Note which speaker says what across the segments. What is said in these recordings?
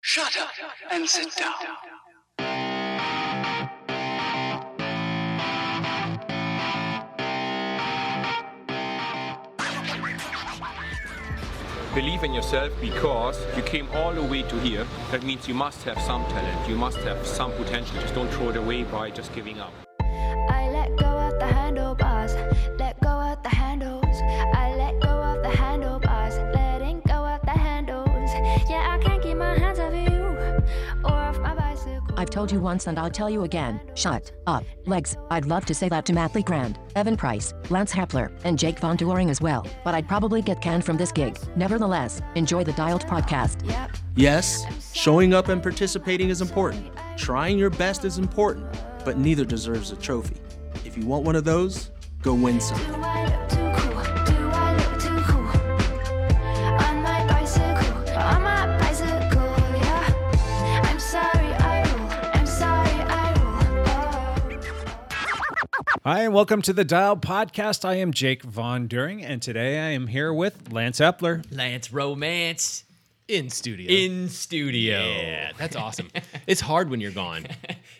Speaker 1: Shut up and sit down.
Speaker 2: Believe in yourself because you came all the way to here. That means you must have some talent, you must have some potential. Just don't throw it away by just giving up.
Speaker 3: I let go of the handlebars, let go of the handles. I let go of the handlebars, letting go of the handles. Yeah, I can't keep my hands off you or off my bicycle.
Speaker 4: I've told you once and I'll tell you again. Shut up, legs. I'd love to say that to Matt Lee Grand, Evan Price, Lance Hapler, and Jake Von Touring as well, but I'd probably get canned from this gig. Nevertheless, enjoy the Dialed podcast.
Speaker 3: Yep.
Speaker 5: Yes, showing up and participating is important. Trying your best is important, but neither deserves a trophy. If you want one of those, go win some.
Speaker 3: Do I look too cool? Do I look too cool? On my bicycle, on my bicycle, yeah. I'm sorry, I rule. I'm sorry, I rule. Oh.
Speaker 6: Hi, and welcome to the Dial Podcast. I am Jake Von During, and today I am here with Lance Epler.
Speaker 7: Lance Romance
Speaker 8: in studio.
Speaker 7: in studio.
Speaker 8: yeah, that's awesome. it's hard when you're gone.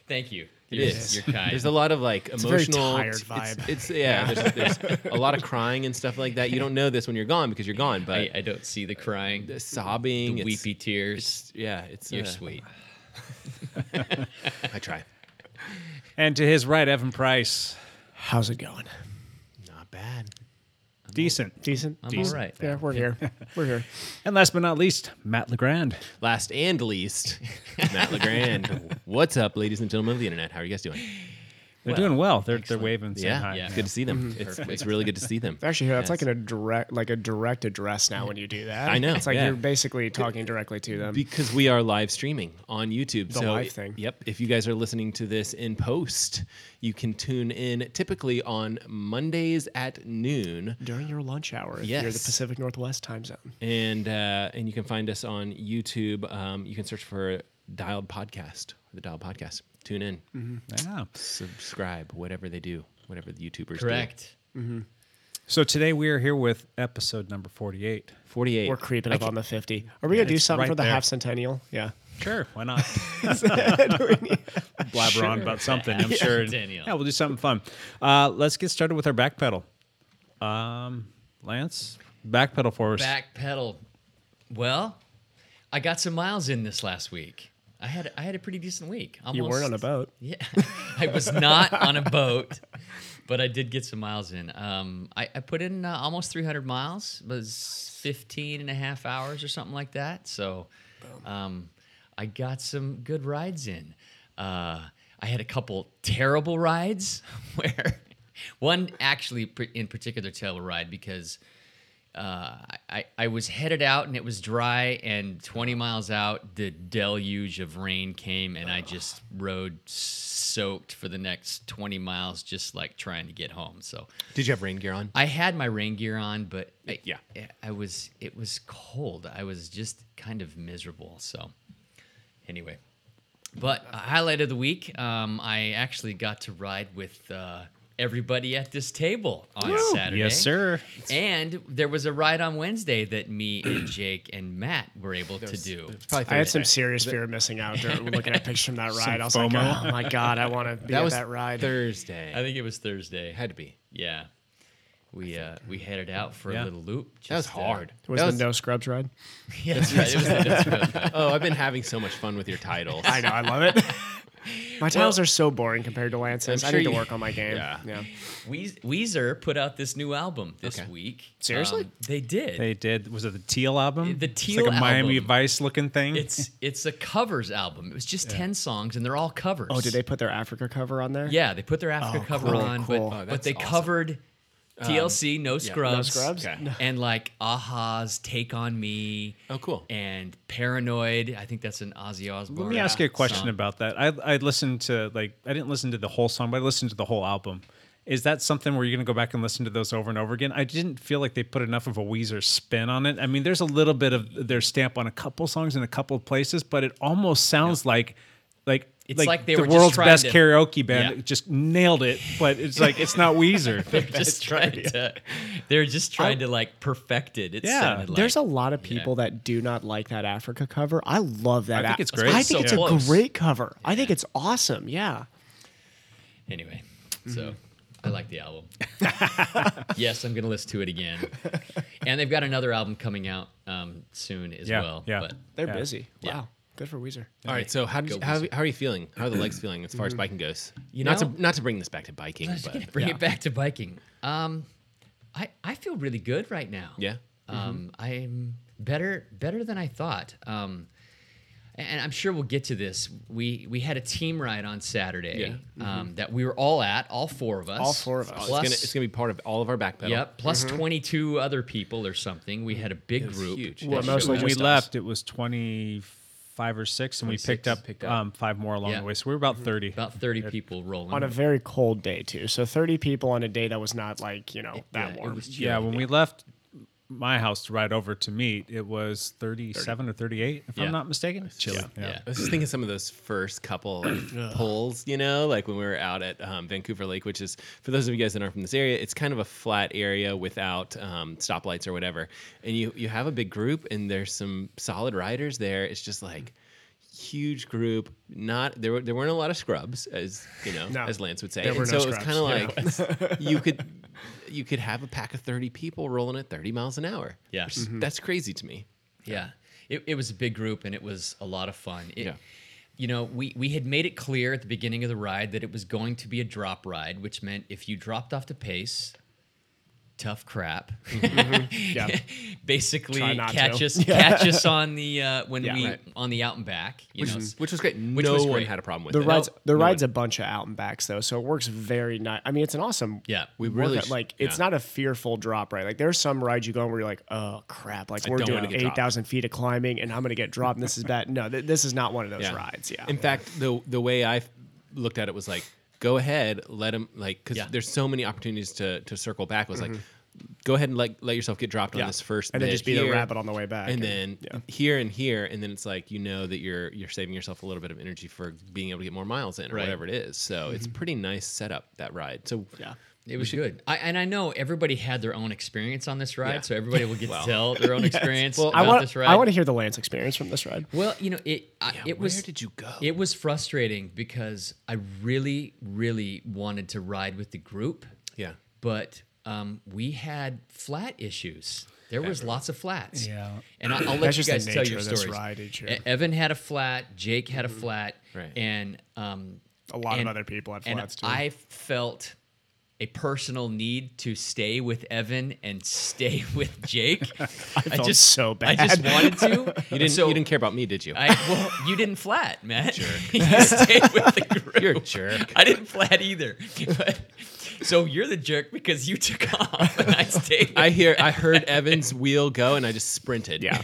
Speaker 7: Thank you.
Speaker 8: It
Speaker 7: You're,
Speaker 8: is.
Speaker 7: You're kind.
Speaker 8: There's a lot of like
Speaker 9: a very
Speaker 8: emotional.
Speaker 9: tired
Speaker 8: It's,
Speaker 9: vibe.
Speaker 8: it's- yeah. There's, there's a lot of crying and stuff like that. You don't know this when you're gone because you're gone, but
Speaker 7: I, I don't see the crying,
Speaker 8: the sobbing,
Speaker 7: the
Speaker 8: it's-
Speaker 7: weepy tears.
Speaker 8: Yeah, it's
Speaker 7: You're
Speaker 8: uh,
Speaker 7: sweet.
Speaker 8: I try.
Speaker 6: And to his right, Evan Price.
Speaker 9: How's it going?
Speaker 8: Not bad.
Speaker 6: Decent.
Speaker 9: Decent.
Speaker 7: I'm
Speaker 9: Decent.
Speaker 7: all right.
Speaker 9: Yeah, we're here. We're here.
Speaker 6: And last but not least, Matt LeGrand.
Speaker 8: Last and least, Matt Legrand. What's up, ladies and gentlemen of the internet? How are you guys doing?
Speaker 6: They're doing well. They're, they're waving. saying
Speaker 8: Yeah,
Speaker 6: hi.
Speaker 8: yeah. Good to see them. It's, it's really good to see them.
Speaker 9: Mm-hmm. Actually,
Speaker 8: Yes.
Speaker 9: that's like an direct, like a direct address now when you do that.
Speaker 8: I know,
Speaker 9: It's like
Speaker 8: yeah.
Speaker 9: you're basically talking directly to them.
Speaker 8: because we are live streaming on YouTube.
Speaker 9: The
Speaker 8: so
Speaker 9: live thing.
Speaker 8: Yep. If you guys are listening to this in post, you can tune in typically on Mondays at noon,
Speaker 9: during your lunch hour, if you're the
Speaker 8: Yes.
Speaker 9: Pacific Northwest time zone.
Speaker 8: and uh, and you can find us on YouTube. Um, you can search for Dialed Podcast or the Dialed Podcast. Tune in,
Speaker 9: Mm-hmm.
Speaker 6: Yeah.
Speaker 8: subscribe, whatever they do, whatever the YouTubers do.
Speaker 7: Correct.
Speaker 6: So today we are here with episode number 48.
Speaker 8: Forty-eight.
Speaker 9: We're creeping up on the 50. Are we going to do
Speaker 6: it's
Speaker 9: something
Speaker 6: right
Speaker 9: for the
Speaker 6: there.
Speaker 9: half centennial? Yeah.
Speaker 6: Sure. Why not? Blabber on about something, I'm sure.
Speaker 7: Daniel.
Speaker 6: Yeah, we'll do something fun. Uh, let's get started with our back pedal. Um, Lance, back pedal for us.
Speaker 7: Back pedal. Well, I got some miles in this last week. I had I had a pretty decent week. Almost,
Speaker 9: You weren't on a boat.
Speaker 7: Yeah, I was not on a boat, but I did get some miles in. Um, I, I put in uh, almost 300 miles, was 15 and a half hours or something like that. So um, I got some good rides in. Uh, I had a couple terrible rides where one actually pr- in particular terrible ride because uh, I, I was headed out and it was dry and 20 miles out the deluge of rain came and i just rode soaked for the next 20 miles just like trying to get home so
Speaker 8: Did you have rain gear on?
Speaker 7: i had my rain gear on but I,
Speaker 8: Yeah.
Speaker 7: i was it was cold i was just kind of miserable so anyway but a highlight of the week um, i actually got to ride with uh, everybody at this table on saturday
Speaker 6: Yes, sir.
Speaker 7: and there was a ride on Wednesday that me and Jake and Matt were able to do.
Speaker 8: Probably
Speaker 9: I had
Speaker 8: Thursday.
Speaker 9: some serious fear of missing out during looking at pictures from that ride. I was like,
Speaker 6: FOMO.
Speaker 9: oh my God, I want to be
Speaker 8: That
Speaker 9: at
Speaker 8: was
Speaker 9: that ride.
Speaker 8: Thursday.
Speaker 7: I think it was Thursday.
Speaker 8: had to be.
Speaker 7: yeah, we uh, we headed out for a
Speaker 6: Yeah.
Speaker 7: little loop.
Speaker 8: That was
Speaker 7: just, uh,
Speaker 8: hard.
Speaker 9: was,
Speaker 8: That
Speaker 9: the No Scrubs ride?
Speaker 7: Yeah, that's right. It was the Nose Road Ride.
Speaker 8: Oh, I've been having so much fun with your titles.
Speaker 9: I know, I love it. My titles are so boring compared to Lance's.
Speaker 8: I'm
Speaker 9: I
Speaker 8: sure
Speaker 9: need to
Speaker 8: you-
Speaker 9: work on my game.
Speaker 8: Yeah.
Speaker 7: Weez- Weezer put out this new album this
Speaker 8: Okay.
Speaker 7: week.
Speaker 9: Seriously?
Speaker 7: Um, they did.
Speaker 6: They did. Was it the Teal album?
Speaker 7: The
Speaker 6: It's
Speaker 7: Teal
Speaker 6: like a Miami
Speaker 7: album.
Speaker 6: Vice looking thing.
Speaker 7: it's it's a covers album. It was just ten songs, and they're all covers.
Speaker 9: Oh, did they put their Africa cover on there?
Speaker 7: Yeah, they put their Africa cover
Speaker 9: cool,
Speaker 7: on,
Speaker 9: cool.
Speaker 7: but
Speaker 9: Oh,
Speaker 7: but
Speaker 8: that's
Speaker 7: they
Speaker 8: awesome.
Speaker 7: covered TLC, No Scrubs,
Speaker 9: Scrubs?
Speaker 8: Okay.
Speaker 7: and like Aha's Take on Me.
Speaker 8: Oh, cool.
Speaker 7: and Paranoid. I think that's an Ozzy Osbourne.
Speaker 6: Let me ask you a question
Speaker 7: song.
Speaker 6: about that. I I listened to like I didn't listen to the whole song, but I listened to the whole album. Is that something where you're going to go back and listen to those over and over again? I didn't feel like they put enough of a Weezer spin on it. I mean, there's a little bit of their stamp on a couple songs in a couple of places, but it almost sounds like like
Speaker 7: It's like they
Speaker 6: the
Speaker 7: were just
Speaker 6: world's
Speaker 7: trying
Speaker 6: best
Speaker 7: to-
Speaker 6: karaoke band
Speaker 7: Yeah.
Speaker 6: just nailed it, but it's like it's not Weezer.
Speaker 7: They're just trying to. They're just trying to like perfect it. It
Speaker 6: Yeah,
Speaker 7: sounded like.
Speaker 9: There's a lot of people that do not like that Africa cover. I love that.
Speaker 6: I think
Speaker 9: a-
Speaker 6: it's great.
Speaker 9: I
Speaker 6: It's
Speaker 9: think
Speaker 7: so
Speaker 9: it's
Speaker 7: close.
Speaker 9: a great cover. I think it's awesome. Yeah. Mm-hmm.
Speaker 7: Anyway, so I like the album. yes, I'm gonna listen to it again. And they've got another album coming out um, soon as
Speaker 6: Yeah,
Speaker 7: well.
Speaker 6: yeah.
Speaker 7: But
Speaker 9: They're
Speaker 6: Yeah.
Speaker 9: busy.
Speaker 7: Yeah.
Speaker 9: Wow. Good for Weezer.
Speaker 8: All right. So how did
Speaker 7: Go
Speaker 8: you, how,
Speaker 7: Weezer.
Speaker 8: how are you feeling? How are the legs feeling as far as biking goes?
Speaker 7: You
Speaker 8: not
Speaker 7: know-
Speaker 8: to not to bring this back to biking,
Speaker 7: I was
Speaker 8: but
Speaker 7: gonna bring
Speaker 8: yeah.
Speaker 7: it back to biking. Um, I I feel really good right now.
Speaker 8: Yeah.
Speaker 7: Um,
Speaker 9: Mm-hmm.
Speaker 7: I'm better better than I thought. Um, and I'm sure we'll get to this. We we had a team ride on Saturday
Speaker 2: Mm-hmm.
Speaker 7: um, that we were all at, all four of us.
Speaker 9: All four of us.
Speaker 8: It's
Speaker 7: Plus-
Speaker 8: gonna, it's gonna be part of all of our backpedal.
Speaker 7: Yep, plus 22 other people or something. We had a big
Speaker 8: It's
Speaker 7: group.
Speaker 8: huge.
Speaker 9: Well,
Speaker 8: It's
Speaker 9: mostly
Speaker 6: when
Speaker 8: huge.
Speaker 6: we
Speaker 9: just us.
Speaker 6: left, it was twenty five or six, and we picked
Speaker 7: 26,
Speaker 6: up,
Speaker 8: picked up.
Speaker 6: Um, five more along
Speaker 7: Yeah.
Speaker 6: the way. So we were
Speaker 9: Mm-hmm.
Speaker 6: about thirty.
Speaker 7: About 30 people rolling.
Speaker 9: On a very cold day too. So 30 people on a day that was not like you know that
Speaker 7: Yeah, it
Speaker 9: warm.
Speaker 7: was
Speaker 6: yeah,
Speaker 7: chilly.
Speaker 6: when we left my house to ride over to meet, it was thirty-seven or thirty-eight, if
Speaker 7: Yeah.
Speaker 6: I'm not mistaken. Chilly.
Speaker 7: yeah.
Speaker 8: I was just thinking some of those first couple like, pulls, you know, like when we were out at um, Vancouver Lake, which is for those of you guys that aren't from this area, it's kind of a flat area without um, stoplights or whatever. And you you have a big group, and there's some solid riders there. It's just like huge group. Not there were there weren't a lot of scrubs, as you know,
Speaker 9: No.
Speaker 8: as Lance would say.
Speaker 9: There
Speaker 8: And
Speaker 9: were
Speaker 8: so
Speaker 9: no
Speaker 8: it was kind of like you could you could have a pack of thirty people rolling at thirty miles an hour.
Speaker 7: Yeah.
Speaker 8: which
Speaker 9: Mm-hmm.
Speaker 8: is- that's crazy to me.
Speaker 7: Yeah. It, it was a big group and it was a lot of fun. It,
Speaker 8: Yeah.
Speaker 7: You know, we, we had made it clear at the beginning of the ride that it was going to be a drop ride, which meant if you dropped off the pace, tough crap.
Speaker 9: Yeah.
Speaker 7: Basically,
Speaker 9: Try not
Speaker 7: catch
Speaker 9: to.
Speaker 7: us catch us on the uh, when
Speaker 9: Yeah.
Speaker 7: we
Speaker 9: Right.
Speaker 7: on the out and back. You know, s-
Speaker 8: Which was great.
Speaker 7: Which
Speaker 8: Mm. no
Speaker 7: was
Speaker 8: one
Speaker 7: great.
Speaker 8: had a problem with
Speaker 9: The
Speaker 8: it.
Speaker 9: rides, the
Speaker 8: No one-
Speaker 9: rides a bunch of out and backs though, so it works very nice. I mean, it's an awesome.
Speaker 7: Yeah.
Speaker 8: We
Speaker 9: workout.
Speaker 8: really sh-
Speaker 9: like it's
Speaker 8: yeah.
Speaker 9: not a fearful drop, right? Like there's some rides you go on where you're like, oh crap, like we're
Speaker 8: don't wanna
Speaker 9: doing
Speaker 8: get
Speaker 9: eight
Speaker 8: dropped.
Speaker 9: thousand feet of climbing, and I'm gonna get dropped. and This is bad. No, th- this is not one of those
Speaker 8: Yeah.
Speaker 9: rides. Yeah.
Speaker 8: In fact, the the way I f- looked at it was like, go ahead, let him like because
Speaker 7: Yeah. Mm-hmm.
Speaker 8: there's so many opportunities to to circle back. Was like, go ahead and let let yourself get dropped on
Speaker 9: Yeah.
Speaker 8: this first,
Speaker 9: And then
Speaker 8: bit
Speaker 9: just be the
Speaker 8: here,
Speaker 9: rabbit on the way back
Speaker 8: and, then
Speaker 9: and-
Speaker 8: here and here, and then it's like you know that you're you're saving yourself a little bit of energy for being able to get more miles in or
Speaker 7: Right.
Speaker 8: whatever it is. So
Speaker 9: Mm-hmm.
Speaker 8: it's pretty nice setup that ride. So yeah.
Speaker 7: It was good. I, and I know everybody had their own experience on this ride,
Speaker 8: Yeah.
Speaker 7: so everybody will get to tell their own experience
Speaker 9: I
Speaker 7: about
Speaker 9: want,
Speaker 7: this ride.
Speaker 9: I want to hear the Lance experience from this ride.
Speaker 7: Well, you know, it I, it
Speaker 8: where
Speaker 7: was
Speaker 8: did you go?
Speaker 7: It was frustrating because I really really wanted to ride with the group.
Speaker 8: Yeah.
Speaker 7: But um, we had flat issues. There was lots of flats. Yeah. And I, will let
Speaker 9: That's
Speaker 7: you
Speaker 9: just
Speaker 7: guys
Speaker 9: the
Speaker 7: tell
Speaker 9: nature
Speaker 7: your
Speaker 9: of this
Speaker 7: stories.
Speaker 9: ride each year. Mm-hmm.
Speaker 7: E- Evan had a flat, Jake had a flat,
Speaker 8: Right.
Speaker 7: and um,
Speaker 9: A lot of
Speaker 7: and-
Speaker 9: other people had
Speaker 7: and
Speaker 9: flats, too.
Speaker 7: I felt a personal need to stay with Evan and stay with Jake. I,
Speaker 9: felt so
Speaker 7: I just
Speaker 9: bad.
Speaker 7: wanted to.
Speaker 8: You didn't you didn't care about me, did you?
Speaker 7: I well, you didn't flat, Matt. you stayed with the group.
Speaker 8: You're a jerk.
Speaker 7: I didn't flat either. But, so you're the jerk because you took off and I stayed. with-
Speaker 8: I hear I heard Evan's wheel go, and I just sprinted.
Speaker 9: Yeah.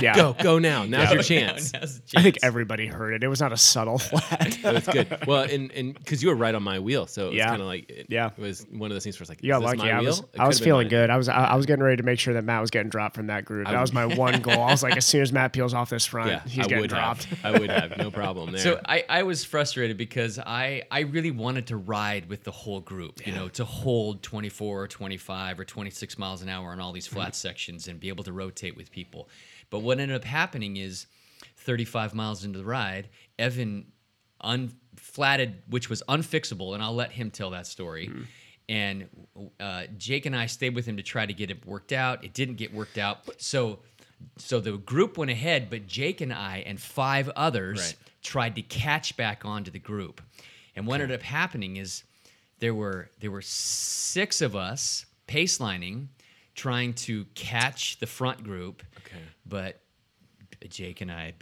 Speaker 9: Yeah.
Speaker 8: Go, go now. Now's your
Speaker 7: Now-
Speaker 8: chance.
Speaker 7: now's the
Speaker 9: I think
Speaker 7: chance.
Speaker 9: everybody heard it. It was not a subtle flat.
Speaker 8: It was good. Well, and and because you were right on my wheel, so it was
Speaker 9: Yeah.
Speaker 8: kind of like it,
Speaker 9: Yeah.
Speaker 8: it was one of those things where it's like,
Speaker 9: You
Speaker 8: is
Speaker 9: got
Speaker 8: this
Speaker 9: lucky.
Speaker 8: my
Speaker 9: I
Speaker 8: wheel?
Speaker 9: was,
Speaker 8: It
Speaker 9: I was
Speaker 8: could've been
Speaker 9: feeling
Speaker 8: mine.
Speaker 9: good. I was, I, I was getting ready to make sure that Matt was getting dropped from that group. that was my one goal. I was like, as soon as Matt peels off this front,
Speaker 8: Yeah,
Speaker 9: he's
Speaker 8: I
Speaker 9: getting
Speaker 8: would
Speaker 9: dropped.
Speaker 8: Have, I would have no problem there.
Speaker 7: So I, I was frustrated because I, I really wanted to ride with the whole group, you know, to hold 24 or 25 or 26 miles an hour on all these
Speaker 8: Mm-hmm.
Speaker 7: flat sections and be able to rotate with people. But what ended up happening is 35 miles into the ride, Evan unflatted, which was unfixable, and I'll let him tell that story.
Speaker 8: Mm-hmm.
Speaker 7: And uh, Jake and I stayed with him to try to get it worked out. It didn't get worked out. So so the group went ahead, but Jake and I and five others
Speaker 8: Right.
Speaker 7: tried to catch back onto the group. And what ended up happening is there were there were six of us pace lining, trying to catch the front group.
Speaker 8: Okay.
Speaker 7: But Jake and I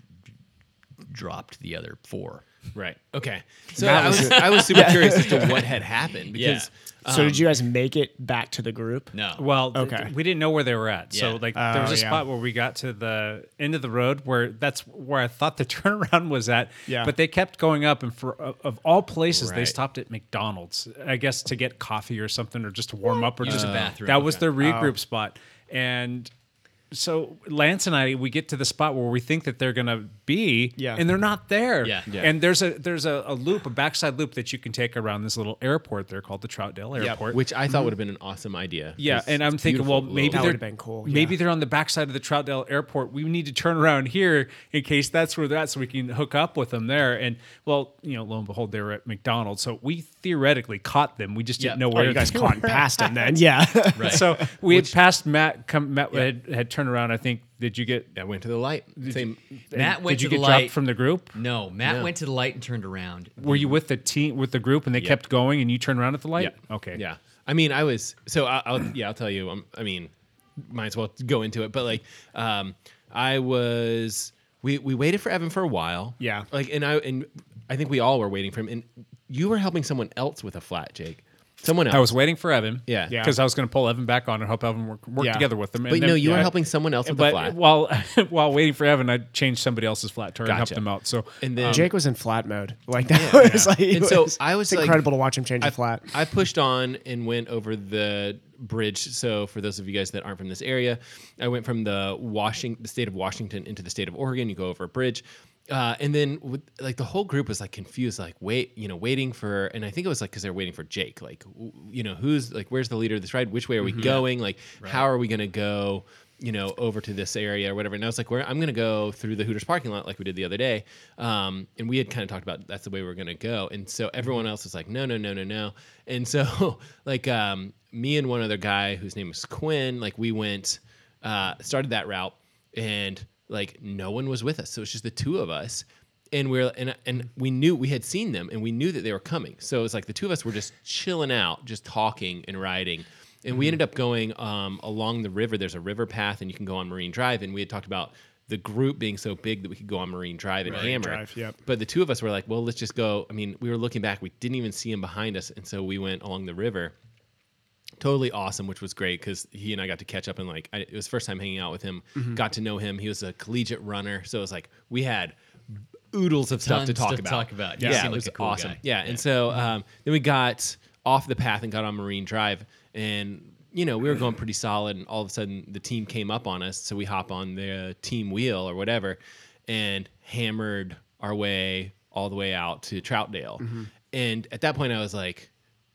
Speaker 7: dropped the other four.
Speaker 8: right. Okay. So I was I was super curious as to what had happened because
Speaker 9: so did you guys make it back to the group?
Speaker 7: um, No.
Speaker 6: Well, th-
Speaker 9: Okay.
Speaker 6: we didn't know where they were at. So
Speaker 7: Yeah.
Speaker 6: like there was
Speaker 9: Oh,
Speaker 6: a
Speaker 9: yeah.
Speaker 6: spot where we got to the end of the road where that's where I thought the turnaround was at.
Speaker 9: Yeah.
Speaker 6: But they kept going up, and for of- of all places, they
Speaker 8: Right.
Speaker 6: stopped at McDonald's, I guess, to get coffee or something, or just to warm up, or
Speaker 7: Use
Speaker 6: just
Speaker 9: Oh.
Speaker 7: the bathroom.
Speaker 6: That was
Speaker 7: Okay.
Speaker 6: their regroup spot, and so Lance and I we get to the spot where we think that they're gonna be,
Speaker 9: Yeah.
Speaker 6: and they're not there.
Speaker 7: Yeah. Yeah.
Speaker 6: And there's a there's a, a loop, a backside loop that you can take around this little airport there called the Troutdale Airport.
Speaker 8: Which I thought would have been an awesome idea.
Speaker 6: Mm-hmm. yeah,
Speaker 8: It's-
Speaker 6: and I'm
Speaker 8: it's
Speaker 6: thinking,
Speaker 8: beautiful
Speaker 6: well,
Speaker 8: little-
Speaker 6: maybe
Speaker 9: That
Speaker 6: they're
Speaker 9: would've been cool,
Speaker 6: Maybe
Speaker 9: yeah.
Speaker 6: they're on the backside of the Troutdale Airport. We need to turn around here in case that's where they're at, so we can hook up with them there. And well, you know, lo and behold, they were at McDonald's, so we theoretically caught them. We just
Speaker 7: Yeah.
Speaker 6: didn't know
Speaker 9: Oh,
Speaker 6: where
Speaker 9: you guys
Speaker 6: they
Speaker 9: caught
Speaker 6: were
Speaker 9: and passed him then. Yeah.
Speaker 7: Right.
Speaker 6: so we had passed Matt. Come, Matt had, had turned around. I think. Did you get?
Speaker 8: I went to the light. Same.
Speaker 7: Matt went
Speaker 6: did you
Speaker 7: to
Speaker 6: get
Speaker 7: the
Speaker 6: dropped
Speaker 7: light.
Speaker 6: from the group?
Speaker 7: no, Matt went to the light and turned around.
Speaker 6: Were you with the team with the group and they kept going and you turned around at the light?
Speaker 8: Yeah.
Speaker 6: Okay.
Speaker 8: Yeah. I mean, I was so I, I'll yeah I'll tell you. Um, I mean, might as well go into it. But like, um, I was we we waited for Evan for a while.
Speaker 9: Yeah.
Speaker 8: Like, and I and I think we all were waiting for him. And you were helping someone else with a flat, Jake. Someone else.
Speaker 6: I was waiting for Evan.
Speaker 8: Yeah. Yeah.
Speaker 6: Because I was going to pull Evan back on and help Evan work, work
Speaker 9: Yeah.
Speaker 6: together with them. And
Speaker 8: But no,
Speaker 6: then-
Speaker 8: you were
Speaker 6: yeah.
Speaker 8: helping someone else with
Speaker 6: But
Speaker 8: a flat.
Speaker 6: while while waiting for Evan, I changed somebody else's flat tire and helped
Speaker 8: Gotcha.
Speaker 6: them out. So
Speaker 8: and then
Speaker 9: Jake was in flat mode. Like that was like. it
Speaker 8: And so
Speaker 9: was-
Speaker 8: I was
Speaker 9: it's
Speaker 8: like-
Speaker 9: incredible to watch him change
Speaker 8: I,
Speaker 9: a flat.
Speaker 8: I pushed on and went over the bridge. So for those of you guys that aren't from this area, I went from the Washing, the state of Washington into the state of Oregon. You go over a bridge. Uh, and then with, like the whole group was like confused, like wait, you know, waiting for, and I think it was like, cause they're waiting for Jake, like, w- you know, who's like, where's the leader of this ride? Which way are we going? Like, how are we going to go, you know, over to this area or whatever? And I was like, where I'm going to go through the Hooters parking lot like we did the other day. Um, and we had kind of talked about that's the way we are going to go. And so everyone else was like, no, no, no, no, no. And so like, um, me and one other guy whose name was Quinn, like we went, uh, started that route and like no one was with us. So it's just the two of us. And we're and and we knew we had seen them and we knew that they were coming. So it's like the two of us were just chilling out, just talking and riding. And
Speaker 9: Mm-hmm.
Speaker 8: we ended up going um, along the river. There's a river path, and you can go on Marine Drive. And we had talked about the group being so big that we could go on Marine Drive and hammer.
Speaker 9: Drive, yep.
Speaker 8: But the two of us were like, well, let's just go. I mean, we were looking back. We didn't even see him behind us, and so we went along the river totally awesome, which was great because he and I got to catch up and like I, it was the first time hanging out with him.
Speaker 9: Mm-hmm.
Speaker 8: Got to know him. He was a collegiate runner, so it was like we had oodles of stuff to
Speaker 7: Tons
Speaker 8: talk
Speaker 7: to
Speaker 8: about.
Speaker 7: talk about.
Speaker 8: Yeah,
Speaker 7: You seem
Speaker 8: it
Speaker 7: like
Speaker 8: was
Speaker 7: a cool
Speaker 8: awesome.
Speaker 7: guy.
Speaker 8: Yeah. and so um, then we got off the path and got on Marine Drive, and you know we were going pretty solid, and all of a sudden the team came up on us, so we hop on the team wheel or whatever, and hammered our way all the way out to Troutdale. And at that point, I was like,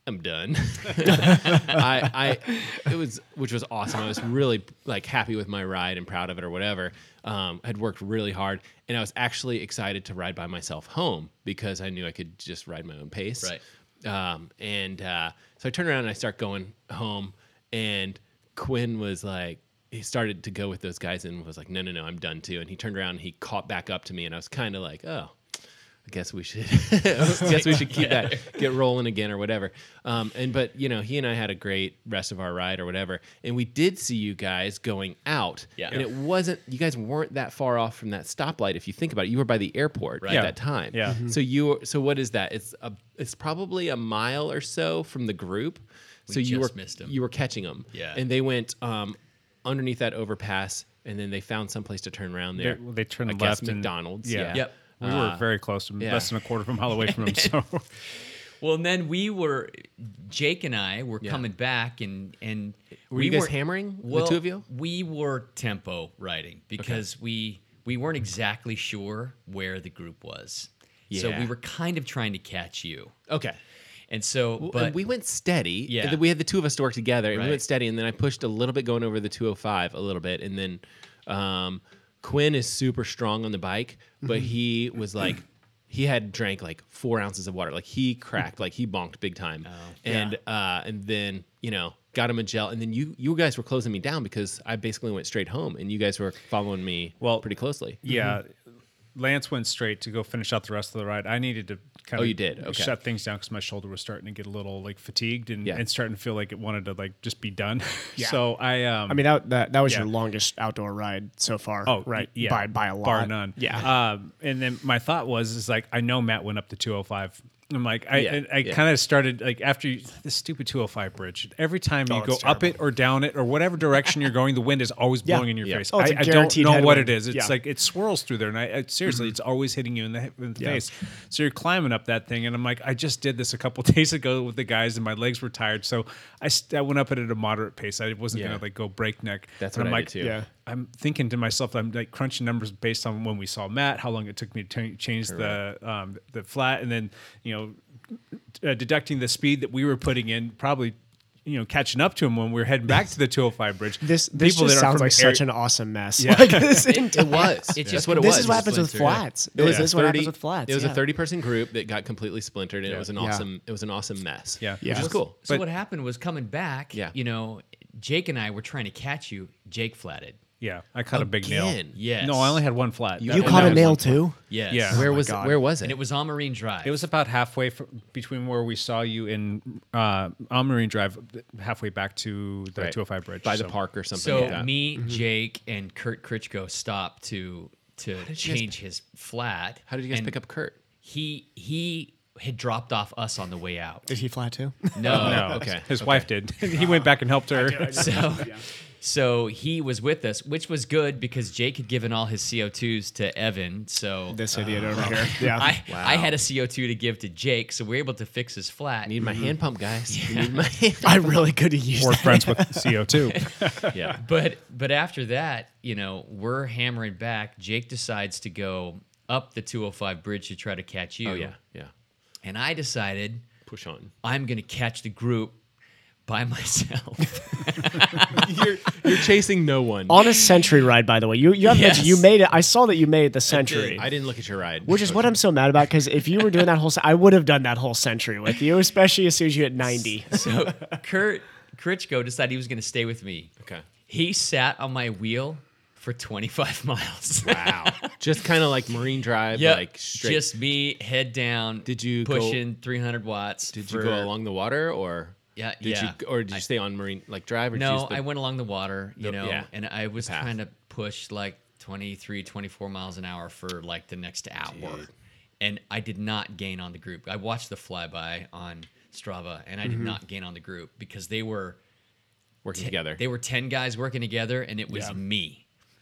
Speaker 8: I'm done. I, I, it was, which was awesome. I was really like happy with my ride and proud of it or whatever. Um, I'd worked really hard and I was actually excited to ride by myself home because I knew I could just ride my own pace.
Speaker 7: Right.
Speaker 8: Um, and uh, so I turn around and I start going home and Quinn was like, he started to go with those guys and was like, no, no, no, I'm done too. And he turned around and he caught back up to me and I was kind of like, oh, I guess we should. I guess we should keep that get rolling again or whatever. Um, and but you know, he and I had a great rest of our ride or whatever, and we did see you guys going out.
Speaker 7: Yeah.
Speaker 8: And it wasn't you guys weren't that far off from that stoplight if you think about it. You were by the airport
Speaker 7: Right.
Speaker 8: at
Speaker 7: Yeah. Mm-hmm.
Speaker 8: that time.
Speaker 6: Yeah. Mhm.
Speaker 8: So you were, so what is that? It's a it's probably a mile or so from the group. so you
Speaker 7: just
Speaker 8: were
Speaker 7: missed 'em.
Speaker 8: you were catching them.
Speaker 7: Yeah.
Speaker 8: And they went um, underneath that overpass, and then they found someplace to turn around
Speaker 6: they,
Speaker 8: there.
Speaker 6: they turned
Speaker 8: I
Speaker 6: left.
Speaker 8: guess
Speaker 6: and-
Speaker 8: McDonald's. yeah.
Speaker 7: Yep.
Speaker 6: We were very close, to
Speaker 8: Ah. yeah.
Speaker 6: less than a quarter of a mile away from him. So
Speaker 7: Well, and then we were, Jake and I were coming back, and and
Speaker 8: Were you guys hammering, the
Speaker 7: well,
Speaker 8: two of you?
Speaker 7: We were tempo riding because we we weren't exactly sure where the group was, so
Speaker 8: Yeah.
Speaker 7: we were kind of trying to catch you,
Speaker 8: Okay.
Speaker 7: and so
Speaker 8: Well,
Speaker 7: but
Speaker 8: and we went steady.
Speaker 7: Yeah.
Speaker 8: And then we had the two of us to work together, and we
Speaker 7: Right.
Speaker 8: went steady. And then I pushed a little bit going over the 205 a little bit, and then um, Quinn is super strong on the bike, but he was like, he had drank like four ounces of water, like he cracked, like he bonked big time, and uh, and then you know got him a gel, and then you you guys were closing me down because I basically went straight home, and you guys were following me
Speaker 6: Well,
Speaker 8: pretty closely.
Speaker 6: yeah, Lance went straight to go finish out the rest of the ride. I needed to kind
Speaker 8: Oh,
Speaker 6: of
Speaker 8: you did? Okay.
Speaker 6: shut things down because my shoulder was starting to get a little like fatigued and,
Speaker 8: Yeah.
Speaker 6: and starting to feel like it wanted to like just be done. So I um
Speaker 9: I mean, that that, that was
Speaker 6: Yeah.
Speaker 9: your longest outdoor ride so far.
Speaker 6: Oh,
Speaker 9: right.
Speaker 6: y- yeah,
Speaker 9: By by a lot.
Speaker 6: bar none.
Speaker 8: Uh,
Speaker 9: Yeah.
Speaker 6: Um, and then my thought was, is like, I know Matt went up to 205. I'm like, I,
Speaker 8: Yeah,
Speaker 6: I, I
Speaker 8: yeah.
Speaker 6: kind of started like after you, this stupid 205 bridge. Every time you
Speaker 9: Oh,
Speaker 6: go
Speaker 9: it's
Speaker 6: up it or down it or whatever direction you're going, the wind is always
Speaker 9: Yeah.
Speaker 6: blowing in your
Speaker 8: Yeah.
Speaker 6: face.
Speaker 9: Oh, it's
Speaker 6: I,
Speaker 9: a
Speaker 6: I don't
Speaker 9: guaranteed
Speaker 6: know what it
Speaker 9: headwind.
Speaker 6: is. It's
Speaker 9: Yeah. Mm-hmm.
Speaker 6: like it swirls through there, and I, I seriously, it's always hitting you in the, he- in the
Speaker 9: Yeah.
Speaker 6: face. So you're climbing up that thing, and I'm like, I just did this a couple days ago with the guys, and my legs were tired, so I, st- I went up it at a moderate pace. I wasn't
Speaker 8: Yeah.
Speaker 6: gonna like go breakneck.
Speaker 8: That's
Speaker 6: and
Speaker 8: what
Speaker 6: I'm
Speaker 8: I
Speaker 6: like,
Speaker 8: did too.
Speaker 9: Yeah.
Speaker 6: I'm thinking to myself, I'm like crunching numbers based on when we saw Matt, how long it took me to turn- change the um, the flat, and then you know uh, deducting the speed that we were putting in, probably you know catching up to him when we were heading back to the 205 bridge.
Speaker 9: This this
Speaker 6: People
Speaker 9: just
Speaker 6: that are
Speaker 9: sounds
Speaker 6: from
Speaker 9: like
Speaker 6: area-
Speaker 9: such an awesome mess. Like this entire-
Speaker 8: It was. It's
Speaker 7: just-
Speaker 8: just what it was.
Speaker 9: this is what
Speaker 8: It
Speaker 9: happens with
Speaker 7: splintered.
Speaker 9: flats.
Speaker 8: It was
Speaker 9: this is what happens
Speaker 8: 30
Speaker 9: with flats.
Speaker 8: It was
Speaker 9: yeah.
Speaker 8: a thirty-person group that got completely splintered, and
Speaker 6: Yeah.
Speaker 8: it was an
Speaker 9: Yeah.
Speaker 8: awesome. It was an awesome mess.
Speaker 6: Yeah.
Speaker 9: Yeah.
Speaker 8: which is cool.
Speaker 7: So
Speaker 6: But-
Speaker 7: what happened was coming back,
Speaker 8: Yeah.
Speaker 7: you know, Jake and I were trying to catch you. Jake flatted.
Speaker 6: Yeah, I caught a big nail.
Speaker 8: Again.
Speaker 7: Yes.
Speaker 6: No, I only had one flat.
Speaker 8: You
Speaker 6: That
Speaker 9: You
Speaker 6: one
Speaker 9: caught
Speaker 6: I
Speaker 9: a
Speaker 6: was
Speaker 9: nail
Speaker 6: like-
Speaker 9: too.
Speaker 7: Yes.
Speaker 6: Yeah.
Speaker 8: Where
Speaker 9: my
Speaker 8: was
Speaker 9: God.
Speaker 8: where was
Speaker 7: Oh
Speaker 8: it?
Speaker 7: And it was on Marine Drive.
Speaker 6: It was about halfway fr between where we saw you in uh, on Marine Drive, halfway back to the
Speaker 8: Right.
Speaker 6: 205 bridge
Speaker 8: by the
Speaker 6: so-
Speaker 8: park or something.
Speaker 7: so
Speaker 8: like that.
Speaker 7: me,
Speaker 9: Mm-hmm.
Speaker 7: Jake, and Kurt Krichko stopped to to
Speaker 8: guys-
Speaker 7: change his flat.
Speaker 8: How did you guys
Speaker 7: and
Speaker 8: pick up Kurt?
Speaker 7: He he had dropped off us on the way out.
Speaker 9: Did he fly too?
Speaker 7: No,
Speaker 6: No,
Speaker 8: okay,
Speaker 6: His wife did. he went back and helped her.
Speaker 7: So, so he was with us, which was good because Jake had given all his CO2s to Evan. So
Speaker 9: this idiot over here. Yeah.
Speaker 7: I, I had a CO2 to give to Jake, so we are able to fix his flat.
Speaker 8: Need my hand pump, guys. Need my hand.
Speaker 9: I really could have used
Speaker 6: We're
Speaker 9: that.
Speaker 6: friends with CO2.
Speaker 8: yeah.
Speaker 7: But but after that, you know, we're hammering back. Jake decides to go up the 205 bridge to try to catch you.
Speaker 8: Oh yeah. Yeah.
Speaker 7: And I decided
Speaker 8: Push on.
Speaker 7: I'm going to catch the group by myself.
Speaker 8: You're you're chasing no one.
Speaker 9: On a century ride, by the way. You you have
Speaker 7: Yes.
Speaker 9: mentioned you made it. I saw that you made the century.
Speaker 8: I didn't look at your ride.
Speaker 9: Which is what I'm so mad about because if you were doing that whole, se- I would have done that whole century with you, especially as soon as you hit 90.
Speaker 7: so Kurt Krichko decided he was going to stay with me.
Speaker 8: Okay.
Speaker 7: He sat on my wheel for 25 miles.
Speaker 8: Wow. Just kind of like Marine Drive,
Speaker 7: Yep.
Speaker 8: like straight.
Speaker 7: Just me, head down.
Speaker 8: Did you go-
Speaker 7: pushing 300 watts?
Speaker 8: did
Speaker 7: for-
Speaker 8: you go along the water or?
Speaker 7: Yeah,
Speaker 8: Did
Speaker 7: yeah.
Speaker 8: you or did you stay on Marine like Drive or
Speaker 7: No,
Speaker 8: just the,
Speaker 7: I went along the water, you
Speaker 8: the-
Speaker 7: know,
Speaker 8: yeah,
Speaker 7: and I was
Speaker 8: path.
Speaker 7: trying to push like 23, 24 miles an hour for like the next hour. And I did not gain on the group. I watched the flyby on Strava and I did not gain on the group because they were
Speaker 8: working
Speaker 7: te-
Speaker 8: together.
Speaker 7: They were 10 guys working together and it was me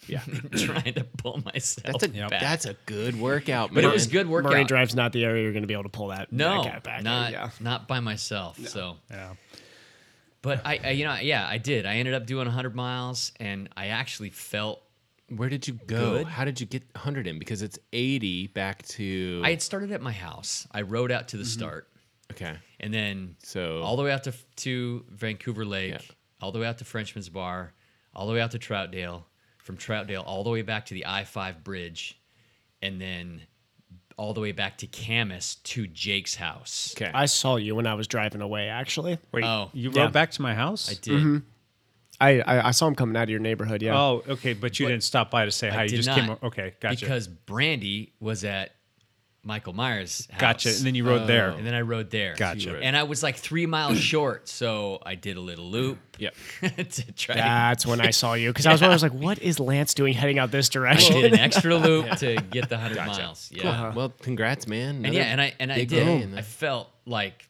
Speaker 8: yeah.
Speaker 7: trying to pull myself
Speaker 8: That's a
Speaker 7: back.
Speaker 8: that's a good workout,
Speaker 7: but
Speaker 8: man.
Speaker 7: it was good workout.
Speaker 9: Marine Drive's not the area you're going to be able to pull that.
Speaker 7: No,
Speaker 9: back out- back out,
Speaker 7: not
Speaker 9: yeah.
Speaker 7: not by myself. So,
Speaker 6: Yeah.
Speaker 7: but I, I, you know, yeah, I did. I ended up doing 100 miles, and I actually felt
Speaker 8: Where did you go?
Speaker 7: Good.
Speaker 8: How did you get 100 in? Because it's 80 back to. Mm-hmm.
Speaker 7: I had started at my house. I rode out to the start,
Speaker 8: okay.
Speaker 7: and then
Speaker 8: So-
Speaker 7: all the way out to to Vancouver Lake, all the way out to Frenchman's Bar, all the way out to Troutdale, from Troutdale all the way back to the I five bridge, and then all the way back to Camas to Jake's house.
Speaker 8: Okay.
Speaker 9: I saw you when I was driving away, actually.
Speaker 6: Wait,
Speaker 7: Oh,
Speaker 6: you
Speaker 9: yeah.
Speaker 6: rode back to my house?
Speaker 7: I did.
Speaker 9: I, I, I saw him coming out of your neighborhood, yeah.
Speaker 6: Oh, okay, but you didn't stop by to say hi. You
Speaker 7: did
Speaker 6: just
Speaker 7: not,
Speaker 6: came. o- Okay, gotcha.
Speaker 7: Because Brandy was at Michael Myers' house.
Speaker 6: gotcha. And then you rode there.
Speaker 7: and then I rode there.
Speaker 6: Gotcha.
Speaker 7: And I was like three miles short, so I did a little loop.
Speaker 8: Yep.
Speaker 7: to try
Speaker 9: That's when I saw you because I was I was like, what is Lance doing heading out this
Speaker 7: to
Speaker 9: direction?
Speaker 7: did an extra loop to get the hundred miles. Yeah.
Speaker 9: Uh-huh.
Speaker 8: Well, congrats, man.
Speaker 7: And
Speaker 8: Another
Speaker 7: yeah, and I and I
Speaker 8: big
Speaker 7: did.
Speaker 8: day in the-
Speaker 7: I felt like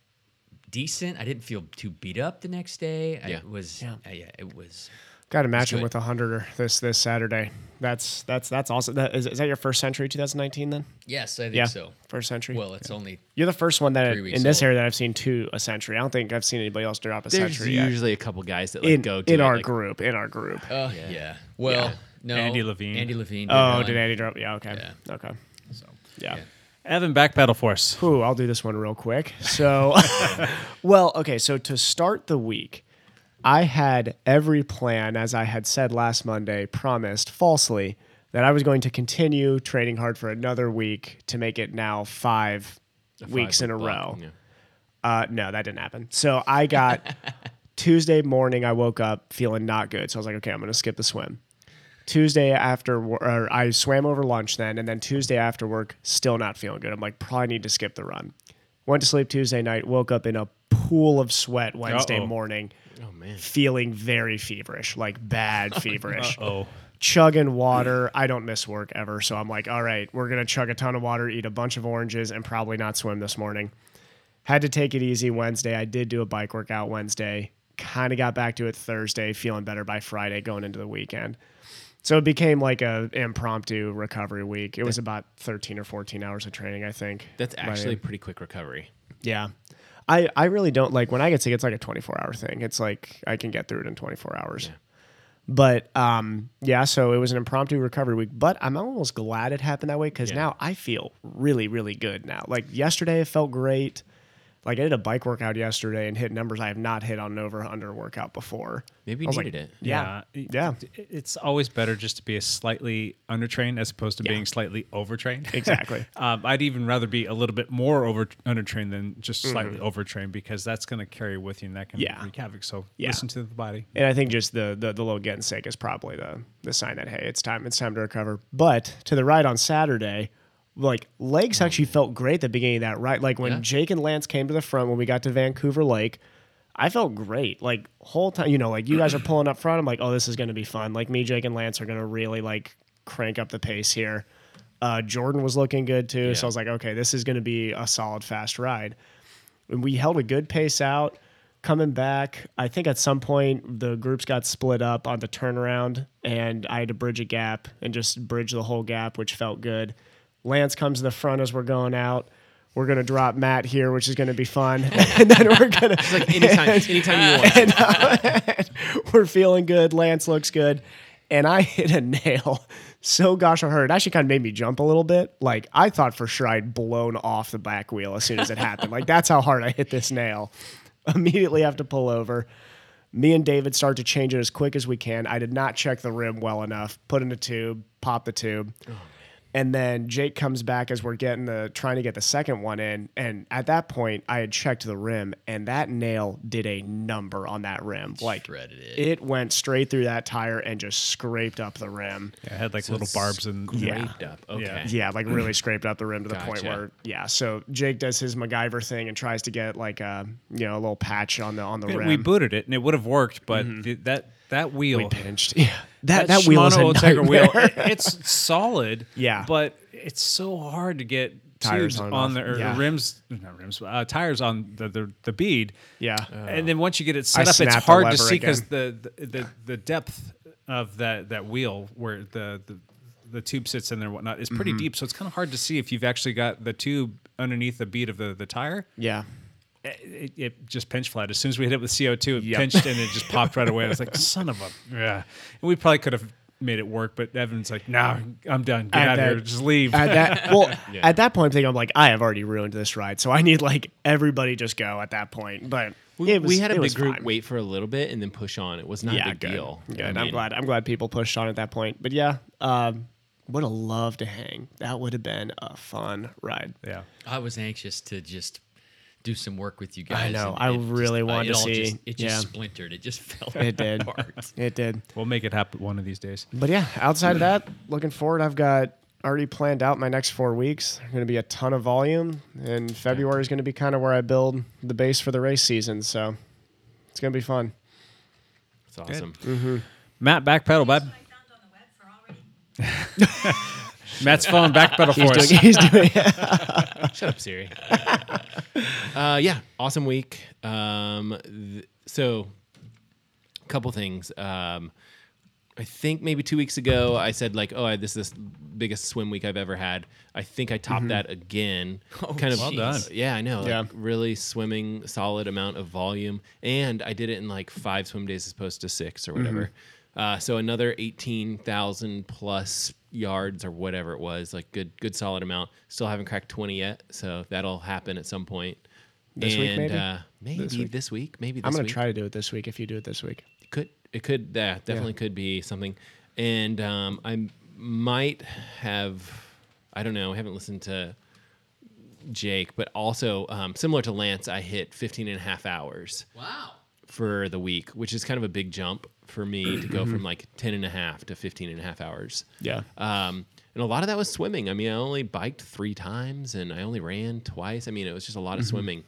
Speaker 7: decent. I didn't feel too beat up the next day. I
Speaker 8: Yeah.
Speaker 7: was yeah. yeah, it was
Speaker 9: Got to match him
Speaker 7: good.
Speaker 9: with a hundreder this this Saturday. That's that's that's awesome. That, is, is that your first century, 2019? Then
Speaker 7: yes, I think
Speaker 9: yeah,
Speaker 7: so.
Speaker 9: first century.
Speaker 7: Well, it's only
Speaker 9: You're the first one that
Speaker 7: Three weeks
Speaker 9: in this
Speaker 7: old.
Speaker 9: area that I've seen to a century. I don't think I've seen anybody else drop a
Speaker 8: There's
Speaker 9: century yet.
Speaker 8: usually a couple guys that like
Speaker 9: in
Speaker 8: go to
Speaker 9: in
Speaker 8: it,
Speaker 9: our
Speaker 8: like,
Speaker 9: group. In our group.
Speaker 7: uh, yeah. Well, no.
Speaker 6: Andy Levine.
Speaker 7: Andy Levine. did
Speaker 9: oh,
Speaker 7: one.
Speaker 9: did Andy drop? Yeah. Okay.
Speaker 7: Yeah.
Speaker 9: Okay.
Speaker 7: So,
Speaker 9: Yeah.
Speaker 6: Evan, backpedal for us.
Speaker 9: Ooh, I'll do this one real quick. So, well, okay. So to start the week, I had every plan, as I had said last Monday, promised falsely that I was going to continue training hard for another week to make it now five weeks in a row.
Speaker 8: block, yeah.
Speaker 9: Uh, no, that didn't happen. So I got Tuesday morning. I woke up feeling not good. So I was like, okay, I'm going to skip the swim. Tuesday after wor- or I swam over lunch then, and then Tuesday after work, still not feeling good. I'm like, probably need to skip the run. Went to sleep Tuesday night, woke up in a pool of sweat Wednesday
Speaker 6: Uh-oh.
Speaker 9: morning. Oh man, feeling very feverish, like bad feverish.
Speaker 6: Oh,
Speaker 9: Chugging water. I don't miss work ever, so I'm like, all right, we're gonna chug a ton of water, eat a bunch of oranges, and probably not swim this morning. Had to take it easy Wednesday. I did do a bike workout Wednesday. Kind of got back to it Thursday, feeling better by Friday going into the weekend. So it became like a impromptu recovery week. It was about 13 or 14 hours of training, I think.
Speaker 8: That's
Speaker 9: By-
Speaker 8: actually a pretty quick recovery.
Speaker 9: yeah. I, I really don't like when I get sick, it's like a 24 hour thing. It's like I can get through it in 24 hours. But um, yeah, so it was an impromptu recovery week. But I'm almost glad it happened that way because now I feel really, really good now. Like yesterday, it felt great. Like I did a bike workout yesterday and hit numbers I have not hit on an over under workout before.
Speaker 8: Maybe
Speaker 9: I
Speaker 8: you
Speaker 9: was like,
Speaker 8: needed it.
Speaker 9: Yeah, yeah.
Speaker 6: It- It's always better just to be a slightly undertrained as opposed to being slightly overtrained.
Speaker 9: Exactly.
Speaker 6: um, I'd even rather be a little bit more over undertrained than just slightly overtrained because that's going to carry with you and that can
Speaker 9: Yeah.
Speaker 6: wreak havoc. So
Speaker 9: Yeah.
Speaker 6: listen to the body.
Speaker 9: And I think just the the, the low getting sick is probably the the sign that hey, it's time it's time to recover. But to the ride on Saturday, like legs actually felt great at the beginning of that ride. Like when
Speaker 7: Yeah.
Speaker 9: Jake and Lance came to the front when we got to Vancouver Lake, I felt great. Like whole time, you know, like you guys are pulling up front. I'm like, oh, this is gonna be fun. Like me, Jake, and Lance are gonna really like crank up the pace here. Uh, Jordan was looking good too, so I was like, okay, this is gonna be a solid fast ride and we held a good pace out coming back i think at some point the groups got split up on the turnaround and i had to bridge a gap and just bridge the whole gap which felt good lance comes to the front as we're going out we're going to drop matt here which is going to be fun and then we're uh, going to
Speaker 8: Like anytime, anytime you want.
Speaker 9: we're feeling good lance looks good and i hit a nail so gosh i heard it actually kind of made me jump a little bit like i thought for sure i'd blown off the back wheel as soon as it happened like that's how hard i hit this nail immediately have to pull over. Me and David start to change it as quick as we can. I did not check the rim well enough. Put in the tube, pop the tube. and then Jake comes back as we're getting the trying to get the second one in. And at that point, I had checked the rim and that nail did a number on that rim. like
Speaker 7: shredded it.
Speaker 9: it went straight through that tire and just scraped up the rim.
Speaker 6: Yeah, I had like little barbs and
Speaker 9: Yeah.
Speaker 8: Wrapped up. Okay.
Speaker 9: Yeah, like really scraped up the rim to the point
Speaker 8: Gotcha.
Speaker 9: where yeah. So Jake does his MacGyver thing and tries to get like a you know a little patch on the on the rim.
Speaker 6: we booted it and it would have worked, but th- that that wheel
Speaker 9: pinched. Yeah, that
Speaker 6: that,
Speaker 9: that, wheel is a
Speaker 6: Shimano Integra wheel.
Speaker 9: nightmare.
Speaker 6: it- it's solid.
Speaker 9: Yeah.
Speaker 6: But it's so hard to get
Speaker 9: Tires
Speaker 6: tubes
Speaker 9: on
Speaker 6: on,
Speaker 9: and off.
Speaker 6: the or
Speaker 9: Yeah.
Speaker 6: rims, not rims, uh, tires on the the, the bead.
Speaker 9: Yeah.
Speaker 6: and then once you get it set
Speaker 9: I
Speaker 6: up, it's
Speaker 9: snapped the
Speaker 6: hard
Speaker 9: lever
Speaker 6: to see because the, the the the depth of that that wheel where the the, the tube sits in there and whatnot is pretty
Speaker 9: Mm-hmm.
Speaker 6: deep, so it's kind of hard to see if you've actually got the tube underneath the bead of the the tire
Speaker 9: yeah,
Speaker 6: it, it just pinch flat. As soon as we hit it with CO2, it pinched and it just popped right away. I was like, son of a. Yeah. And we probably could have made it work, but Evan's like, nah, I'm done. Get
Speaker 9: At
Speaker 6: out of here.
Speaker 9: that-
Speaker 6: Just leave.
Speaker 9: at that well, at that point, I'm thinking I'm like, I have already ruined this ride, so I need like everybody just go at that point. But
Speaker 8: We,
Speaker 9: it was-
Speaker 8: we had
Speaker 9: it
Speaker 8: a
Speaker 9: was
Speaker 8: big group
Speaker 9: fine.
Speaker 8: wait for a little bit and then push on. It was not
Speaker 9: yeah,
Speaker 8: a big
Speaker 9: good.
Speaker 8: deal.
Speaker 9: Good.
Speaker 8: I
Speaker 9: I'm
Speaker 8: mean,
Speaker 9: glad. I'm glad people pushed on at that point. But yeah, um, would have loved to hang. That would have been a fun ride.
Speaker 6: yeah.
Speaker 7: I was anxious to just do some work with you guys.
Speaker 9: know.
Speaker 7: and
Speaker 9: I
Speaker 7: it just-
Speaker 9: really
Speaker 7: uh,
Speaker 9: wanted
Speaker 7: it
Speaker 9: to
Speaker 7: all
Speaker 9: see-
Speaker 7: Just, it just
Speaker 9: yeah.
Speaker 7: splintered. It just fell.
Speaker 9: It did.
Speaker 7: Apart.
Speaker 9: It did.
Speaker 6: We'll make it happen one of these days.
Speaker 9: But yeah, outside of that, looking forward, I've got already planned out my next four weeks. There's going to be a ton of volume, and February is going to be kind of where I build the base for the race season. So it's going to be fun.
Speaker 8: It's awesome.
Speaker 9: Mm.
Speaker 6: Matt, backpedal, bud. Matt's phone backpedal for us.
Speaker 9: He's doing
Speaker 8: Shut up, Siri. uh, yeah, awesome week. Um, th- so, a couple things. Um, I think maybe two weeks ago I said like, "Oh, I- this is the biggest swim week I've ever had." I think I
Speaker 9: Mm-hmm.
Speaker 8: topped that again. kind of
Speaker 6: Well done.
Speaker 8: Yeah, I know. like,
Speaker 9: Oh, Yeah.
Speaker 8: really swimming solid amount of volume, and I did it in like five swim days as opposed to six
Speaker 9: Mm-hmm.
Speaker 8: or whatever. Uh, so another eighteen thousand plus yards or whatever it was, like good, good solid amount. Still haven't cracked twenty yet, so that'll happen at some point.
Speaker 9: This week,
Speaker 8: And,
Speaker 9: maybe?
Speaker 8: Uh, maybe this
Speaker 9: week.
Speaker 8: week. Maybe this
Speaker 9: I'm going to
Speaker 8: week
Speaker 9: try to do it this week if you do it this week.
Speaker 8: could it could yeah, definitely could be something and um, i might have i don't know i haven't listened to jake but also um, similar to lance i hit 15 and a half hours
Speaker 7: Wow.
Speaker 8: for the week which is kind of a big jump for me to go from like 10 and a half to 15 and a half hours
Speaker 9: Yeah.
Speaker 8: um, and a lot of that was swimming. I mean, I only biked three times and I only ran twice. I mean, it was just a lot of swimming.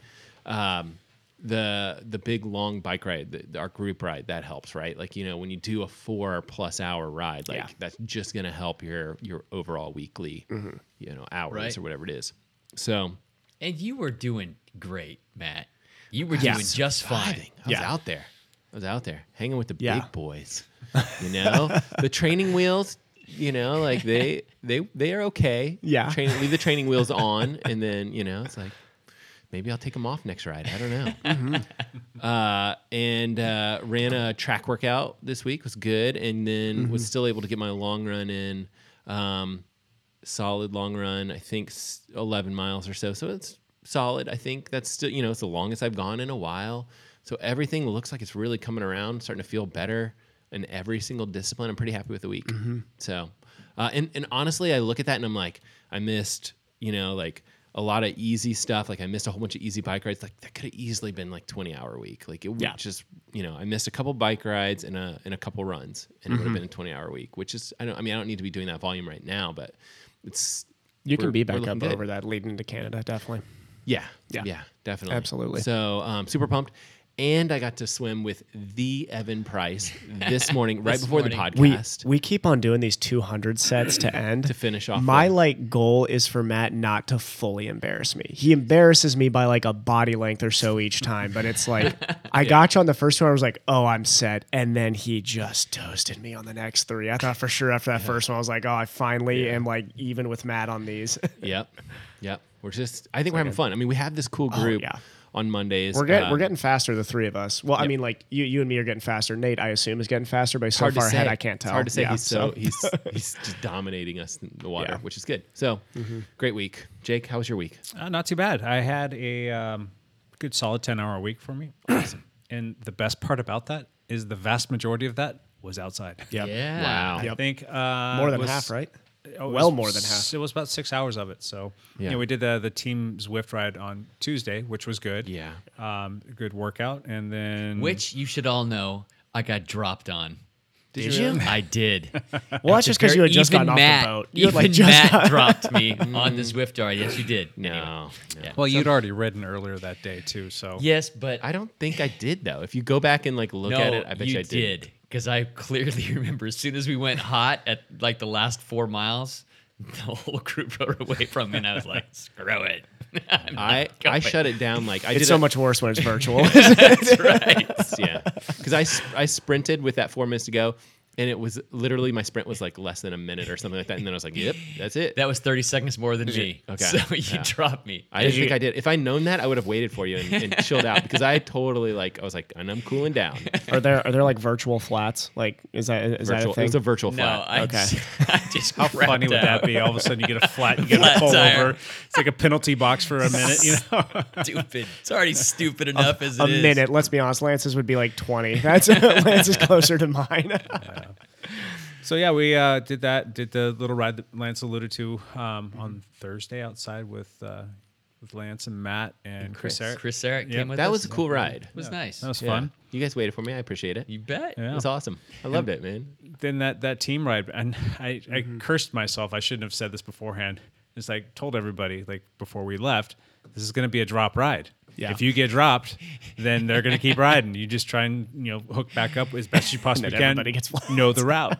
Speaker 8: Um, the the big long bike ride, the, our group ride, that helps, right? Like you know, when you do a four plus hour ride, like
Speaker 9: Yeah.
Speaker 8: that's just gonna help your your overall weekly, you know, hours
Speaker 7: Right.
Speaker 8: or whatever it is. So
Speaker 7: And you were doing great, Matt. You were doing just fine.
Speaker 8: surviving. I was
Speaker 9: Yeah.
Speaker 8: out there. I was out there hanging with the
Speaker 9: Yeah.
Speaker 8: big boys. You know, the training wheels. You know, like they they they are okay.
Speaker 9: Yeah.
Speaker 8: Train, leave the training wheels on, and then you know it's like Maybe I'll take them off next ride. I don't know. uh, and uh, ran a track workout this week. Was good, and then was still able to get my long run in. Um, solid long run. I think s- eleven miles or so. So it's solid. I think that's still you know it's the longest I've gone in a while. So everything looks like it's really coming around. Starting to feel better in every single discipline. I'm pretty happy with the week. So, uh, and and honestly, I look at that and I'm like, I missed you know like a lot of easy stuff. Like I missed a whole bunch of easy bike rides. Like that could have easily been like 20 hour week. Like it would just, you know, I missed a couple bike rides and a, and a couple runs and it would have been a 20 hour week, which is, I don't, I mean, I don't need to be doing that volume right now, but it's,
Speaker 9: You can
Speaker 8: we're-
Speaker 9: be
Speaker 8: we're
Speaker 9: back
Speaker 8: looking
Speaker 9: up
Speaker 8: good.
Speaker 9: over that leading into Canada, definitely.
Speaker 8: Yeah.
Speaker 9: Yeah.
Speaker 8: Yeah. Definitely.
Speaker 9: Absolutely.
Speaker 8: So, um, super pumped. And I got to swim with the Evan Price this morning, right
Speaker 7: This
Speaker 8: before the
Speaker 7: morning.
Speaker 9: We,
Speaker 8: podcast.
Speaker 9: we keep on doing these 200 sets to end.
Speaker 8: To finish off
Speaker 9: My
Speaker 8: the-
Speaker 9: like goal is for Matt not to fully embarrass me. He embarrasses me by like a body length or so each time, but it's like I got you on the first one I was like, "Oh, I'm set." And then he just toasted me on the next 3. I thought for sure after that first one I was like, "Oh, I finally am like even with Matt on these."
Speaker 8: yep. Yep. We're just, I think we're having fun. I mean, we have this cool group
Speaker 9: Oh, yeah.
Speaker 8: on Mondays.
Speaker 9: We're getting
Speaker 8: um,
Speaker 9: we're getting faster, the three of us. Well, I mean, like you you and me are getting faster. Nate, I assume, is getting faster, but he's so far ahead, I can't tell.
Speaker 8: It's hard to say.
Speaker 9: Yeah,
Speaker 8: he's so, he's he's just dominating us in the water,
Speaker 9: Yeah. Mm-hmm.
Speaker 8: which is good. So great week, Jake. How was your week?
Speaker 6: Uh, not too bad. I had a um, good solid 10 hour week for me. and the best part about that is the vast majority of that was outside.
Speaker 9: Yep.
Speaker 7: Yeah.
Speaker 8: Wow.
Speaker 6: I think uh,
Speaker 9: more than
Speaker 6: was-
Speaker 9: half, right?
Speaker 6: Oh, it
Speaker 9: Well
Speaker 6: was
Speaker 9: more than half.
Speaker 6: s- It was about six hours of it. So
Speaker 8: Yeah.
Speaker 6: you know, we did the the team Zwift ride on Tuesday, which was good.
Speaker 8: Yeah.
Speaker 6: um, good workout, and then
Speaker 7: Which you should all know, I got dropped on.
Speaker 8: Did you? really?
Speaker 7: I did.
Speaker 9: Well, that's just because you had just
Speaker 7: even
Speaker 9: gotten
Speaker 7: Matt,
Speaker 9: off the boat. You had
Speaker 7: Even
Speaker 9: like just Mm.
Speaker 7: Matt dropped me on the Zwift ride. Yes, you did.
Speaker 8: No,
Speaker 7: Anyway.
Speaker 8: no.
Speaker 7: Yeah.
Speaker 6: well, you'd already ridden earlier that day too. So
Speaker 7: Yes, but
Speaker 8: I don't think I did though. If you go back and like look
Speaker 7: no,
Speaker 8: at it, I bet you,
Speaker 7: you
Speaker 8: I did.
Speaker 7: did. Because I clearly remember as soon as we went hot at like the last four miles, the whole group rode away from me, and I was like, "Screw it!" I'm not
Speaker 8: I, I
Speaker 7: going.
Speaker 8: shut it down like I did
Speaker 9: It's so
Speaker 8: a-
Speaker 9: much worse when it's virtual.
Speaker 7: That's right.
Speaker 8: yeah because I, s- I sprinted with that four minutes to go and it was literally my sprint was like less than a minute or something like that and then I was like yep that's it
Speaker 7: That was thirty seconds more than me.
Speaker 8: Okay.
Speaker 7: so you
Speaker 8: Yeah.
Speaker 7: dropped me.
Speaker 8: I didn't think I did if I'd known that I would have waited for you and, and chilled out because I totally like I was like and I'm cooling down
Speaker 9: are there are there like virtual flats? Like is that is that
Speaker 8: virtual,
Speaker 9: a
Speaker 8: it
Speaker 9: thing?
Speaker 8: was a virtual
Speaker 7: no,
Speaker 8: flat
Speaker 7: I,
Speaker 9: Okay.
Speaker 7: I just
Speaker 6: how funny would that be? All of a sudden, you get a flat, you get
Speaker 7: Flat
Speaker 6: a pull
Speaker 7: tire.
Speaker 6: over. It's like a penalty box for a minute. You know,
Speaker 7: stupid. It's already stupid enough as it
Speaker 9: a
Speaker 7: is.
Speaker 9: minute. Let's be honest. Lance's would be like twenty. That's Lance is closer to mine.
Speaker 6: so yeah, we uh, did that. Did the little ride that Lance alluded to um, on Thursday outside with uh, with Lance and Matt and, Chris. Eric.
Speaker 7: Chris Eric
Speaker 6: Yeah.
Speaker 7: came with
Speaker 8: that
Speaker 7: us.
Speaker 8: was a cool ride
Speaker 7: It was nice.
Speaker 6: that was
Speaker 8: Yeah.
Speaker 6: fun.
Speaker 8: You guys waited for me. I appreciate it.
Speaker 7: you bet.
Speaker 8: It
Speaker 6: Yeah.
Speaker 8: was awesome. I loved it, man.
Speaker 6: then that that team ride and I,
Speaker 9: Mm-hmm.
Speaker 6: I cursed myself i shouldn't have said this beforehand it's like told everybody like before we left this is going to be a drop ride
Speaker 9: Yeah.
Speaker 6: if you get dropped then they're going to keep riding you just try and you know hook back up as best you possibly
Speaker 9: then
Speaker 6: can
Speaker 9: everybody gets flat.
Speaker 6: know the route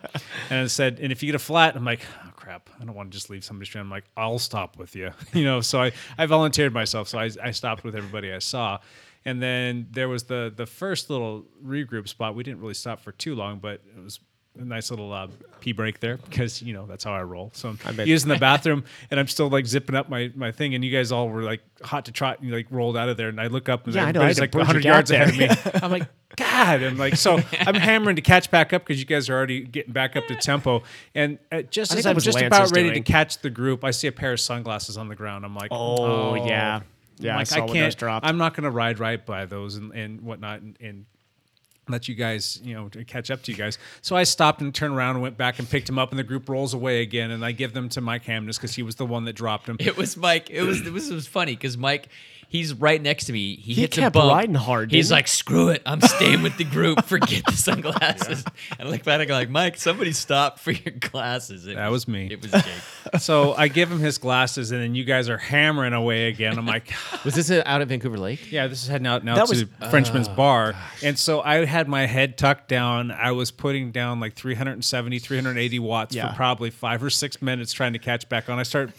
Speaker 6: and i said and if you get a flat i'm like oh crap i don't want to just leave somebody stranded i'm like i'll stop with you you know so i i volunteered myself so i, I stopped with everybody i saw and then there was the the first little regroup spot. We didn't really stop for too long, but it was a nice little uh, pee break there because you know that's how I roll. So I'm using the bathroom and I'm still like zipping up my, my thing, and you guys all were like hot to trot and you like rolled out of there, and I look up and
Speaker 9: Yeah, I know. I
Speaker 6: everybody's
Speaker 9: had to
Speaker 6: like
Speaker 9: bridge a
Speaker 6: 100
Speaker 9: gap
Speaker 6: yards
Speaker 9: there.
Speaker 6: ahead of me. I'm like. God, I'm like so. I'm hammering to catch back up because you guys are already getting back up to tempo, and uh, just
Speaker 9: I think
Speaker 6: as
Speaker 9: that
Speaker 6: I'm
Speaker 9: was
Speaker 6: just
Speaker 9: Lance's
Speaker 6: about ready
Speaker 9: doing.
Speaker 6: to catch the group, I see a pair of sunglasses on the ground. I'm like,
Speaker 9: Oh, yeah, yeah.
Speaker 6: I'm
Speaker 9: I
Speaker 6: like,
Speaker 9: saw
Speaker 6: I
Speaker 9: when those
Speaker 6: can't.
Speaker 9: dropped.
Speaker 6: I'm not going to ride right by those and, and whatnot and, and let you guys, you know, to catch up to you guys. So I stopped and turned around and went back and picked him up, and the group rolls away again. And I give them to Mike Hamness because he was the one that dropped him.
Speaker 7: It was Mike. It was it was, it was funny because Mike, he's right next to me. He, hits
Speaker 9: kept
Speaker 7: a bump.
Speaker 9: riding hard, didn't
Speaker 7: He's
Speaker 9: he?
Speaker 7: like, screw it, I'm staying with the group. Forget the sunglasses. And I look back and go like, Mike, somebody stop for your glasses. It
Speaker 6: That was me.
Speaker 7: It was Jake.
Speaker 6: so I give him his glasses, and then you guys are hammering away again. I'm like,
Speaker 8: Was this uh, out at Vancouver Lake?
Speaker 6: Yeah, this is heading out now
Speaker 9: That
Speaker 6: to
Speaker 9: was- uh,
Speaker 6: Frenchman's Bar. And so I had my head tucked down. I was putting down like 370, 380 watts
Speaker 9: Yeah.
Speaker 6: for probably five or six minutes trying to catch back on. I start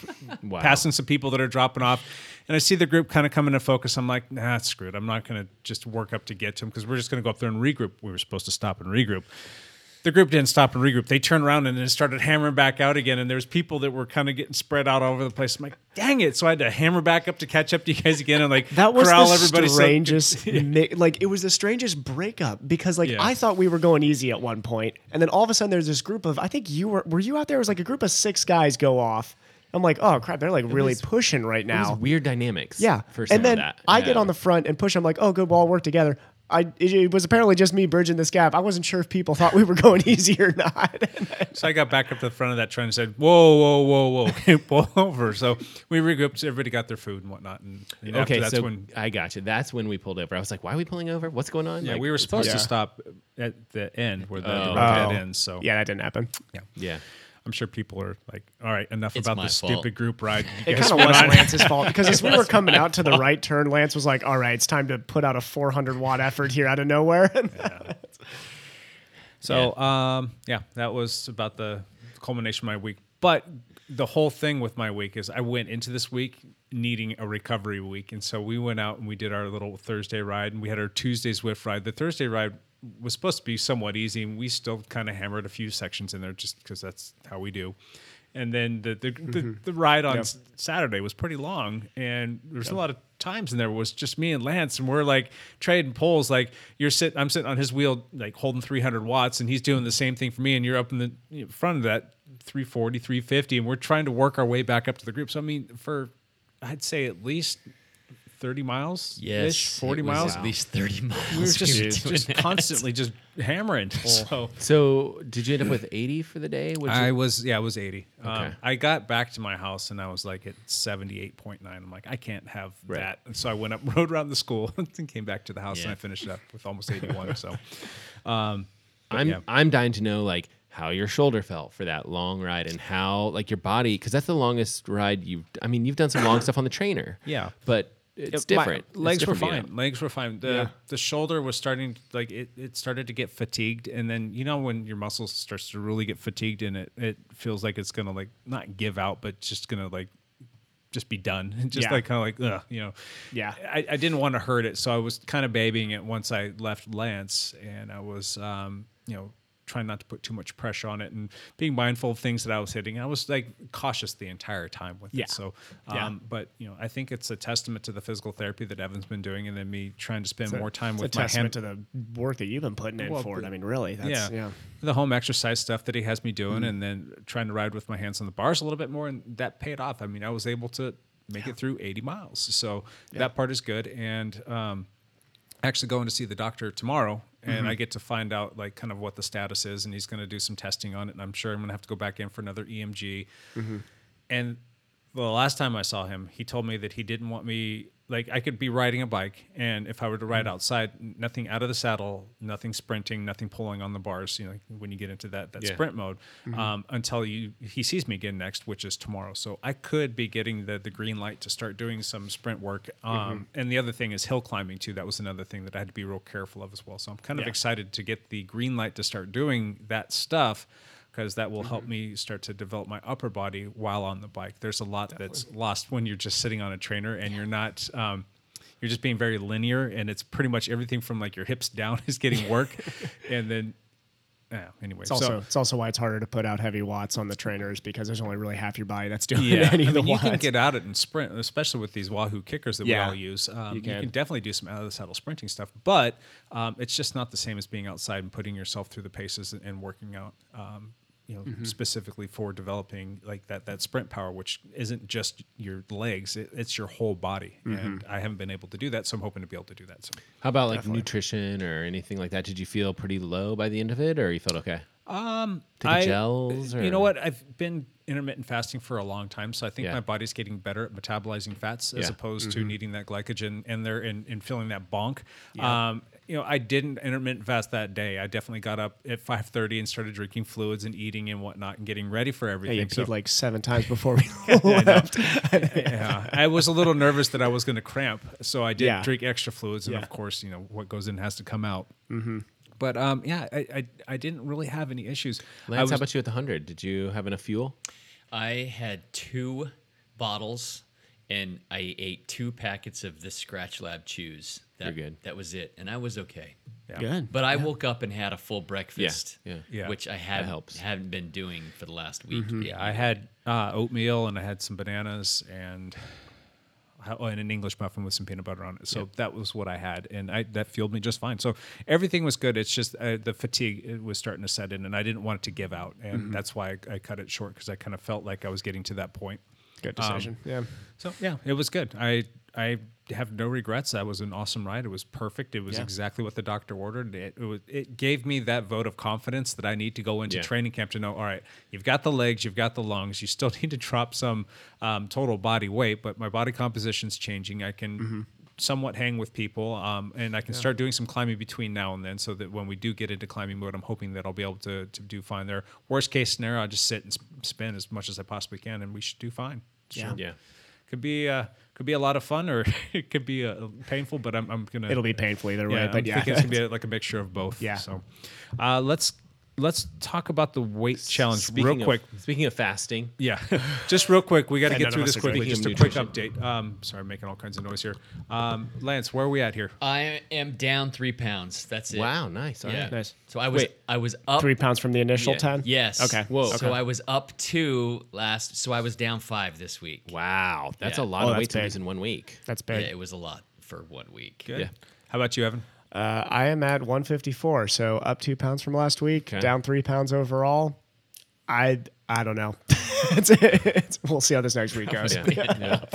Speaker 8: Wow.
Speaker 6: passing some people that are dropping off. And I see the group kind of come into focus. I'm like, nah, screw it. I'm not going to just work up to get to them because we're just going to go up there and regroup. We were supposed to stop and regroup the group didn't stop and regroup. They turned around and then started hammering back out again. And there was people that were kind of getting spread out all over the place. I'm like, dang it! So I had to hammer back up to catch up to you guys again and like
Speaker 9: That was
Speaker 6: corral
Speaker 9: the
Speaker 6: everybody. so-
Speaker 9: strangest, mi- like it was the strangest breakup because like
Speaker 6: Yeah.
Speaker 9: I thought we were going easy at one point, and then all of a sudden there's this group of I think you were were you out there? It was like a group of six guys go off. I'm like, oh crap, they're like really
Speaker 8: was-
Speaker 9: pushing right
Speaker 8: It was
Speaker 9: now.
Speaker 8: weird dynamics.
Speaker 9: Yeah,
Speaker 8: For some
Speaker 9: and then
Speaker 8: of that.
Speaker 9: I
Speaker 8: Yeah.
Speaker 9: get on the front and push. I'm like, oh good, we'll all work together. I it, it was apparently just me bridging this gap. I wasn't sure if people thought we were going easy or not.
Speaker 6: So I got back up to the front of that train and said, "Whoa, whoa, whoa, whoa, okay, pull over." So we regrouped. Everybody got their food and whatnot. And, and
Speaker 8: Okay,
Speaker 6: after that's
Speaker 8: so
Speaker 6: when
Speaker 8: I got you. That's when we pulled over. I was like, "Why are we pulling over? What's going on?"
Speaker 6: yeah,
Speaker 8: Like,
Speaker 6: we were
Speaker 8: it's
Speaker 6: supposed to
Speaker 8: hard-
Speaker 6: stop at the end where the, the road
Speaker 9: Oh.
Speaker 6: dead ends. So
Speaker 9: yeah, that didn't happen.
Speaker 6: yeah.
Speaker 8: Yeah,
Speaker 6: I'm sure people are like, "All right, enough
Speaker 7: It's
Speaker 6: about
Speaker 7: my
Speaker 6: this
Speaker 7: fault.
Speaker 6: stupid group ride." You
Speaker 9: It
Speaker 6: guys
Speaker 9: kind of
Speaker 6: went
Speaker 9: was
Speaker 6: on.
Speaker 9: Lance's fault because as we were coming out to the right turn, Lance was like, "All right, it's time to put out a 400 watt effort here out of nowhere."
Speaker 6: So yeah. um yeah, that was about the culmination of my week. But the whole thing with my week is I went into this week needing a recovery week. And so we went out and we did our little Thursday ride and we had our Tuesday Zwift ride. The Thursday ride was supposed to be somewhat easy and we still kind of hammered a few sections in there just because that's how we do. And then the the, the, the ride on s- Saturday was pretty long and there was a lot of times in there was just me and Lance, and we're like trading poles. Like you're sitting, I'm sitting on his wheel, like holding 300 watts, and he's doing the same thing for me, and you're up in the you know, front of that 340, 350, and we're trying to work our way back up to the group. So I mean, for I'd say at least 30 miles,
Speaker 7: Yes,
Speaker 6: ish, 40
Speaker 7: it was
Speaker 6: miles.
Speaker 7: at least 30 miles.
Speaker 6: We were just,
Speaker 7: doing
Speaker 6: just
Speaker 7: that. Oh.
Speaker 6: constantly just hammering. So
Speaker 8: So did you end up with eighty for the day? Would you-
Speaker 6: I was yeah, I was 80. Um,
Speaker 8: Okay.
Speaker 6: I got back to my house and I was like at 78.9. I'm like I can't have that. And so I went up rode around the school and came back to the house and
Speaker 7: Yeah.
Speaker 6: I finished it up with almost 81. so um but
Speaker 8: I'm
Speaker 6: yeah.
Speaker 8: I'm dying to know like how your shoulder felt for that long ride and how like your body because that's the longest ride you've. I mean, you've done some long stuff on the trainer.
Speaker 6: Yeah.
Speaker 8: but it's
Speaker 6: Yeah, my
Speaker 8: different. It's
Speaker 6: legs were
Speaker 8: different being
Speaker 6: fine. Legs were fine. The the shoulder was starting like it, it started to get fatigued and then you know when your muscles starts to really get fatigued and it it feels like it's going to like not give out but just going to like just be done. Just
Speaker 9: Yeah.
Speaker 6: like kind of like ugh, you know.
Speaker 9: Yeah.
Speaker 6: I, I didn't want to hurt it, so I was kind of babying it once I left Lance, and I was, um, you know, trying not to put too much pressure on it and being mindful of things that I was hitting. I was like cautious the entire time with
Speaker 9: Yeah.
Speaker 6: it. So, um,
Speaker 9: Yeah.
Speaker 6: but you know, I think it's a testament to the physical therapy that Evan's been doing, and then me trying to spend more time
Speaker 9: it's
Speaker 6: with
Speaker 9: a
Speaker 6: my hand.
Speaker 9: testament to the work that you've been putting in
Speaker 6: Well,
Speaker 9: for it. I mean, really, that's yeah.
Speaker 6: The home exercise stuff that he has me doing, and then trying to ride with my hands on the bars a little bit more, and that paid off. I mean, I was able to make it through 80 miles, so that part is good. And um, actually going to see the doctor tomorrow, and
Speaker 9: Mm-hmm.
Speaker 6: I get to find out like kind of what the status is, and he's going to do some testing on it, and I'm sure I'm going to have to go back in for another E EMG. And the last time I saw him, he told me that he didn't want me like I could be riding a bike and if I were to ride outside, nothing out of the saddle, nothing sprinting, nothing pulling on the bars, you know, when you get into that that
Speaker 8: Yeah.
Speaker 6: sprint mode, um, until you he sees me again next, which is tomorrow. So I could be getting the the green light to start doing some sprint work. Um, and the other thing is hill climbing too. That was another thing that I had to be real careful of as well. So I'm kind of
Speaker 9: Yeah.
Speaker 6: excited to get the green light to start doing that stuff because that will
Speaker 9: Mm-hmm.
Speaker 6: help me start to develop my upper body while on the bike. There's a lot that's lost when you're just sitting on a trainer and you're not. Um, you're just being very linear, and it's pretty much everything from like your hips down is getting work, and then, yeah. Anyway,
Speaker 9: It's also
Speaker 6: so
Speaker 9: it's also why it's harder to put out heavy watts on the trainers because there's only really half your body that's doing
Speaker 6: yeah,
Speaker 9: any
Speaker 6: I
Speaker 9: of the
Speaker 6: mean, you
Speaker 9: watts.
Speaker 6: can get out it and sprint, especially with these Wahoo kickers that
Speaker 9: Yeah,
Speaker 6: we all use. Um, you, can.
Speaker 9: can.
Speaker 6: definitely do some out of the saddle sprinting stuff, but um, it's just not the same as being outside and putting yourself through the paces and, and working out. Um, you know,
Speaker 9: Mm-hmm.
Speaker 6: specifically for developing like that that sprint power, which isn't just your legs; it, it's your whole body.
Speaker 9: Mm-hmm.
Speaker 6: And I haven't been able to do that, so I'm hoping to be able to do that. soon.
Speaker 8: How about like nutrition or anything like that? Did you feel pretty low by the end of it, or you felt okay? Take
Speaker 6: I-
Speaker 8: gels
Speaker 6: You know
Speaker 8: or-
Speaker 6: what? I've been intermittent fasting for a long time, so I think
Speaker 8: Yeah.
Speaker 6: my body's getting better at metabolizing fats as
Speaker 8: Yeah.
Speaker 6: opposed to needing that glycogen in there and, and filling that bonk. Um, you know, I didn't intermittent fast that day. I definitely got up at 5:30 and started drinking fluids and eating and whatnot and getting ready for
Speaker 9: yeah,
Speaker 6: everything.
Speaker 9: you
Speaker 6: So-
Speaker 9: peed like seven times before we left.
Speaker 6: yeah, I was a little nervous that I was going to cramp, so I did
Speaker 9: Yeah.
Speaker 6: drink extra fluids, and
Speaker 9: Yeah.
Speaker 6: of course, you know what goes in has to come out. Mm-hmm. But um, yeah, I, I I didn't really have any issues. I
Speaker 8: Lance,
Speaker 6: was-
Speaker 8: how about you at the hundred? Did you have enough fuel?
Speaker 7: I had two bottles and I ate two packets of this Scratch Lab chews. That,
Speaker 8: You're good.
Speaker 7: That was it, and I was okay.
Speaker 5: Good.
Speaker 7: But I woke up and had a full breakfast,
Speaker 8: yeah.
Speaker 6: Yeah.
Speaker 7: which I had,
Speaker 8: helps.
Speaker 7: haven't been doing for the last week.
Speaker 6: Yeah, I had uh, oatmeal and I had some bananas and oh, and an English muffin with some peanut butter on it. So that was what I had, and I that fueled me just fine. So everything was good. It's just uh, the fatigue it was starting to set in, and I didn't want it to give out, and that's why I, I cut it short because I kind of felt like I was getting to that point.
Speaker 9: Good decision.
Speaker 7: um,
Speaker 9: yeah.
Speaker 6: So yeah, it was good. I I have no regrets. That was an awesome ride. It was perfect. It was exactly what the doctor ordered. It it, was, it gave me that vote of confidence that I need to go into
Speaker 8: Yeah.
Speaker 6: training camp to know. All right, you've got the legs, you've got the lungs. You still need to drop some um, total body weight, but my body composition's changing. I can.
Speaker 9: Mm-hmm.
Speaker 6: Somewhat hang with people, um, and I can start doing some climbing between now and then, so that when we do get into climbing mode, I'm hoping that I'll be able to, to do fine there. Worst case scenario, I just sit and sp- spin as much as I possibly can, and we should do fine.
Speaker 9: Yeah.
Speaker 8: Yeah.
Speaker 6: Could be uh, could be a lot of fun, or it could be uh, painful. But I'm, I'm gonna.
Speaker 9: It'll be painful either
Speaker 6: Yeah,
Speaker 9: way, but
Speaker 6: I'm
Speaker 9: yeah.
Speaker 6: thinking it's gonna be like a mixture of both.
Speaker 9: Yeah.
Speaker 6: So, uh, let's let's talk about the weight challenge
Speaker 8: Speaking
Speaker 6: real quick.
Speaker 8: Of, speaking of fasting,
Speaker 6: yeah, just real quick. We got to
Speaker 9: And
Speaker 6: get
Speaker 9: none
Speaker 6: through
Speaker 9: of us
Speaker 6: this
Speaker 9: are
Speaker 6: quickly.
Speaker 8: great.
Speaker 6: Just a
Speaker 8: Speaking
Speaker 6: quick
Speaker 8: of
Speaker 6: update. Um, sorry, I'm making all kinds of noise here. Um, Lance, where are we at here?
Speaker 8: Uh,
Speaker 7: I am down three pounds. That's it.
Speaker 8: wow, nice. All right.
Speaker 7: Yeah.
Speaker 9: Nice.
Speaker 7: So I was
Speaker 8: Wait.
Speaker 7: I was up
Speaker 9: Three pounds from the initial
Speaker 8: Yeah.
Speaker 9: 10?
Speaker 7: Yes.
Speaker 9: Okay.
Speaker 8: Whoa.
Speaker 7: So
Speaker 8: Okay.
Speaker 7: I was up two last. So I was down five this week.
Speaker 8: Wow, that's
Speaker 7: Yeah.
Speaker 8: a lot of
Speaker 9: Oh, that's
Speaker 8: weight to
Speaker 9: big.
Speaker 8: lose in one week.
Speaker 9: That's
Speaker 7: Yeah,
Speaker 9: big.
Speaker 7: it was a lot for one week.
Speaker 6: Good.
Speaker 8: Yeah.
Speaker 6: How about you, Evan?
Speaker 9: Uh, I am at 154, so up two pounds from last week,
Speaker 8: Okay.
Speaker 9: down three pounds overall. I I don't know. it's, it's, we'll see how this next week goes.
Speaker 8: Yeah. yeah.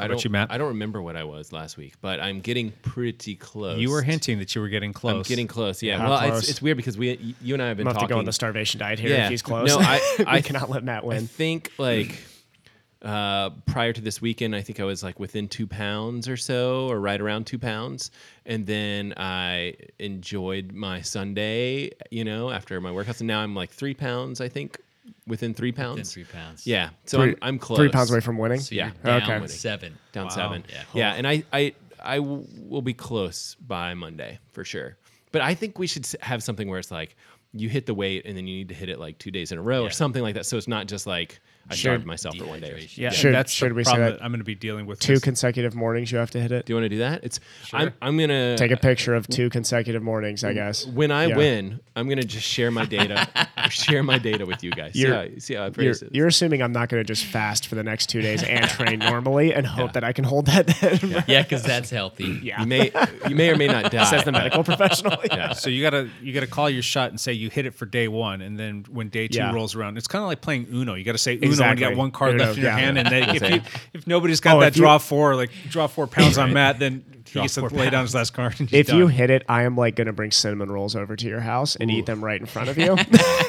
Speaker 8: I
Speaker 6: about
Speaker 8: don't,
Speaker 6: you, Matt?
Speaker 8: I don't remember what I was last week, but I'm getting pretty close.
Speaker 6: You were hinting that you were getting close.
Speaker 8: I'm getting close. Yeah.
Speaker 9: How
Speaker 8: well,
Speaker 9: close?
Speaker 8: It's, it's weird because we, you and I have been
Speaker 9: I'm about to
Speaker 8: talking.
Speaker 9: go on the starvation diet here.
Speaker 8: Yeah.
Speaker 9: If he's close.
Speaker 8: No, I-
Speaker 9: we
Speaker 8: I-
Speaker 9: cannot let Matt
Speaker 8: I
Speaker 9: win.
Speaker 8: think like uh, prior to this weekend, I think I was like within two pounds or so, or right around two pounds. And then I enjoyed my Sunday, you know, after my workouts. And now I'm like three pounds, I think, within three pounds.
Speaker 7: three pounds.
Speaker 8: Yeah. So i I'm, I'm close.
Speaker 9: Three pounds away from winning.
Speaker 7: So you're
Speaker 8: Yeah.
Speaker 7: down
Speaker 9: Okay.
Speaker 7: seven.
Speaker 8: down seven.
Speaker 7: Yeah.
Speaker 8: Yeah, and I, I, I w- will be close by Monday for sure. But I think we should s- have something where it's like you hit the weight and then you need to hit it like two days in a row or something like that. So it's not just like I
Speaker 9: Sure.
Speaker 8: starved myself for one day. or-
Speaker 7: Dehydration.
Speaker 6: Yeah,
Speaker 9: Should-
Speaker 6: that's the
Speaker 9: should we say
Speaker 6: problem
Speaker 9: that?
Speaker 6: I'm going to be dealing with
Speaker 9: Two
Speaker 6: this.
Speaker 9: consecutive mornings you have to hit it.
Speaker 8: Do you want to do that? It's I'm, I'm gonna
Speaker 9: Take a picture of two consecutive mornings, I guess.
Speaker 8: when I
Speaker 9: Yeah.
Speaker 8: win, I'm gonna just share my data, share my data with you guys.
Speaker 9: You're-
Speaker 8: see how, see how I
Speaker 9: You're,
Speaker 8: praise it.
Speaker 9: you're assuming I'm not going to just fast for the next two days and train normally and hope that I can hold that. Then. Yeah.
Speaker 7: Yeah, because that's healthy.
Speaker 8: you may you may or may not die.
Speaker 9: Says the medical professional.
Speaker 8: Yeah.
Speaker 6: So you gotta you gotta call your shot and say you hit it for day one, and then when day two
Speaker 9: Yeah.
Speaker 6: rolls around, it's kind of like playing Uno. You gotta say Uno and
Speaker 9: Exactly.
Speaker 6: you got one card
Speaker 9: Uno,
Speaker 6: left in your
Speaker 9: yeah.
Speaker 6: hand, and then if
Speaker 8: Same.
Speaker 6: you, if nobody's got
Speaker 9: Oh,
Speaker 6: that
Speaker 9: if you-
Speaker 6: draw four, like draw four pounds on Matt, then he
Speaker 8: Draw
Speaker 6: gets to
Speaker 8: four
Speaker 6: lay down his last card. And he's
Speaker 9: If you
Speaker 6: done.
Speaker 9: hit it, I am like going to bring cinnamon rolls over to your house and eat them right in front of you.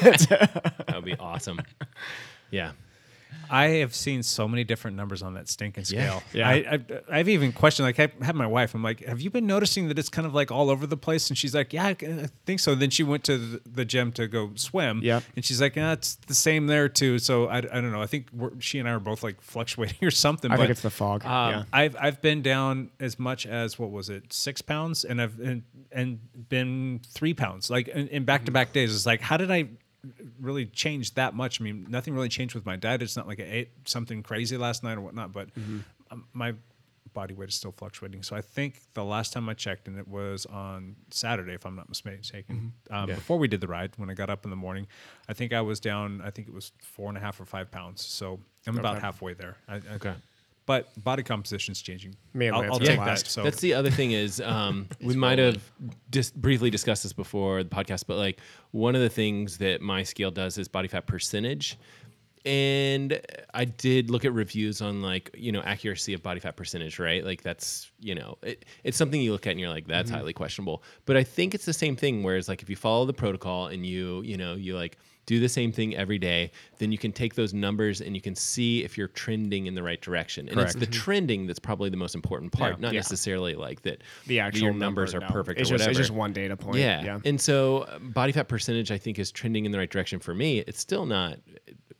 Speaker 8: That would be awesome. Yeah.
Speaker 6: I have seen so many different numbers on that stinking scale.
Speaker 9: Yeah.
Speaker 6: I, I've, I've even questioned, like, I had my wife, I'm like, have you been noticing that it's kind of like all over the place? And she's like, yeah, I I think so. Then she went to the- the gym to go swim.
Speaker 9: Yep.
Speaker 6: And she's like, yeah, it's the same there too. So I, I don't know. I think we're, she and I are both like fluctuating or something.
Speaker 9: I think
Speaker 6: but,
Speaker 9: it's the fog,
Speaker 6: um,
Speaker 9: yeah.
Speaker 6: I've, I've been down as much as, what was it, six pounds? And I've and, and been three pounds, like in- in back to back days. It's like, how did I really changed that much. I mean, nothing really changed with my diet. It's not like I ate something crazy last night or whatnot, but um, my body weight is still fluctuating. So I think the last time I checked, and it was on Saturday, if I'm not mistaken, um, before we did the ride, when I got up in the morning, I think I was down, I think it was four and a half or five pounds. So I'm about halfway there. I, I, okay. But body composition's changing.
Speaker 9: Me and
Speaker 6: I'll,
Speaker 9: Lance
Speaker 6: I'll
Speaker 9: are
Speaker 6: take
Speaker 9: last.
Speaker 6: that. So
Speaker 8: That's the other thing is um, we might have just briefly discussed this before the podcast, but like one of the things that my scale does is body fat percentage. And I did look at reviews on like, you know, accuracy of body fat percentage, right? Like that's, you know, it, it's something you look at and you're like, that's highly questionable. But I think it's the same thing, whereas like if you follow the protocol and you, you know, you like do the same thing every day, then you can take those numbers and you can see if you're trending in the right direction. And it's the
Speaker 9: Mm-hmm.
Speaker 8: trending that's probably the most important part, not necessarily like that
Speaker 9: the actual
Speaker 8: your numbers
Speaker 9: number,
Speaker 8: are
Speaker 9: no.
Speaker 8: perfect
Speaker 9: It's
Speaker 8: or
Speaker 9: just,
Speaker 8: whatever.
Speaker 9: It's just one data point.
Speaker 8: yeah.
Speaker 9: yeah.
Speaker 8: And so uh, body fat percentage I think is trending in the right direction for me. It's still not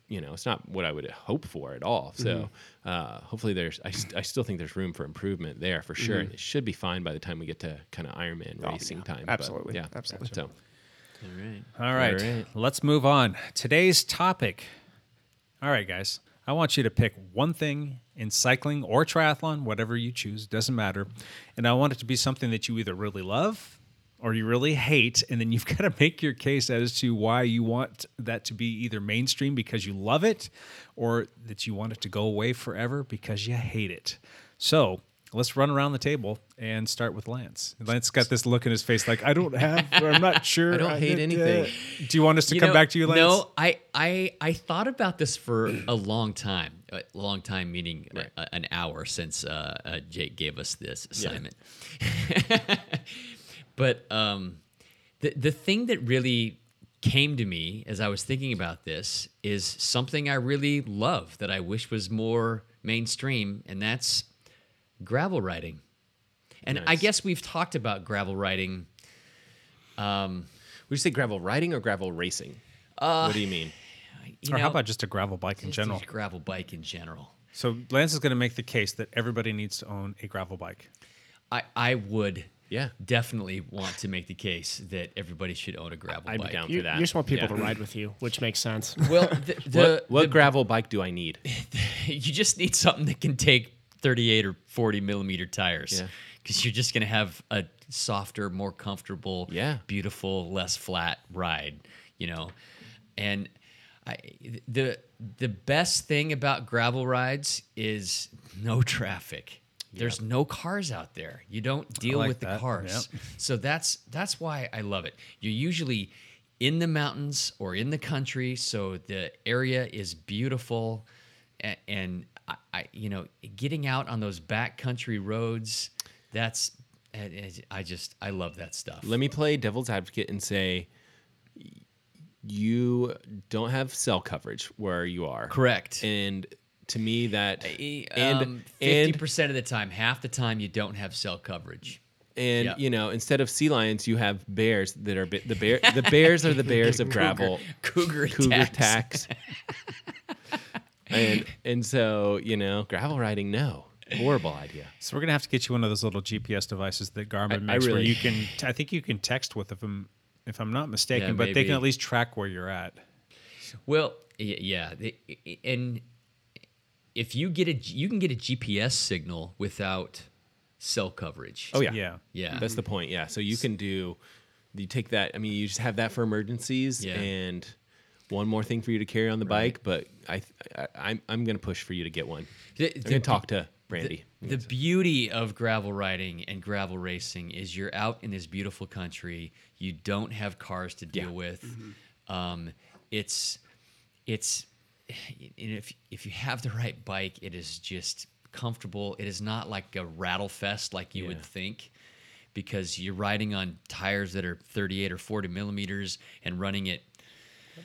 Speaker 8: you know, it's not what I would hope for at all. So
Speaker 9: Mm-hmm.
Speaker 8: uh, hopefully there's I, s- I still think there's room for improvement there for sure.
Speaker 9: Mm-hmm.
Speaker 8: And it should be fine by the time we get to kind of Ironman racing time. but
Speaker 9: Oh, Absolutely.
Speaker 8: yeah.
Speaker 9: Absolutely.
Speaker 8: So
Speaker 6: All right,
Speaker 8: right.
Speaker 6: let's move on. Today's topic. All right, guys. I want you to pick one thing in cycling or triathlon, whatever you choose, doesn't matter. And I want it to be something that you either really love or you really hate. And then you've got to make your case as to why you want that to be either mainstream because you love it or that you want it to go away forever because you hate it. So let's run around the table and start with Lance. Lance got this look in his face like, I don't have, I'm not sure. I
Speaker 8: don't hate
Speaker 6: did
Speaker 8: anything.
Speaker 6: that." Do you want us to
Speaker 9: You
Speaker 6: come
Speaker 9: know,
Speaker 6: back to you, Lance?
Speaker 9: No, I, I, I thought about this for a long time. A long time, meaning uh, an hour since uh, uh, Jake gave us this assignment. but um, the the thing that really came to me as I was thinking about this is something I really love that I wish was more mainstream, and that's gravel riding. And I guess we've talked about gravel riding.
Speaker 8: Would you say gravel riding or gravel racing? what do you mean?
Speaker 9: You
Speaker 6: Or
Speaker 9: know,
Speaker 6: how about just a gravel bike in
Speaker 9: just
Speaker 6: general?
Speaker 9: Gravel bike in general.
Speaker 6: So Lance is going to make the case that everybody needs to own a gravel bike.
Speaker 9: I, I would
Speaker 8: Yeah.
Speaker 9: definitely want to make the case that everybody should own a gravel
Speaker 8: I'd be
Speaker 9: bike.
Speaker 8: down
Speaker 10: You,
Speaker 8: for that.
Speaker 10: you just want people
Speaker 8: Yeah.
Speaker 10: to ride with you, which makes sense.
Speaker 9: Well, the, the,
Speaker 8: what what
Speaker 9: the-
Speaker 8: gravel bike do I need?
Speaker 9: you just need something that can take 38 or 40 millimeter tires
Speaker 8: Yeah.
Speaker 9: because you're just going to have a softer, more comfortable,
Speaker 8: Yeah.
Speaker 9: beautiful, less flat ride, you know. And I, the the best thing about gravel rides is no traffic. There's no cars out there. You don't deal
Speaker 6: like
Speaker 9: with the
Speaker 6: that.
Speaker 9: cars. So that's that's why I love it. You're usually in the mountains or in the country, so the area is beautiful, and, and I, I, you know, getting out on those backcountry roads, that's, and- and I just I love that stuff.
Speaker 8: Let me play devil's advocate and say you don't have cell coverage where you are.
Speaker 9: Correct.
Speaker 8: And to me that
Speaker 9: And um, fifty percent of the time, half the time, you don't have cell coverage.
Speaker 8: and
Speaker 9: Yeah.
Speaker 8: you know instead of sea lions you have bears that are bi- the bear the bears are the bears of gravel
Speaker 9: cougar attacks.
Speaker 8: attacks and and so you know gravel riding no horrible idea
Speaker 6: So we're going to have to get you one of those little GPS devices that Garmin
Speaker 8: I
Speaker 6: makes where
Speaker 8: really-
Speaker 6: you can I think you can text with if I'm if I'm not mistaken,
Speaker 9: Yeah,
Speaker 6: but they
Speaker 9: maybe.
Speaker 6: can at least track where you're at.
Speaker 9: Well, y- yeah, the- i- i- and if you get a, G- you can get a GPS signal without cell coverage.
Speaker 8: oh yeah
Speaker 6: Yeah.
Speaker 9: yeah.
Speaker 8: that's the point yeah so you can do you take that i mean you just have that for emergencies
Speaker 9: Yeah.
Speaker 8: and one more thing for you to carry on the bike but i, th- I i'm, I'm going to push for you to get one
Speaker 9: The-
Speaker 8: i'm
Speaker 9: the-
Speaker 8: going to talk to
Speaker 9: the-
Speaker 8: brandy
Speaker 9: The, beauty of gravel riding and gravel racing is you're out in this beautiful country. You don't have cars to deal with. Um, it's it's and if if you have the right bike, it is just comfortable. It is not like a rattle fest like you would think. Because you're riding on tires that are 38 or 40 millimeters and running at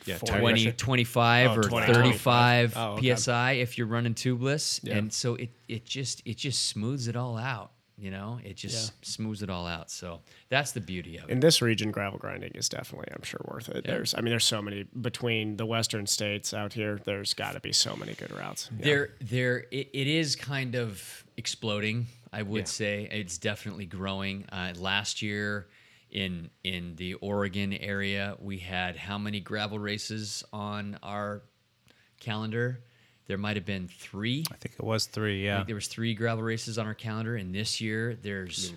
Speaker 8: yeah,
Speaker 9: 20, 25
Speaker 10: Oh,
Speaker 9: or
Speaker 10: 20,
Speaker 9: 35
Speaker 10: Oh, okay.
Speaker 9: psi if you're running tubeless and so it it just it just smooths it all out you know it just smooths it all out so that's the beauty of it
Speaker 10: in this region, gravel grinding is definitely, I'm sure, worth it. There's, I mean, there's so many between the western states out here. There's got to be so many good routes. Yeah.
Speaker 9: there there it, it is kind of exploding i would say it's definitely growing uh, last year in in the oregon area we had how many gravel races on our calendar there might have been three
Speaker 6: I think it was 3, yeah.
Speaker 9: Like there was three gravel races on our calendar, and this year there's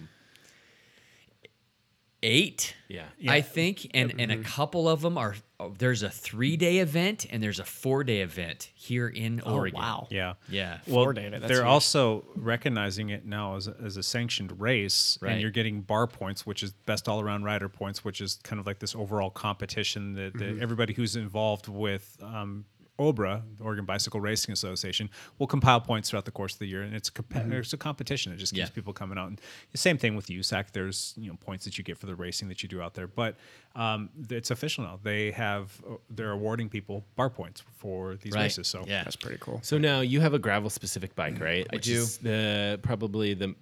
Speaker 9: eight.
Speaker 8: Yeah. Mm-hmm.
Speaker 9: I think, and and a couple of them are. oh, There's a three day event and there's a four day event here in Oregon.
Speaker 10: wow.
Speaker 6: Yeah.
Speaker 9: Yeah.
Speaker 6: Well,
Speaker 10: David, that's
Speaker 6: they're
Speaker 10: huge.
Speaker 6: also recognizing it now as a, as a sanctioned race,
Speaker 9: Right.
Speaker 6: and you're getting bar points, which is best all around rider points, which is kind of like this overall competition that, that
Speaker 10: Mm-hmm.
Speaker 6: everybody who's involved with um, OBRA, the Oregon Bicycle Racing Association, will compile points throughout the course of the year, and it's a, comp-
Speaker 10: Mm-hmm.
Speaker 6: it's a competition. It just keeps
Speaker 9: Yeah.
Speaker 6: people coming out. And the same thing with USAC. There's you know points that you get for the racing that you do out there, but um, it's official now. They have uh, they're awarding people bar points for these
Speaker 9: Right.
Speaker 6: races. So
Speaker 9: yeah. Mm-hmm.
Speaker 10: That's pretty cool.
Speaker 8: So now you have a gravel specific bike, right? I
Speaker 9: do.
Speaker 8: the probably the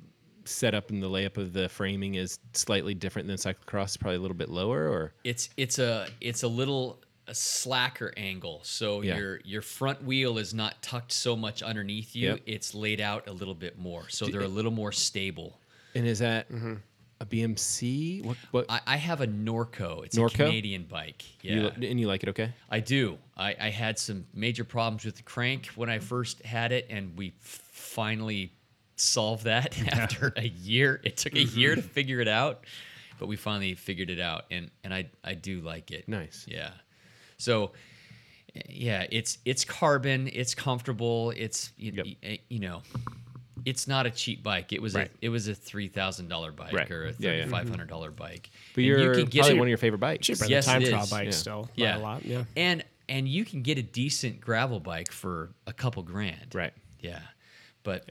Speaker 8: setup and the layup of the framing is slightly different than cyclocross, probably a little bit lower or
Speaker 9: It's it's a it's a little a slacker angle. So
Speaker 8: Yeah.
Speaker 9: your your front wheel is not tucked so much underneath you.
Speaker 8: Yep.
Speaker 9: It's laid out a little bit more. So they're a little more stable.
Speaker 8: and is that a BMC? What? What?
Speaker 9: I, I have a Norco. It's
Speaker 8: Norco?
Speaker 9: a Canadian bike. Yeah.
Speaker 8: You, li- and you like it okay?
Speaker 9: I do. I, I had some major problems with the crank when I first had it, and we f- finally solved that after a year. It took a year
Speaker 8: Mm-hmm.
Speaker 9: to figure it out, but we finally figured it out, and and I I do like it.
Speaker 8: Nice.
Speaker 9: Yeah. So. Yeah, it's it's carbon. It's comfortable. It's you,
Speaker 8: Yep.
Speaker 9: you know, it's not a cheap bike. It was
Speaker 8: Right.
Speaker 9: a it was a three thousand dollar bike
Speaker 8: Right.
Speaker 9: or a
Speaker 8: Yeah, yeah.
Speaker 9: thirty five hundred dollar bike.
Speaker 8: But
Speaker 9: And
Speaker 8: you're
Speaker 9: can get
Speaker 8: probably
Speaker 9: it-
Speaker 8: one of your favorite bikes.
Speaker 5: Cheaper
Speaker 9: Yes,
Speaker 5: than
Speaker 9: it
Speaker 5: time trial
Speaker 9: is.
Speaker 5: bike
Speaker 8: Yeah.
Speaker 5: still.
Speaker 9: yeah,
Speaker 5: By a lot. Yeah.
Speaker 9: And and you can get a decent gravel bike for a couple grand.
Speaker 8: Right.
Speaker 9: Yeah. But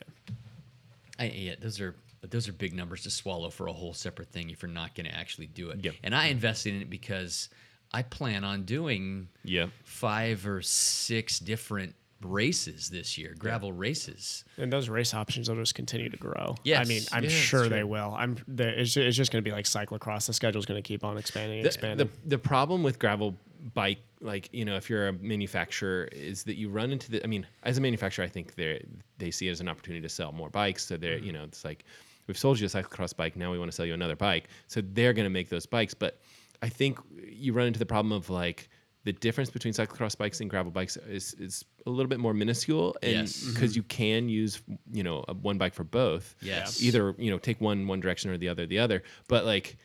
Speaker 9: I yeah, those are but those are big numbers to swallow for a whole separate thing if you're not going to actually do it.
Speaker 8: Yep.
Speaker 9: And I invested in it because I plan on doing
Speaker 8: Yep.
Speaker 9: five or six different races this year, gravel races.
Speaker 5: And those race options will just continue to grow. I
Speaker 9: Yes.
Speaker 5: mean, I'm
Speaker 9: Yeah, that's
Speaker 5: sure they will. I'm. The, it's, it's just going to be like cyclocross. The schedule's going to keep on expanding, and
Speaker 8: the,
Speaker 5: expanding.
Speaker 8: the, the problem with gravel bike like you know if you're a manufacturer is that you run into the i mean as a manufacturer i think they they see it as an opportunity to sell more bikes so they're you know it's like we've sold you a cyclocross bike now we want to sell you another bike so they're going to make those bikes but i think you run into the problem of like the difference between cyclocross bikes and gravel bikes is, is a little bit more minuscule and
Speaker 9: Yes.
Speaker 8: because you can use you know a- one bike for both
Speaker 9: Yes.
Speaker 8: either you know take one one direction or the other the other but like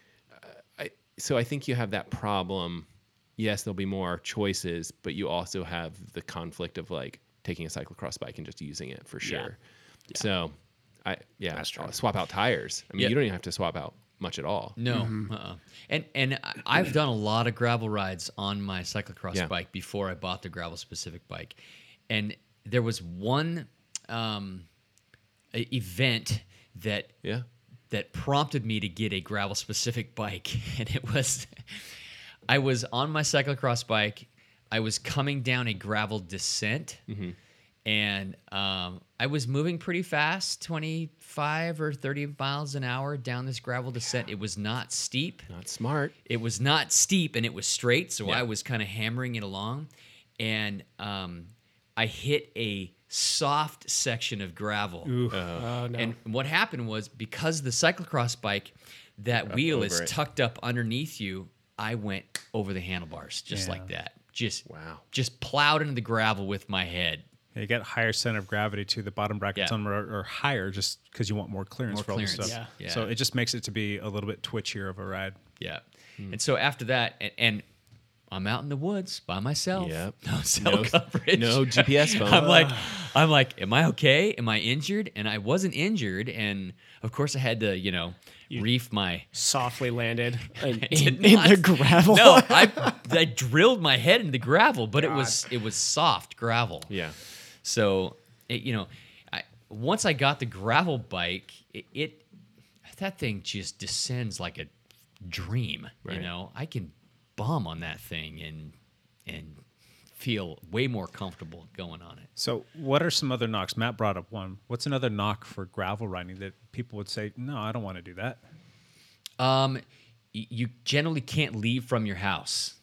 Speaker 8: I, so I think you have that problem. Yes, there'll be more choices, but you also have the conflict of like taking a cyclocross bike and just using it for sure. So, I yeah, I'll swap out tires. I mean,
Speaker 9: Yeah.
Speaker 8: you don't even have to swap out much at all.
Speaker 9: No, uh-uh. and and I- I've done a lot of gravel rides on my cyclocross
Speaker 8: Yeah.
Speaker 9: bike before I bought the gravel specific bike, and there was one um, e- event that
Speaker 8: Yeah.
Speaker 9: that prompted me to get a gravel specific bike, and it was I was on my cyclocross bike, I was coming down a gravel descent. And um, I was moving pretty fast, 25 or 30 miles an hour down this gravel descent. It was not steep
Speaker 8: Not smart.
Speaker 9: it was not steep and it was straight, so I was kind of hammering it along, and um, I hit a soft section of gravel.
Speaker 8: Oh,
Speaker 9: And what happened was because the cyclocross bike, that wheel is
Speaker 8: over it.
Speaker 9: tucked up underneath you. I went over the handlebars just like that. Just
Speaker 8: Wow.
Speaker 9: Just plowed into the gravel with my head.
Speaker 6: You get higher center of gravity to the bottom brackets
Speaker 9: Yeah.
Speaker 6: on are, are higher just because you want more clearance
Speaker 9: More
Speaker 6: for all this
Speaker 9: clearance,
Speaker 6: stuff.
Speaker 9: yeah.
Speaker 6: So
Speaker 9: Yeah.
Speaker 6: it just makes it to be a little bit twitchier of a ride.
Speaker 9: Yeah.
Speaker 8: Hmm.
Speaker 9: And so after that, and, and I'm out in the woods by myself.
Speaker 8: Yep.
Speaker 9: No cell
Speaker 8: No-
Speaker 9: coverage.
Speaker 8: no GPS phone.
Speaker 9: I'm like, I'm like, am I okay? Am I injured? And I wasn't injured. And of course, I had to, you know, reef my.
Speaker 5: Softly landed in,
Speaker 9: I did
Speaker 5: in- in the
Speaker 9: not-
Speaker 5: gravel.
Speaker 9: No, I, I drilled my head into the gravel, but it was it was soft gravel.
Speaker 8: Yeah.
Speaker 9: So, it, you know, I, once I got the gravel bike, it, it that thing just descends like a dream.
Speaker 8: Right.
Speaker 9: You know, I can bomb on that thing and and feel way more comfortable going on it.
Speaker 6: So what are some other knocks? Matt brought up one. What's another knock for gravel riding that people would say, no, I don't want to do that?
Speaker 9: Um, y- you generally can't leave from your house.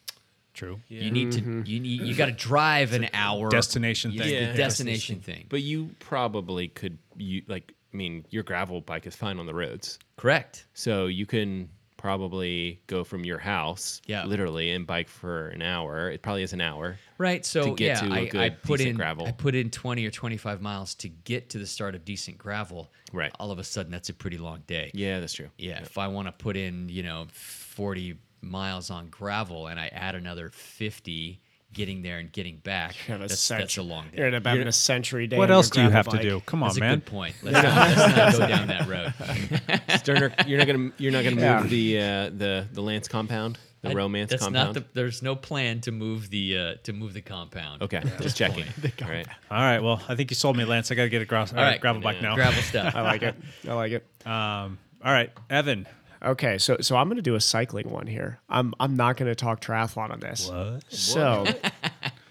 Speaker 6: True.
Speaker 9: You need to you need you got to drive an hour.
Speaker 6: destination
Speaker 9: You
Speaker 6: thing.
Speaker 9: need the
Speaker 8: Yeah.
Speaker 9: destination thing.
Speaker 8: But you probably could you like I mean your gravel bike is fine on the roads.
Speaker 9: Correct.
Speaker 8: So you can probably go from your house,
Speaker 9: Yeah.
Speaker 8: literally, and bike for an hour. It probably is an hour.
Speaker 9: Right. So
Speaker 8: get
Speaker 9: yeah,
Speaker 8: to a
Speaker 9: I, I
Speaker 8: good,
Speaker 9: put
Speaker 8: decent
Speaker 9: in
Speaker 8: gravel.
Speaker 9: I put in twenty or twenty five miles to get to the start of decent gravel.
Speaker 8: Right.
Speaker 9: All of a sudden, that's a pretty long day.
Speaker 8: Yeah, that's true.
Speaker 9: Yeah, If I want to put in, you know, forty miles on gravel, and I add another fifty getting there and getting back,
Speaker 5: Kind of
Speaker 9: that's,
Speaker 5: century,
Speaker 9: that's a long day.
Speaker 5: You're in about a century day. on
Speaker 6: What
Speaker 5: your
Speaker 6: else do you
Speaker 5: gravel
Speaker 6: have
Speaker 5: bike.
Speaker 6: to do? Come on,
Speaker 9: That's a
Speaker 6: man.
Speaker 9: good point. Let's, not, let's not go down that road.
Speaker 8: Sterner, you're not gonna you're not gonna move the uh, the the Lance compound, the
Speaker 9: I-
Speaker 8: romance
Speaker 9: that's
Speaker 8: compound.
Speaker 9: Not the, there's no plan to move the uh, to move the compound.
Speaker 8: okay, just checking. All right,
Speaker 6: All right. Well, I think you sold me, Lance. I got to get a gros-
Speaker 9: All right.
Speaker 6: gravel bike now.
Speaker 9: Gravel stuff.
Speaker 5: I like it. I like it.
Speaker 6: All right, Evan.
Speaker 5: Okay, so so I'm gonna do a cycling one here. I'm I'm not gonna talk triathlon on this. So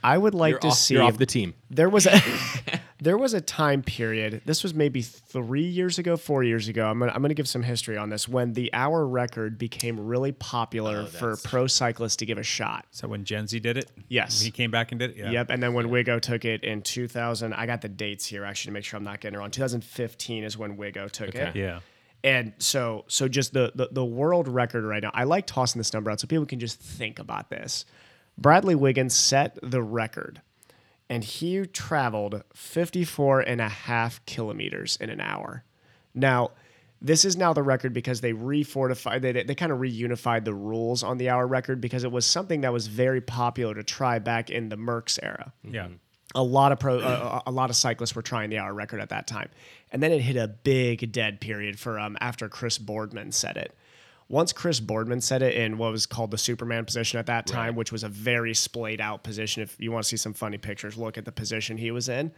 Speaker 5: I would like
Speaker 8: you're
Speaker 5: to
Speaker 8: off,
Speaker 5: see
Speaker 8: you're off the team.
Speaker 5: there was a there was a time period. This was maybe three years ago, four years ago. I'm gonna I'm gonna give some history on this when the hour record became really
Speaker 8: Oh,
Speaker 5: popular for pro cyclists to give a shot.
Speaker 6: So when Gen Z did it?
Speaker 5: Yes.
Speaker 6: He came back and did it? Yeah.
Speaker 5: Yep. And then when Wigo took it in 2000, I got the dates here actually to make sure I'm not getting it wrong. 2015 is when Wigo took it.
Speaker 6: Yeah.
Speaker 9: And so, so just the, the the world record right now. I like tossing this number out so people can just think about this. Bradley Wiggins set the record, and he traveled 54 and a half kilometers in an hour. Now, this is now the record because they refortified, they, they kind of reunified the rules on the hour record because it was something that was very popular to try back in the Merckx era
Speaker 6: Yeah.
Speaker 9: a lot of pro, a, a lot of cyclists were trying the hour record at that time, and then it hit a big dead period for um after Chris Boardman said it. Once Chris Boardman said it in what was called the Superman position at that time, which was a very splayed out position. If you want to see some funny pictures, look at the position he was in.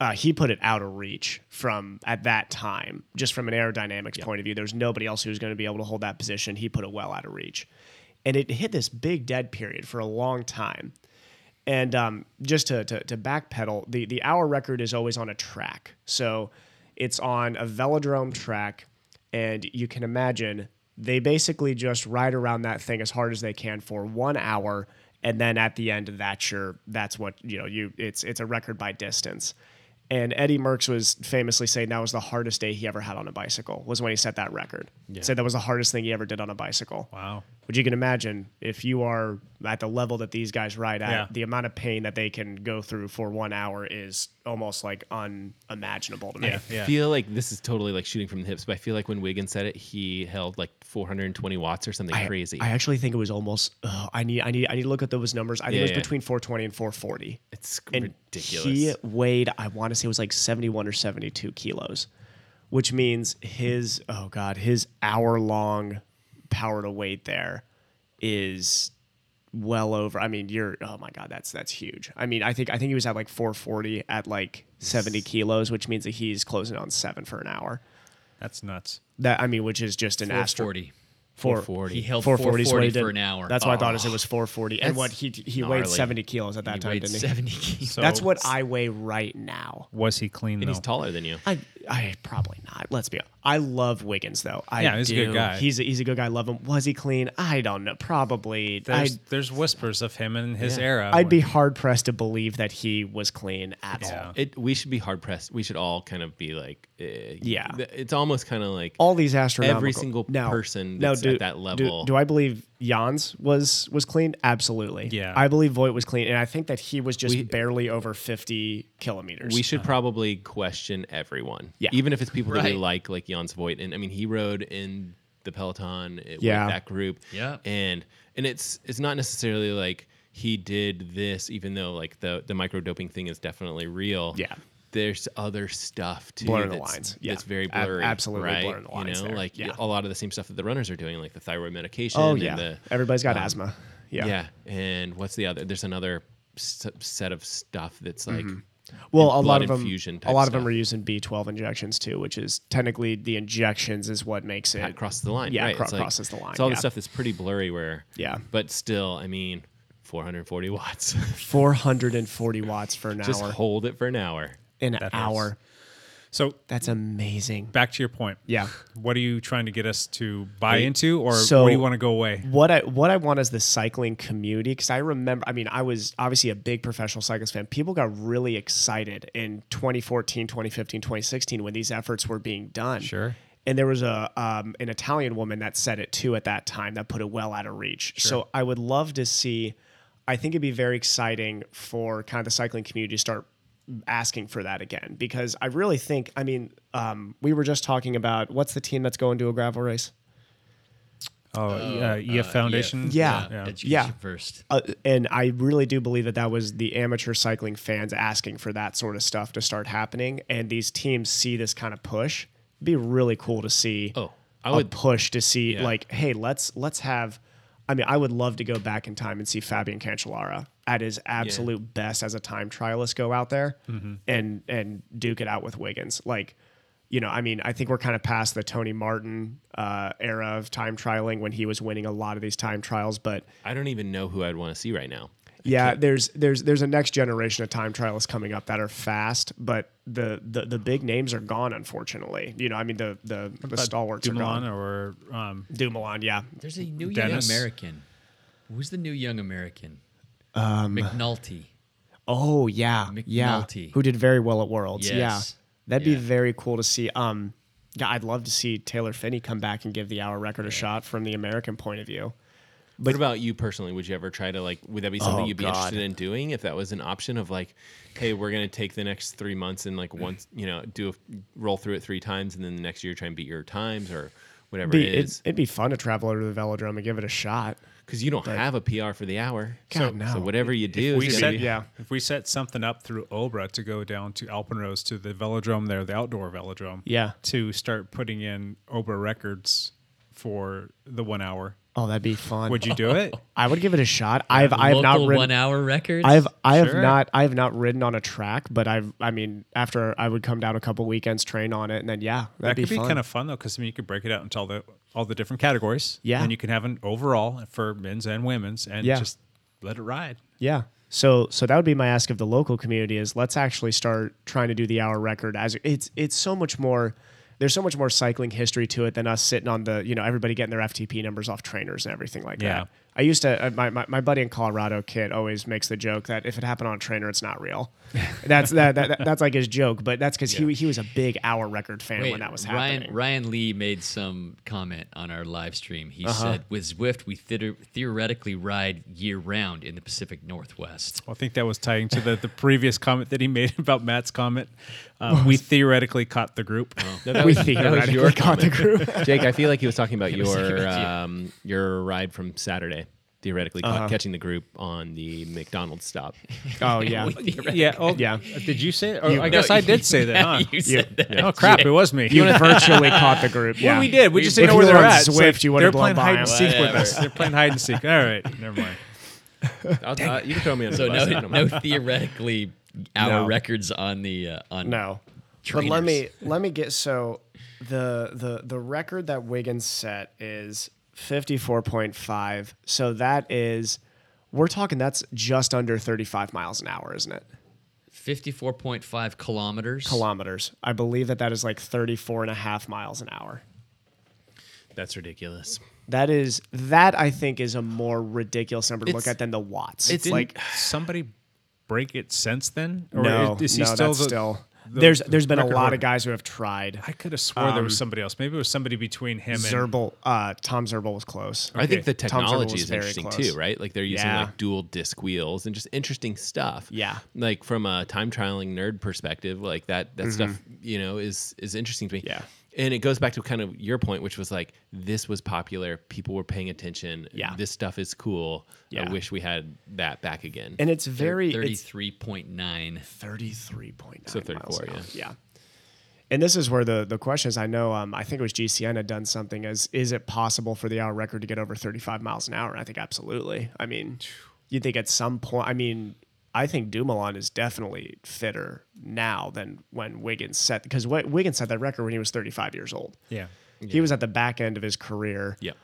Speaker 9: Uh, he put it out of reach from at that time, just from an aerodynamics point of view. There's nobody else who was going to be able to hold that position. He put it well out of reach, and it hit this big dead period for a long time. And um, just to, to, to backpedal, the, the hour record is always on a track. So it's on a velodrome track. And you can imagine they basically just ride around that thing as hard as they can for one hour. And then at the end, that's your, that's what, you know, you, it's, it's a record by distance. And Eddie Merckx was famously saying that was the hardest day he ever had on a bicycle was when he set that record. Said that was the hardest thing he ever did on a bicycle.
Speaker 6: Wow.
Speaker 9: But you can imagine if you are at the level that these guys ride at,
Speaker 6: Yeah.
Speaker 9: the amount of pain that they can go through for one hour is almost like unimaginable to me.
Speaker 6: Yeah. Yeah.
Speaker 8: feel like this is totally like shooting from the hips, but I feel like when Wiggins said it, he held like 420 watts or something
Speaker 9: I-
Speaker 8: crazy.
Speaker 9: I actually think it was almost. ugh, I need. I need. I need to look at those numbers. I think it
Speaker 8: Yeah,
Speaker 9: was
Speaker 8: yeah.
Speaker 9: between 420 and 440.
Speaker 8: it's
Speaker 9: And
Speaker 8: ridiculous.
Speaker 9: He weighed. I want to say it was like 71 or 72 kilos, which means his. Oh God, his hour long power to weight there is well over. I mean, you're. Oh my God, that's that's huge. I mean, I think I think he was at like 440 at like 70 kilos, which means that he's closing on seven for an hour.
Speaker 6: That's nuts.
Speaker 9: That I mean, which is just an astro.
Speaker 7: 440.
Speaker 9: Four,
Speaker 8: 40.
Speaker 7: He held
Speaker 9: 440 is what he
Speaker 7: 440
Speaker 9: did.
Speaker 7: for an hour.
Speaker 9: That's why I thought
Speaker 7: Oh,
Speaker 9: it was 440. And what he he weighed
Speaker 8: gnarly.
Speaker 9: 70 kilos at that
Speaker 7: he
Speaker 9: time,
Speaker 7: weighed
Speaker 9: didn't he?
Speaker 7: 70 kilos.
Speaker 6: So
Speaker 9: That's what I weigh right now.
Speaker 6: was he clean
Speaker 8: and
Speaker 6: though?
Speaker 8: he's taller than you.
Speaker 9: I, I probably not. Let's be. honest. I love Wiggins though. I
Speaker 6: Yeah, he's a
Speaker 9: do.
Speaker 6: good guy.
Speaker 9: He's a, he's a good guy. I love him. Was he clean? I don't know. Probably. I
Speaker 6: there's, there's whispers of him in his era.
Speaker 9: I'd be
Speaker 6: when-
Speaker 9: hard pressed to believe that he was clean at all.
Speaker 8: It, we should be hard pressed. We should all kind of be like, eh,
Speaker 9: Yeah.
Speaker 8: th- It's almost kind of like
Speaker 9: All these astronomical
Speaker 8: Every single
Speaker 9: no,
Speaker 8: person
Speaker 9: no,
Speaker 8: that's
Speaker 9: do,
Speaker 8: at that
Speaker 9: do-
Speaker 8: level.
Speaker 9: Do, I believe Jans was was clean? Absolutely.
Speaker 6: Yeah.
Speaker 9: I believe Voigt was clean, and I think that he was just
Speaker 8: We-
Speaker 9: barely over fifty kilometers.
Speaker 8: we should probably question everyone.
Speaker 9: Yeah.
Speaker 8: Even if it's people that we
Speaker 7: Right.
Speaker 8: like, like Jans Voigt. And I mean, he rode in the Peloton it- with
Speaker 9: Yeah.
Speaker 8: that group.
Speaker 7: Yeah.
Speaker 8: And and it's it's not necessarily like he did this, even though like the the micro doping thing is definitely real.
Speaker 9: Yeah.
Speaker 8: There's other stuff too.
Speaker 9: Blurring the
Speaker 8: that's-
Speaker 9: lines. Yeah.
Speaker 8: That's very
Speaker 9: Ab-
Speaker 8: blurry.
Speaker 9: absolutely
Speaker 8: right?
Speaker 9: blurring the lines
Speaker 8: You know,
Speaker 9: there.
Speaker 8: like
Speaker 9: Yeah.
Speaker 8: a lot of the same stuff that the runners are doing, like the thyroid medication.
Speaker 9: Oh
Speaker 8: and
Speaker 9: yeah.
Speaker 8: the-
Speaker 9: Everybody's got
Speaker 8: um,
Speaker 9: asthma.
Speaker 8: yeah.
Speaker 9: Yeah.
Speaker 8: And what's the other? There's another s- set of stuff that's like
Speaker 9: Mm-hmm. Well,
Speaker 8: in
Speaker 9: a
Speaker 8: blood
Speaker 9: lot of them,
Speaker 8: infusion
Speaker 9: a
Speaker 8: type
Speaker 9: lot of them
Speaker 8: stuff.
Speaker 9: are using B12 injections too, which is technically the injections is what makes it
Speaker 8: that crosses the line.
Speaker 9: Yeah,
Speaker 8: right?
Speaker 9: cro-
Speaker 8: It's like-
Speaker 9: crosses the line.
Speaker 8: It's all
Speaker 9: yeah.
Speaker 8: the stuff that's pretty blurry. Where
Speaker 9: Yeah.
Speaker 8: but still, I mean, 440 watts.
Speaker 9: 440 watts for an
Speaker 8: Just
Speaker 9: hour.
Speaker 8: hold it for an hour.
Speaker 9: an
Speaker 6: hurts.
Speaker 9: hour.
Speaker 6: So
Speaker 9: That's amazing.
Speaker 6: back to your point.
Speaker 9: Yeah.
Speaker 6: What are you trying to get us to buy into, or
Speaker 9: So-
Speaker 6: what do you want to go away?
Speaker 9: What I what I want is the cycling community because I remember. I mean, I was obviously a big professional cyclist fan. People got really excited in 2014, 2015, 2016 when these efforts were being done.
Speaker 6: Sure.
Speaker 9: And there was a um, an Italian woman that said it too at that time that put it well out of reach. So I would love to see. I think it'd be very exciting for kind of the cycling community to start asking for that again because I really think. I mean, um, we were just talking about what's the team that's going to a gravel race.
Speaker 6: Oh, uh, EF Foundation.
Speaker 9: Yeah.
Speaker 7: Education
Speaker 9: Yeah.
Speaker 7: first.
Speaker 9: uh, and I really do believe that that was the amateur cycling fans asking for that sort of stuff to start happening, and these teams see this kind of push. It'd be really cool to see.
Speaker 8: Oh, I
Speaker 9: I
Speaker 8: would-
Speaker 9: would push to see
Speaker 8: Yeah.
Speaker 9: like, hey, let's let's have. I mean, I would love to go back in time and see Fabian Cancellara at his absolute best as a time trialist go out there
Speaker 8: Mm-hmm.
Speaker 9: and and duke it out with Wiggins. Like, you know, I mean, I think we're kind of past the Tony Martin uh, era of time trialing when he was winning a lot of these time trials, but
Speaker 8: I don't even know who I'd want to see right now.
Speaker 9: yeah, there's there's there's a next generation of time trialists coming up that are fast, but the the, the big names are gone, unfortunately. You know, I mean the the, the stalwarts are
Speaker 6: Dumoulin
Speaker 9: gone.
Speaker 6: or um,
Speaker 9: Dumoulin, yeah,
Speaker 7: There's a new
Speaker 6: Dennis?
Speaker 7: young American. Who's the new young American?
Speaker 9: Um,
Speaker 7: McNulty.
Speaker 9: Oh yeah, yeah.
Speaker 7: McNulty.
Speaker 9: Who did very well at Worlds?
Speaker 7: Yes.
Speaker 9: Yeah, that'd
Speaker 7: Yeah.
Speaker 9: be very cool to see. Um, yeah, I'd love to see Taylor Finney come back and give the hour record a shot from the American point of view.
Speaker 8: what about you personally? Would you ever try to like? Would that be
Speaker 9: Oh,
Speaker 8: something you'd be interested in doing if that was an option of like, hey, we're gonna take the next three months and like once you know do a roll through it three times and then the next year try and beat your times or whatever
Speaker 9: Be,
Speaker 8: it
Speaker 9: it,
Speaker 8: is
Speaker 9: it'd be fun to travel over to the velodrome and give it a shot.
Speaker 8: because you don't have a PR for the hour.
Speaker 9: God, no.
Speaker 8: So whatever you do,
Speaker 6: we
Speaker 8: is
Speaker 6: set,
Speaker 8: gonna be,
Speaker 9: yeah.
Speaker 6: If we set something up through Obra to go down to Alpenrose to the velodrome there, the outdoor velodrome,
Speaker 9: Yeah.
Speaker 6: to start putting in Obra records for the one hour,
Speaker 9: Oh, that'd be fun.
Speaker 6: would you do it?
Speaker 9: I would give it a shot. I've I've
Speaker 7: Local
Speaker 9: not ridden.
Speaker 7: one hour records.
Speaker 9: I've I have
Speaker 6: Sure.
Speaker 9: not I have not ridden on a track, but I've I mean after I would come down a couple weekends, train on it, and then yeah,
Speaker 6: that
Speaker 9: that'd
Speaker 6: could be,
Speaker 9: fun.
Speaker 6: kind of fun though, because I mean, you could break it out into all the all the different categories.
Speaker 9: Yeah.
Speaker 6: and you can have an overall for men's and women's, and
Speaker 9: Yeah.
Speaker 6: just let it ride.
Speaker 9: Yeah. So so that would be my ask of the local community is let's actually start trying to do the hour record as it's it's so much more there's so much more cycling history to it than us sitting on the you know everybody getting their FTP numbers off trainers and everything like
Speaker 6: Yeah.
Speaker 9: that. I used to uh, my, my my buddy in Colorado kid always makes the joke that if it happened on a trainer it's not real. That's that, that, that- that's like his joke, but that's because he he was a big hour record fan
Speaker 7: Wait,
Speaker 9: when that was happening.
Speaker 7: Ryan Ryan Lee made some comment on our live stream. He said, "With Zwift, we theater- theoretically ride year round in the Pacific Northwest."
Speaker 6: Well, I think that was tying to the, the previous comment that he made about Matt's comment. Uh, we theoretically caught the group.
Speaker 8: No, that
Speaker 9: we
Speaker 8: was- that was your
Speaker 9: theoretically got the
Speaker 8: comment.
Speaker 9: group.
Speaker 8: Jake, I feel like he was talking about
Speaker 7: was talking
Speaker 8: your
Speaker 7: about you.
Speaker 8: um, your ride from Saturday, theoretically
Speaker 9: Uh-huh.
Speaker 8: ca- catching the group on the McDonald's stop.
Speaker 9: Oh yeah.
Speaker 7: We theoretically-
Speaker 6: yeah. Oh,
Speaker 9: Yeah.
Speaker 6: Did you say? It? Or I
Speaker 7: No,
Speaker 6: guess I did say that.
Speaker 7: yeah,
Speaker 6: huh?
Speaker 7: You said that.
Speaker 6: Oh crap! It was me.
Speaker 9: You virtually caught the group. Yeah.
Speaker 6: Well, we did. We just
Speaker 9: If
Speaker 6: didn't know
Speaker 9: you
Speaker 6: where
Speaker 9: were
Speaker 6: they're
Speaker 9: on
Speaker 6: at. It's
Speaker 9: Zwift, you would've
Speaker 6: they're
Speaker 9: blown
Speaker 6: playing
Speaker 9: by
Speaker 6: hide and
Speaker 9: them.
Speaker 6: seek with
Speaker 7: Whatever.
Speaker 6: us. They're playing hide and seek. All right, never mind.
Speaker 8: I'll- uh, you can throw me on the
Speaker 7: So
Speaker 8: bus. I
Speaker 7: no,
Speaker 8: don't
Speaker 7: no
Speaker 8: mind.
Speaker 7: theoretically hour
Speaker 9: No.
Speaker 7: records on the uh, on
Speaker 9: No. But let me let me get so the the the record that Wiggins set is 54.5. So that is we're talking that's just under 35 miles an hour, isn't it?
Speaker 7: fifty-four point five kilometers.
Speaker 9: Kilometers. I believe that that is like 34 and a half miles an hour.
Speaker 8: That's ridiculous.
Speaker 9: That is that I think is a more ridiculous number to look
Speaker 7: It's-
Speaker 9: at than the watts.
Speaker 6: Didn't somebody break it since then, or
Speaker 9: no,
Speaker 6: is, is he
Speaker 9: no,
Speaker 6: still
Speaker 9: that's
Speaker 6: the,
Speaker 9: still
Speaker 6: the-
Speaker 9: there's there's been a
Speaker 6: record
Speaker 9: lot
Speaker 6: holder?
Speaker 9: of guys Um, who have tried.
Speaker 6: I could have swore there was somebody else. Maybe it was somebody between him and
Speaker 9: Zerbal, uh, Tom Zerbal was close.
Speaker 8: I think the
Speaker 9: Tom Zimmer
Speaker 8: technology
Speaker 9: was
Speaker 8: is
Speaker 9: very
Speaker 8: interesting
Speaker 9: close.
Speaker 8: too, right? Like they're using
Speaker 9: Yeah.
Speaker 8: like dual disc wheels and just interesting stuff.
Speaker 9: Yeah.
Speaker 8: Like from a time trialing nerd perspective, like that that stuff, you know, is is interesting to me.
Speaker 9: Mm-hmm. Yeah.
Speaker 8: And it goes back to kind of your point, which was like this was popular, people were paying attention.
Speaker 9: Yeah.
Speaker 8: This stuff is cool.
Speaker 9: Yeah.
Speaker 8: I wish we had that back again.
Speaker 9: And it's very it's
Speaker 7: Thirty-three point nine.
Speaker 9: 33.9
Speaker 8: So
Speaker 9: miles
Speaker 8: 34,
Speaker 9: an hour.
Speaker 8: yeah.
Speaker 9: yeah and this is where the the question is i know um, i think it was gcn had done something as is it possible for the hour record to get over 35 miles an hour i think absolutely i mean you think at some point i mean i think dumoulin is definitely fitter now than when wiggins set because Wi- wiggins set that record when he was 35 years old
Speaker 6: yeah.
Speaker 9: he was at the back end of his career
Speaker 8: Yep.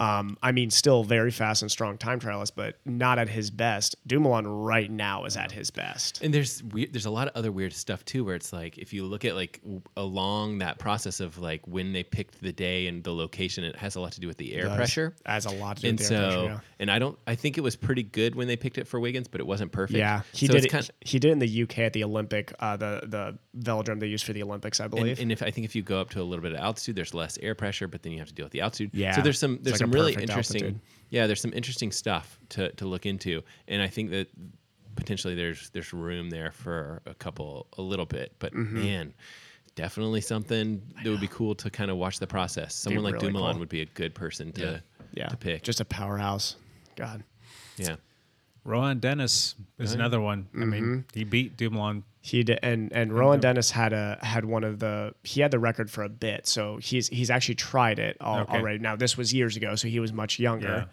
Speaker 9: um, I mean, still very fast and strong time trialist, but not at his best. Dumoulin right now is at his best.
Speaker 8: And there's weird, there's a lot of other weird stuff too, where it's like if you look at like w- along that process of like when they picked the day and the location, it has a lot to do with the air pressure.
Speaker 9: As a lot to do
Speaker 8: and
Speaker 9: with
Speaker 8: so
Speaker 9: the air pressure, yeah.
Speaker 8: and I don't I think it was pretty good when they picked it for Wiggins, but it wasn't perfect.
Speaker 9: Yeah, he
Speaker 8: So
Speaker 9: did
Speaker 8: it's
Speaker 9: it.
Speaker 8: kind of-
Speaker 9: he did it in the UK at the Olympic, uh, the the velodrome they used for the Olympics, I
Speaker 8: and,
Speaker 9: believe.
Speaker 8: and if I think if you go up to a little bit of altitude, there's less air pressure, but then you have to deal with the altitude.
Speaker 9: Yeah.
Speaker 8: So there's some
Speaker 9: It's
Speaker 8: there's
Speaker 9: like
Speaker 8: some
Speaker 9: a
Speaker 8: really
Speaker 9: perfect
Speaker 8: interesting
Speaker 9: altitude.
Speaker 8: yeah there's some interesting stuff to to look into, and I think that potentially there's there's room there for a couple a little bit, but
Speaker 9: Mm-hmm.
Speaker 8: man. Definitely something that would be cool to kind of watch the process. Someone like
Speaker 9: really
Speaker 8: Dumoulin
Speaker 9: cool.
Speaker 8: would be a good person to,
Speaker 9: yeah,
Speaker 8: to pick.
Speaker 9: just a powerhouse. God,
Speaker 8: yeah.
Speaker 6: Rohan Dennis is another one. I mean,
Speaker 9: Mm-hmm.
Speaker 6: he beat Dumoulin.
Speaker 9: he did, and and Rowan Dennis had a had one of the he had the record for a bit, so he's he's actually tried it all,
Speaker 6: Okay.
Speaker 9: already. Now this was years ago, so he was much younger.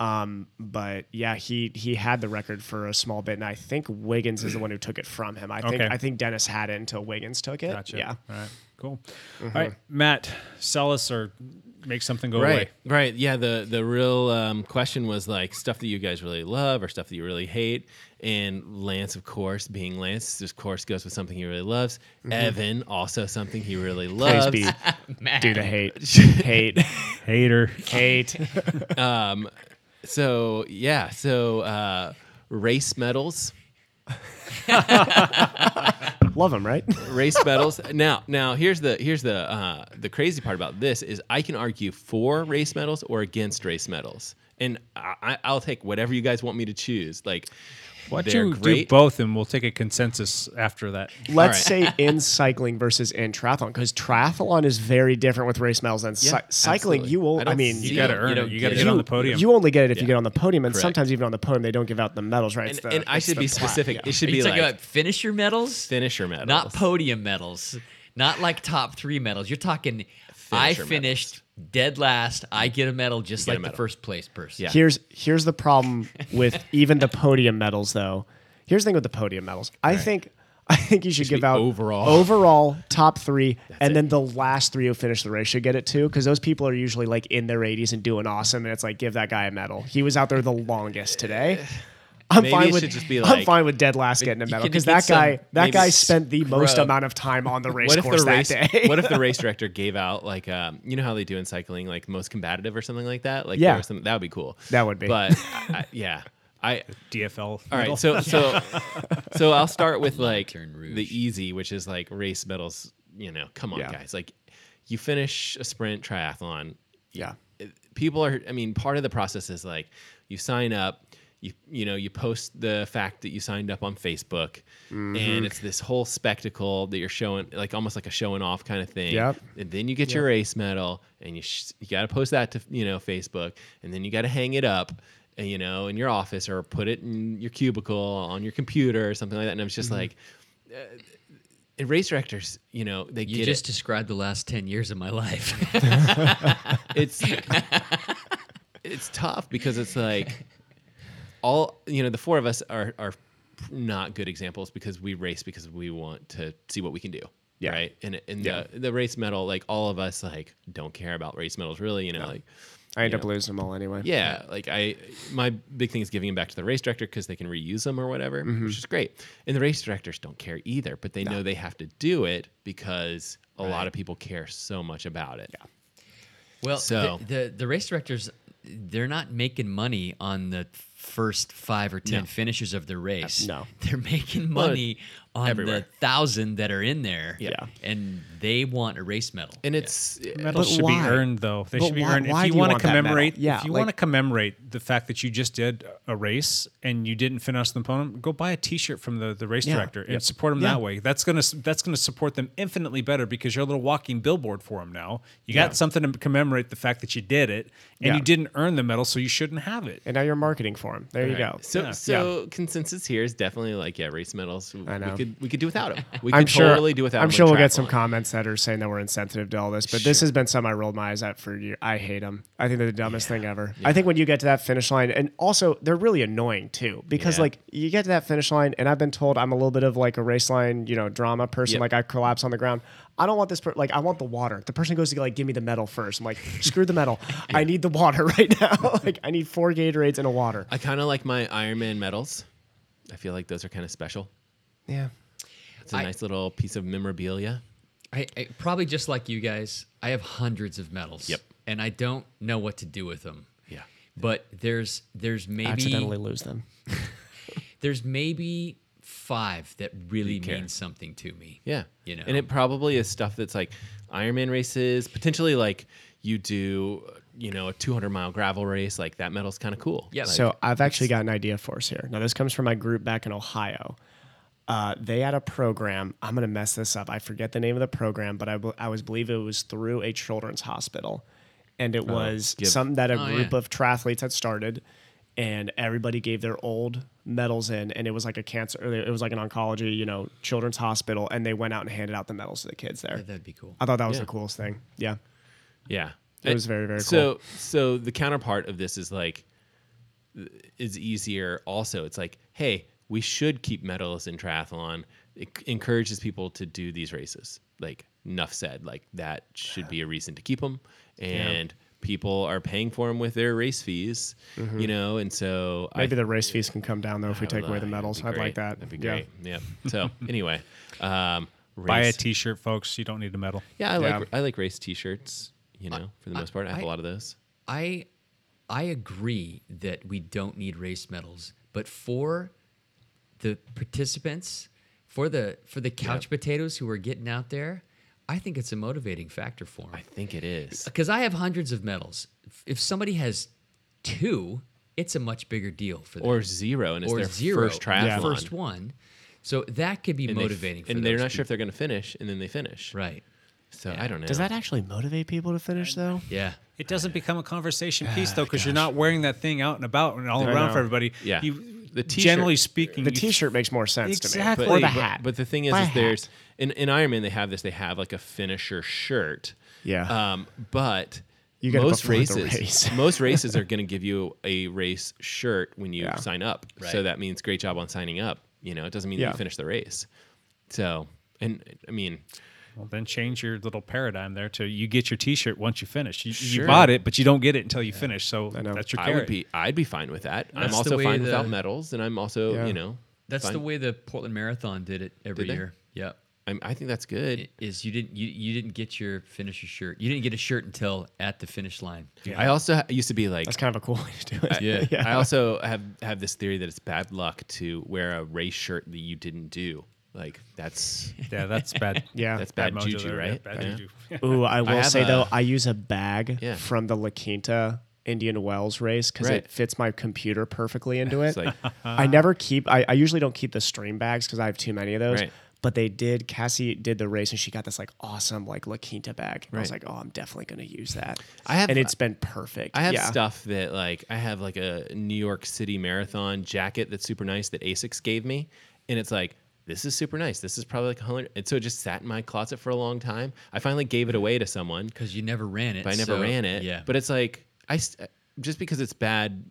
Speaker 9: Um, but yeah, he he had the record for a small bit, and I think Wiggins is the one who took it from him. I think
Speaker 6: Okay.
Speaker 9: I think Dennis had it until Wiggins took it.
Speaker 6: Gotcha.
Speaker 9: Yeah, Mm-hmm.
Speaker 6: All right. Cool. All right, Matt, sell us or make something go
Speaker 8: right
Speaker 6: away.
Speaker 8: right yeah the the real um, question was like stuff that you guys really love or stuff that you really hate and lance of course being lance of course goes with something he really loves evan also something he really
Speaker 9: Mm-hmm. please
Speaker 8: loves
Speaker 9: be do the hate, hate,
Speaker 6: Hater.
Speaker 9: hate.
Speaker 8: so yeah so uh, race medals
Speaker 9: Love them, right?
Speaker 8: race medals. Now, now here's the here's the uh, the crazy part about this is I can argue for race medals or against race medals, and I, I- I'll take whatever you guys want me to choose. Like,
Speaker 6: Why don't
Speaker 8: they're
Speaker 6: you do
Speaker 8: great.
Speaker 6: both, and we'll take a consensus after that.
Speaker 9: Let's
Speaker 8: All
Speaker 9: say in cycling versus in triathlon, because triathlon is very different with race medals than
Speaker 8: Yeah,
Speaker 9: cy- cycling.
Speaker 8: absolutely.
Speaker 9: You will,
Speaker 8: I
Speaker 9: I,
Speaker 8: don't
Speaker 9: mean,
Speaker 8: see
Speaker 6: You got to
Speaker 8: You
Speaker 6: earn
Speaker 8: don't
Speaker 6: it. You got to
Speaker 8: get
Speaker 6: get
Speaker 8: it.
Speaker 6: on the podium.
Speaker 9: You only get it if you
Speaker 8: Yeah.
Speaker 9: get on the podium, and
Speaker 8: Correct.
Speaker 9: sometimes even on the podium, they don't give out the medals, right?
Speaker 8: And,
Speaker 9: It's the-
Speaker 8: and I
Speaker 9: it's
Speaker 8: should
Speaker 9: the
Speaker 8: be
Speaker 9: plaque,
Speaker 8: specific.
Speaker 9: yeah.
Speaker 8: It should
Speaker 7: Are you
Speaker 8: be
Speaker 7: talking
Speaker 8: like
Speaker 7: about finisher medals?
Speaker 8: finisher medals,
Speaker 7: Not podium medals. Not like top three medals. You're talking, I
Speaker 8: Finisher
Speaker 7: finished dead last. I get a medal just
Speaker 8: get a
Speaker 7: like the
Speaker 8: medal.
Speaker 7: first place person.
Speaker 8: Yeah.
Speaker 9: Here's here's the problem with even the podium medals, though. Here's the thing with the podium medals. I think I think you should, give
Speaker 8: be
Speaker 9: out
Speaker 8: overall.
Speaker 9: overall top three, and then the last three who finish the race should get it too, because those people are usually like in their 80s and doing awesome, and it's like give that guy a medal. He was out there the longest today. I'm
Speaker 8: Maybe
Speaker 9: fine
Speaker 8: it
Speaker 9: with
Speaker 8: should just be
Speaker 9: I'm
Speaker 8: like-
Speaker 9: fine with dead last getting a medal
Speaker 7: can
Speaker 9: because
Speaker 7: get
Speaker 9: that guy
Speaker 7: some-
Speaker 9: that
Speaker 8: maybe
Speaker 9: guy spent the most
Speaker 7: scrub.
Speaker 9: amount of time on the race
Speaker 8: what if
Speaker 9: course
Speaker 8: the race
Speaker 9: that day.
Speaker 8: what if the race director gave out like um, you know how they do in cycling like most combative or something like that like
Speaker 9: Yeah.
Speaker 8: there was some, that would be cool
Speaker 9: That would be.
Speaker 8: but I, I- yeah I
Speaker 6: DFL. All
Speaker 8: all right so so so I'll start with like
Speaker 7: Lantern Rouge.
Speaker 8: the easy which is like race medals you know come on
Speaker 9: Yeah.
Speaker 8: guys like you finish a sprint triathlon
Speaker 9: yeah.
Speaker 8: people are i mean part of the process is like you sign up you you know you post the fact that you signed up on facebook
Speaker 9: Mm-hmm.
Speaker 8: and it's this whole spectacle that you're showing like almost like a showing off kind of thing
Speaker 9: Yep.
Speaker 8: and then you get your race medal and you sh- you got to post that to you know facebook and then you got to hang it up uh, you know in your office or put it in your cubicle on your computer or something like that and i was just
Speaker 9: Mm-hmm.
Speaker 8: like uh, and race directors you know they
Speaker 7: You
Speaker 8: get
Speaker 7: just
Speaker 8: it
Speaker 7: described the last 10 years of my life.
Speaker 8: it's it's tough because it's like all you know the four of us are are not good examples because we race because we want to see what we can do
Speaker 9: Yeah.
Speaker 8: right and and the, the race medal like all of us like don't care about race medals really you know like
Speaker 9: I end up
Speaker 8: Yeah.
Speaker 9: losing them all anyway.
Speaker 8: yeah, like I, my big thing is giving them back to the race director because they can reuse them or whatever,
Speaker 9: Mm-hmm.
Speaker 8: which is great. And the race directors don't care either, but they know they have to do it because a lot of people care so much about it.
Speaker 7: Well,
Speaker 8: So-
Speaker 7: the, the the race directors, they're not making money on the first five or ten finishers of the race.
Speaker 9: No.
Speaker 7: they're making money on the
Speaker 8: everywhere.
Speaker 7: thousand that are in there.
Speaker 9: Yeah.
Speaker 7: and they want a race medal.
Speaker 8: And it's
Speaker 6: Medals
Speaker 9: But
Speaker 6: should
Speaker 9: why?
Speaker 6: be earned, though. They
Speaker 9: But
Speaker 6: should be
Speaker 9: why-
Speaker 6: earned.
Speaker 9: why
Speaker 6: if you,
Speaker 9: do you
Speaker 6: want to
Speaker 9: want that medal?
Speaker 6: commemorate,
Speaker 9: Yeah,
Speaker 6: if you want to
Speaker 9: like-
Speaker 6: commemorate the fact that you just did a race and you didn't finish the opponent, go buy a T-shirt from the, the race
Speaker 9: Yeah.
Speaker 6: director and support them
Speaker 9: Yeah.
Speaker 6: that way. That's gonna s- that's gonna support them infinitely better because you're a little walking billboard for them now. You got something to commemorate the fact that you did it and
Speaker 9: Yeah.
Speaker 6: you didn't earn the medal, so you shouldn't have it.
Speaker 9: And now you're marketing for him. There you
Speaker 8: Right.
Speaker 9: go.
Speaker 8: So,
Speaker 6: Yeah.
Speaker 8: so consensus here is definitely like, yeah, race medals. I
Speaker 9: know.
Speaker 8: We could we could do without them. We
Speaker 9: I'm
Speaker 8: could
Speaker 9: sure.
Speaker 8: totally do without.
Speaker 9: I'm
Speaker 8: them
Speaker 9: sure
Speaker 8: with
Speaker 9: we'll get some
Speaker 8: triathlon.
Speaker 9: comments that are saying that we're insensitive to all this, but this has been something I rolled my eyes at for years. I hate them. I think they're the dumbest thing ever. I think when you get to that finish line, and also they're really annoying too, because
Speaker 8: Yeah.
Speaker 9: like you get to that finish line, and I've been told I'm a little bit of like a race line, you know, drama person.
Speaker 8: Yep.
Speaker 9: Like I collapse on the ground. I don't want this. Per- like I want the water. The person goes to like give me the medal first. I'm like screw the medal. I need the water right now. like I need four Gatorades and a water.
Speaker 8: I kind of like my Ironman medals. I feel like those are kind of special.
Speaker 9: Yeah.
Speaker 8: It's a
Speaker 7: I-
Speaker 8: nice little piece of memorabilia.
Speaker 7: I, I probably just like you guys. I have hundreds of medals.
Speaker 8: Yep.
Speaker 7: and I don't know what to do with them.
Speaker 8: Yeah.
Speaker 7: But there's there's maybe
Speaker 9: Accidentally lose them.
Speaker 7: there's maybe five that really mean something to me.
Speaker 8: Yeah.
Speaker 7: You know.
Speaker 8: And it probably is stuff that's like Ironman races, potentially like you do, you know, a 200 mile gravel race. Like that medal's kind of cool.
Speaker 7: Yeah.
Speaker 8: Like,
Speaker 9: So I've actually got an idea for us here. Now this comes from my group back in Ohio. Uh, they had a program. I'm gonna mess this up. I forget the name of the program, but I, bel- I was believe it was through a children's hospital, and it was
Speaker 8: Oh, give-
Speaker 9: something that a
Speaker 7: Oh,
Speaker 9: group
Speaker 7: yeah.
Speaker 9: of triathletes had started, and everybody gave their old medals in, and it was like a cancer. or It was like an oncology, you know, children's hospital, and they went out and handed out the medals to the kids there.
Speaker 7: That'd be cool.
Speaker 9: I thought that was
Speaker 8: Yeah.
Speaker 9: the coolest thing. Yeah,
Speaker 8: yeah.
Speaker 9: It was very, very
Speaker 8: so, So the counterpart of this is like, is easier also. It's like, hey, we should keep medals in triathlon. It c- encourages people to do these races. Like, enough said. Like, that should be a reason to keep them. And people are paying for them with their race fees, you know? And so I
Speaker 9: Mm-hmm. maybe the race fees can come down though if we
Speaker 8: I
Speaker 9: take
Speaker 8: would
Speaker 9: away the
Speaker 8: like-
Speaker 9: medals.
Speaker 8: that'd
Speaker 9: I'd
Speaker 8: be
Speaker 9: like
Speaker 8: great.
Speaker 9: that.
Speaker 8: That'd be
Speaker 9: Yeah.
Speaker 8: great. Yeah. So anyway, um, race.
Speaker 6: Buy a T-shirt, folks. You don't need a medal.
Speaker 8: yeah, I
Speaker 9: Yeah.
Speaker 8: like I like race T-shirts. You know, for the most part, I have a
Speaker 7: I-
Speaker 8: lot of those.
Speaker 7: I I agree that we don't need race medals, but for the participants, for the for the couch potatoes who are getting out there, I think it's a motivating factor for them.
Speaker 8: I think it is.
Speaker 7: Because I have hundreds of medals. If- If somebody has two, it's a much bigger deal for them.
Speaker 8: Or zero, and it's
Speaker 7: or
Speaker 8: their
Speaker 7: zero,
Speaker 8: first triathlon.
Speaker 7: first one. So that could be
Speaker 8: And they f-
Speaker 7: motivating. for
Speaker 8: and they're
Speaker 7: those
Speaker 8: not sure if they're going to finish, and then they finish.
Speaker 7: people. right.
Speaker 8: So I don't know.
Speaker 9: Does that actually motivate people to finish though?
Speaker 7: Yeah.
Speaker 6: It doesn't become a conversation piece though, because you're not wearing that thing out and about and all
Speaker 9: I
Speaker 6: around
Speaker 9: know.
Speaker 6: for everybody.
Speaker 8: Yeah.
Speaker 6: You,
Speaker 8: The t-shirt-
Speaker 6: generally speaking,
Speaker 9: The
Speaker 6: you-
Speaker 9: T-shirt makes more sense
Speaker 6: Exactly.
Speaker 9: to me. Or the
Speaker 8: but,
Speaker 9: hat.
Speaker 8: But the thing is,
Speaker 9: Buy a
Speaker 8: is
Speaker 9: hat.
Speaker 8: there's in, in Ironman they have this. They have like a finisher shirt.
Speaker 9: Yeah.
Speaker 8: Um, but
Speaker 9: You gotta
Speaker 8: most
Speaker 9: before the
Speaker 8: races,
Speaker 9: race.
Speaker 8: most races are going to give you a race shirt when you sign up. So
Speaker 7: Right.
Speaker 8: that means great job on signing up. You know, it doesn't mean that
Speaker 9: Yeah.
Speaker 8: you finish the race. So, and I mean,
Speaker 6: Well, then change your little paradigm there to you get your T-shirt once you finish. You,
Speaker 8: Sure.
Speaker 6: you bought it, but you don't get it until you finish. So that's your
Speaker 8: I would
Speaker 6: carrot.
Speaker 8: be, I'd be fine with that. I'm
Speaker 7: That's
Speaker 8: also
Speaker 7: the way
Speaker 8: fine without
Speaker 7: the-
Speaker 8: medals, and I'm also,
Speaker 9: Yeah.
Speaker 8: you know,
Speaker 7: That's the
Speaker 8: fine.
Speaker 7: way the Portland Marathon did it every
Speaker 8: Did they?
Speaker 7: year. Yep.
Speaker 8: I'm, I think that's good.
Speaker 7: It Is you didn't you, you didn't get your finisher shirt. You didn't get a shirt until at the finish line.
Speaker 8: I also ha- used to be like,
Speaker 9: That's kind of a cool way to do it.
Speaker 7: Yeah.
Speaker 8: I also have have this theory that it's bad luck to wear a race shirt that you didn't do. Like that's
Speaker 6: Yeah, that's bad.
Speaker 9: Yeah.
Speaker 8: that's bad,
Speaker 6: mojo
Speaker 8: juju,
Speaker 6: there, yeah,
Speaker 8: right?
Speaker 6: Bad
Speaker 8: Yeah.
Speaker 6: juju.
Speaker 9: Ooh, I will
Speaker 8: have
Speaker 9: say though,
Speaker 8: a-
Speaker 9: I use a bag
Speaker 8: Yeah.
Speaker 9: from the La Quinta Indian Wells race because
Speaker 8: Right.
Speaker 9: it fits my computer perfectly into it.
Speaker 8: It's like
Speaker 9: I never keep. I, I usually don't keep the stream bags because I have too many of those.
Speaker 8: Right.
Speaker 9: But they did. Cassie did the race, and she got this like awesome like La Quinta bag. And I was
Speaker 8: Right.
Speaker 9: like, oh, I'm definitely gonna use that.
Speaker 8: I have-
Speaker 9: and it's been perfect.
Speaker 8: I have
Speaker 9: Yeah.
Speaker 8: stuff that like I have like a New York City marathon jacket that's super nice that Asics gave me, and it's like this is super nice. This is probably like a hundred, and so it just sat in my closet for a long time. I finally gave it away to someone,
Speaker 7: Because you never ran it.
Speaker 8: but I never
Speaker 7: so-
Speaker 8: ran it.
Speaker 7: Yeah.
Speaker 8: but it's like I st- just because it's bad.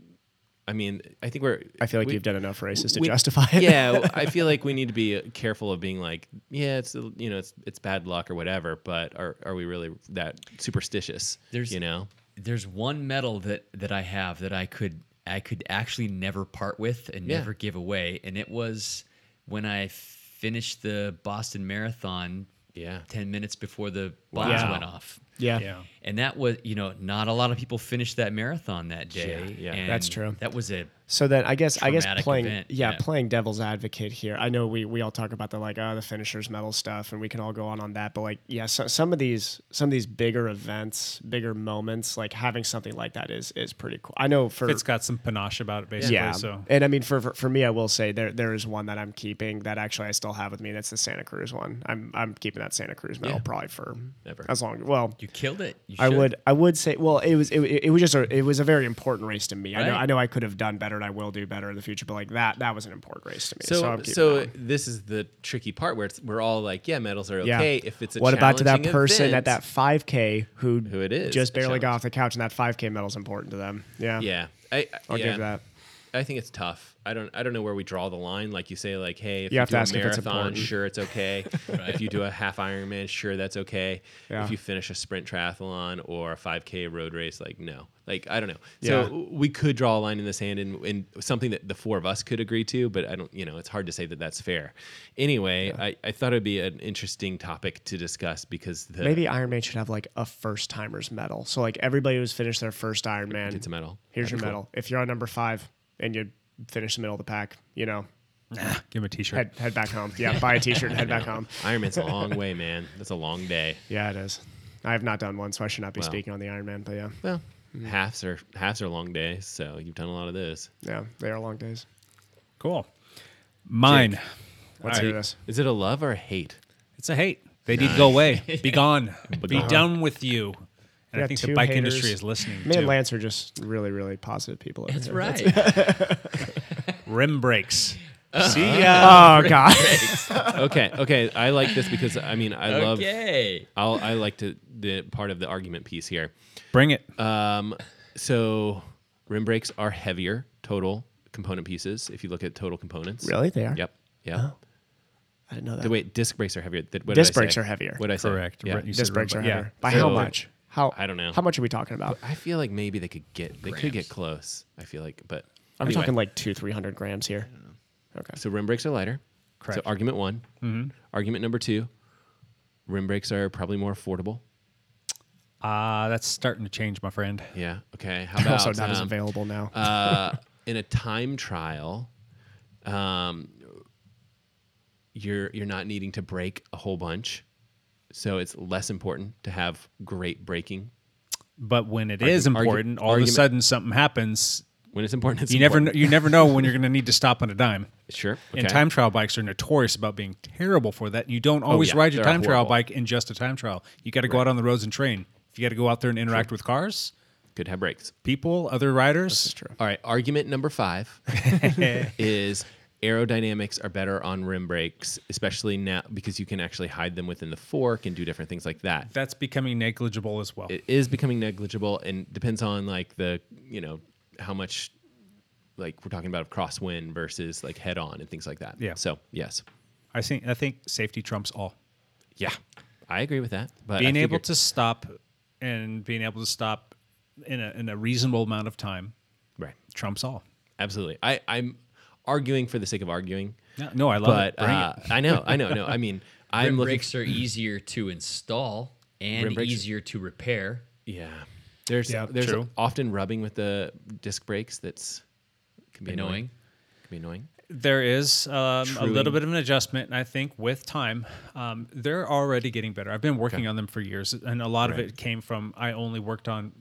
Speaker 8: I mean, I think we're.
Speaker 9: I feel like
Speaker 8: we-
Speaker 9: you've done enough races to
Speaker 8: we-
Speaker 9: justify it.
Speaker 8: yeah, I feel like we need to be uh, careful of being like, yeah, it's you know, it's it's bad luck or whatever. But are are we really that superstitious?
Speaker 7: There's-
Speaker 8: you know,
Speaker 7: there's one medal that that I have that I could I could actually never part with and
Speaker 8: Yeah.
Speaker 7: never give away, and it was when I finished the Boston Marathon.
Speaker 8: Yeah.
Speaker 7: ten minutes before the bombs
Speaker 6: Wow.
Speaker 7: went off.
Speaker 9: yeah.
Speaker 6: Yeah.
Speaker 7: And that was, you know, not a lot of people finished that marathon that day.
Speaker 8: Yeah, yeah.
Speaker 7: and
Speaker 9: That's true.
Speaker 7: That was a
Speaker 9: So then I guess I guess
Speaker 7: Traumatic
Speaker 9: playing
Speaker 7: event,
Speaker 9: yeah,
Speaker 7: yeah.
Speaker 9: playing devil's advocate here. I know we we all talk about the like oh the finishers medal stuff and we can all go on on that, but like yeah, so, some of these some of these bigger events, bigger moments, like having something like that is is pretty cool. I know for
Speaker 6: It's got some panache about it, basically.
Speaker 9: yeah,
Speaker 6: So
Speaker 9: and I mean for, for for me, I will say there there is one that I'm keeping that actually I still have with me. That's the Santa Cruz one. I'm I'm keeping that Santa Cruz medal probably for
Speaker 8: Never.
Speaker 9: as long. Well,
Speaker 7: you killed it. You
Speaker 9: I
Speaker 7: should.
Speaker 9: would I would say well it was it, it was just a it was a very important race to me. I know
Speaker 7: Right.
Speaker 9: I know I could have done better and I will do better in the future, but like that that was an important race to me. So
Speaker 8: So,
Speaker 9: I'm keeping
Speaker 8: so
Speaker 9: that one.
Speaker 8: this is the tricky part where it's, we're all like, yeah, medals are
Speaker 9: yeah.
Speaker 8: okay if it's a
Speaker 9: what about to that
Speaker 8: challenging
Speaker 9: person
Speaker 8: event.
Speaker 9: at that 5K who
Speaker 8: Who it is,
Speaker 9: just
Speaker 8: the
Speaker 9: barely got
Speaker 8: challenge.
Speaker 9: off the couch and that 5K medal's important to them. Yeah,
Speaker 8: Yeah, I, I-
Speaker 9: I'll
Speaker 8: yeah.
Speaker 9: give that.
Speaker 8: I think it's tough. I don't. I don't know where we draw the line. Like you say, like, hey, if
Speaker 9: You
Speaker 8: you,
Speaker 9: have
Speaker 8: do
Speaker 9: to
Speaker 8: a
Speaker 9: ask if it's
Speaker 8: marathon,
Speaker 9: important.
Speaker 8: sure, it's okay. If you do a half Ironman, sure, that's okay.
Speaker 9: Yeah.
Speaker 8: If you finish a sprint triathlon or a 5K road race, like, no, like, I don't know.
Speaker 9: Yeah.
Speaker 8: So we could draw a line in the sand and, and something that the four of us could agree to, but I don't. You know, it's hard to say that that's fair. Anyway, I, I thought it'd be an interesting topic to discuss because the
Speaker 9: Maybe Ironman should have like a first timers medal. So like everybody who's finished their first Ironman
Speaker 8: it's a medal.
Speaker 9: Here's your medal. If you're on number 5 and you finish the middle of the pack, you know,
Speaker 6: give him a T-shirt.
Speaker 9: head head back home. Yeah, buy a t-shirt and head back home.
Speaker 8: Ironman's a long way, man. That's a long day.
Speaker 9: Yeah, it is. I have not done one, so I should not be
Speaker 8: Wow.
Speaker 9: speaking on the Iron Man, but yeah.
Speaker 8: Well,
Speaker 9: Mm.
Speaker 8: halves are halves are long days, so you've done a lot of those.
Speaker 9: Yeah, they are long days.
Speaker 6: Cool. Mine.
Speaker 9: Let's
Speaker 6: All
Speaker 9: hear
Speaker 6: right.
Speaker 9: this.
Speaker 8: Is it a love or a hate?
Speaker 6: It's a hate. They need to go away. Be gone. Be done with you. And I
Speaker 9: got
Speaker 6: think
Speaker 9: two
Speaker 6: the bike
Speaker 9: haters.
Speaker 6: industry is listening.
Speaker 9: Me
Speaker 6: too.
Speaker 9: and Lance are just really, really positive people. over
Speaker 7: That's
Speaker 9: here.
Speaker 7: right.
Speaker 6: Rim brakes.
Speaker 9: See ya. Oh god.
Speaker 8: okay, okay. I like this because I mean I love
Speaker 7: okay.
Speaker 8: I'll, I like to the part of the argument piece here.
Speaker 6: Bring it.
Speaker 8: Um, so rim brakes are heavier total component pieces. If you look at total components,
Speaker 9: really? They are.
Speaker 8: Yep. Yep.
Speaker 9: I didn't know that.
Speaker 8: The- Wait, disc brakes are heavier. Th- what did I
Speaker 9: Disc
Speaker 8: say?
Speaker 9: brakes are heavier.
Speaker 8: What did I say?
Speaker 6: Correct.
Speaker 8: Yeah.
Speaker 6: Right, you
Speaker 9: Disc
Speaker 6: said
Speaker 9: brakes are
Speaker 6: rim-
Speaker 9: heavier.
Speaker 6: yeah.
Speaker 9: By
Speaker 8: So-
Speaker 9: how much? How
Speaker 8: I don't know.
Speaker 9: How much are we talking about?
Speaker 8: I feel like maybe they could get they could
Speaker 7: Grams.
Speaker 8: get close. I feel like, but
Speaker 9: Are we
Speaker 8: anyway.
Speaker 9: talking like two, three hundred grams here?
Speaker 8: So rim brakes are lighter.
Speaker 6: Correct. Mm-hmm.
Speaker 8: So argument one. Argument number two. Rim brakes are probably more affordable.
Speaker 6: Ah, that's starting to change, my friend.
Speaker 8: Yeah. Okay. How
Speaker 9: They're
Speaker 8: about
Speaker 9: also not as
Speaker 8: um,
Speaker 9: available now.
Speaker 8: uh, in a time trial? Um, you're you're not needing to break a whole bunch. So it's less important to have great breaking.
Speaker 6: But when it is
Speaker 8: Argu- argu-
Speaker 6: important, all of a
Speaker 8: argument-
Speaker 6: sudden something happens.
Speaker 8: When it's important, it's
Speaker 6: You never
Speaker 8: important.
Speaker 6: kn- you never know when you're going to need to stop on a dime.
Speaker 8: Sure.
Speaker 6: And
Speaker 8: okay. Oh,
Speaker 6: time trial bikes are notorious about being terrible for that. You don't always
Speaker 8: yeah,
Speaker 6: ride your
Speaker 8: they're
Speaker 6: time trial
Speaker 8: horrible.
Speaker 6: bike in just a time trial. You got to go out on the roads and train. If you got to go out there and interact with cars,
Speaker 8: could have breaks.
Speaker 6: people, other riders, eh,
Speaker 8: All right, argument number five is aerodynamics are better on rim brakes, especially now because you can actually hide them within the fork and do different things like that.
Speaker 6: that's becoming negligible as well.
Speaker 8: It is becoming negligible and depends on like the you know how much like we're talking about of crosswind versus like head on and things like that.
Speaker 6: Yeah.
Speaker 8: So yes,
Speaker 6: I think I think safety trumps all.
Speaker 8: yeah, I agree with that. But I
Speaker 6: being able
Speaker 8: figured-
Speaker 6: to stop and being able to stop in a, in a reasonable amount of time
Speaker 8: right,
Speaker 6: trumps all.
Speaker 8: absolutely. I I'm arguing for the sake of arguing.
Speaker 6: No, no, I love
Speaker 8: But
Speaker 6: it. Bring
Speaker 8: uh,
Speaker 6: it.
Speaker 8: I know, I know, no. I mean, I'm
Speaker 7: Rim
Speaker 8: looking.
Speaker 7: brakes are easier to install
Speaker 8: Rim
Speaker 7: and
Speaker 8: brakes-
Speaker 7: easier to repair.
Speaker 8: Yeah. There's
Speaker 6: Yeah,
Speaker 8: there's
Speaker 6: true.
Speaker 8: often rubbing with the disc brakes that's can be annoying.
Speaker 7: Annoying.
Speaker 8: Can be annoying.
Speaker 6: There is um, a little
Speaker 8: Truing.
Speaker 6: bit of an adjustment, and I think with time, um, they're already getting better. I've been working on them for years, and a lot of it came from I only worked on,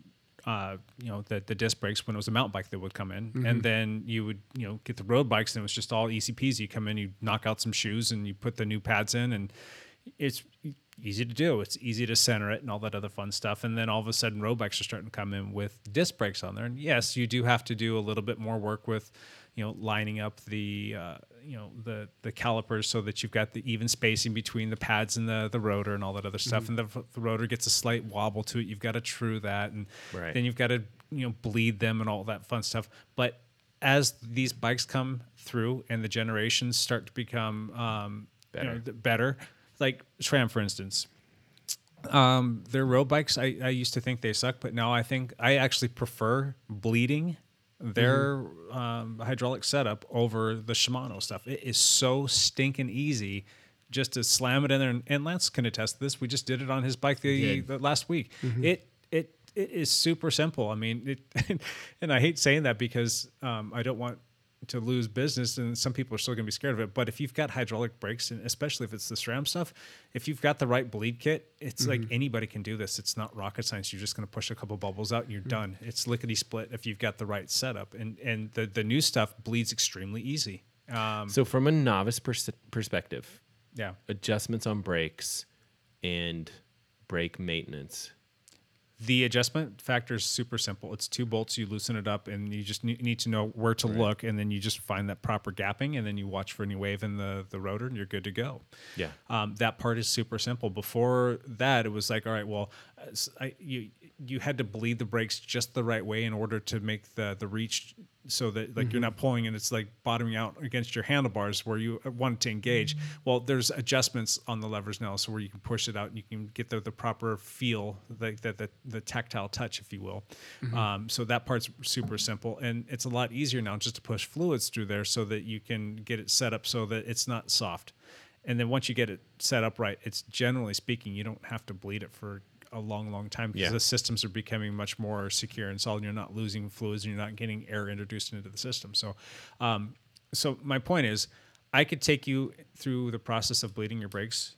Speaker 6: uh, you know, the, the disc brakes when it was a mountain bike that would come in, and then you would you know get the road bikes, and it was just all easy peasy. You come in, you knock out some shoes, and you put the new pads in, and it's e, easy to do. It's easy to center it and all that other fun stuff. And then all of a sudden, road bikes are starting to come in with disc brakes on there. And yes, you do have to do a little bit more work with, you know, lining up the, uh, you know, the the calipers so that you've got the even spacing between the pads and the the rotor and all that other stuff. And the, the rotor gets a slight wobble to it. You've got to true that, and
Speaker 8: Right.
Speaker 6: then you've got to you know bleed them and all that fun stuff. But as these bikes come through and the generations start to become um, better. You know, th- better, like Tram, for instance, um, their road bikes. I, I used to think they suck, but now I think I actually prefer bleeding their um, hydraulic setup over the Shimano stuff. It is so stinking easy just to slam it in there. And, and Lance can attest to this. We just did it on his bike the,
Speaker 7: did.
Speaker 6: the last week. It it it is super simple. I mean, it, and I hate saying that because um, I don't want to lose business, and some people are still going to be scared of it. But if you've got hydraulic brakes, and especially if it's the SRAM stuff, if you've got the right bleed kit, it's like anybody can do this. It's not rocket science. You're just going to push a couple bubbles out, and you're done. It's lickety split if you've got the right setup, and and the the new stuff bleeds extremely easy. Um,
Speaker 8: So from a novice pers- perspective,
Speaker 6: yeah,
Speaker 8: adjustments on brakes and brake maintenance.
Speaker 6: the adjustment factor is super simple. It's two bolts. You loosen it up, and you just ne- need to know where to look, and then you just find that proper gapping, and then you watch for any wave in the the rotor, and you're good to go.
Speaker 8: Yeah.
Speaker 6: um, that part is super simple. Before that, it was like, all right, well, uh, s- I, you you had to bleed the brakes just the right way in order to make the the reach so that like you're not pulling and it's like bottoming out against your handlebars where you want to engage. Well, there's adjustments on the levers now, so where you can push it out and you can get the, the proper feel, like the, the the tactile touch, if you will. Um, so that part's super simple, and it's a lot easier now just to push fluids through there so that you can get it set up so that it's not soft. And then once you get it set up right, it's generally speaking, you don't have to bleed it for a long, long time because
Speaker 8: Yeah.
Speaker 6: the systems are becoming much more secure and solid. And you're not losing fluids and you're not getting air introduced into the system. So, um, so my point is, I could take you through the process of bleeding your brakes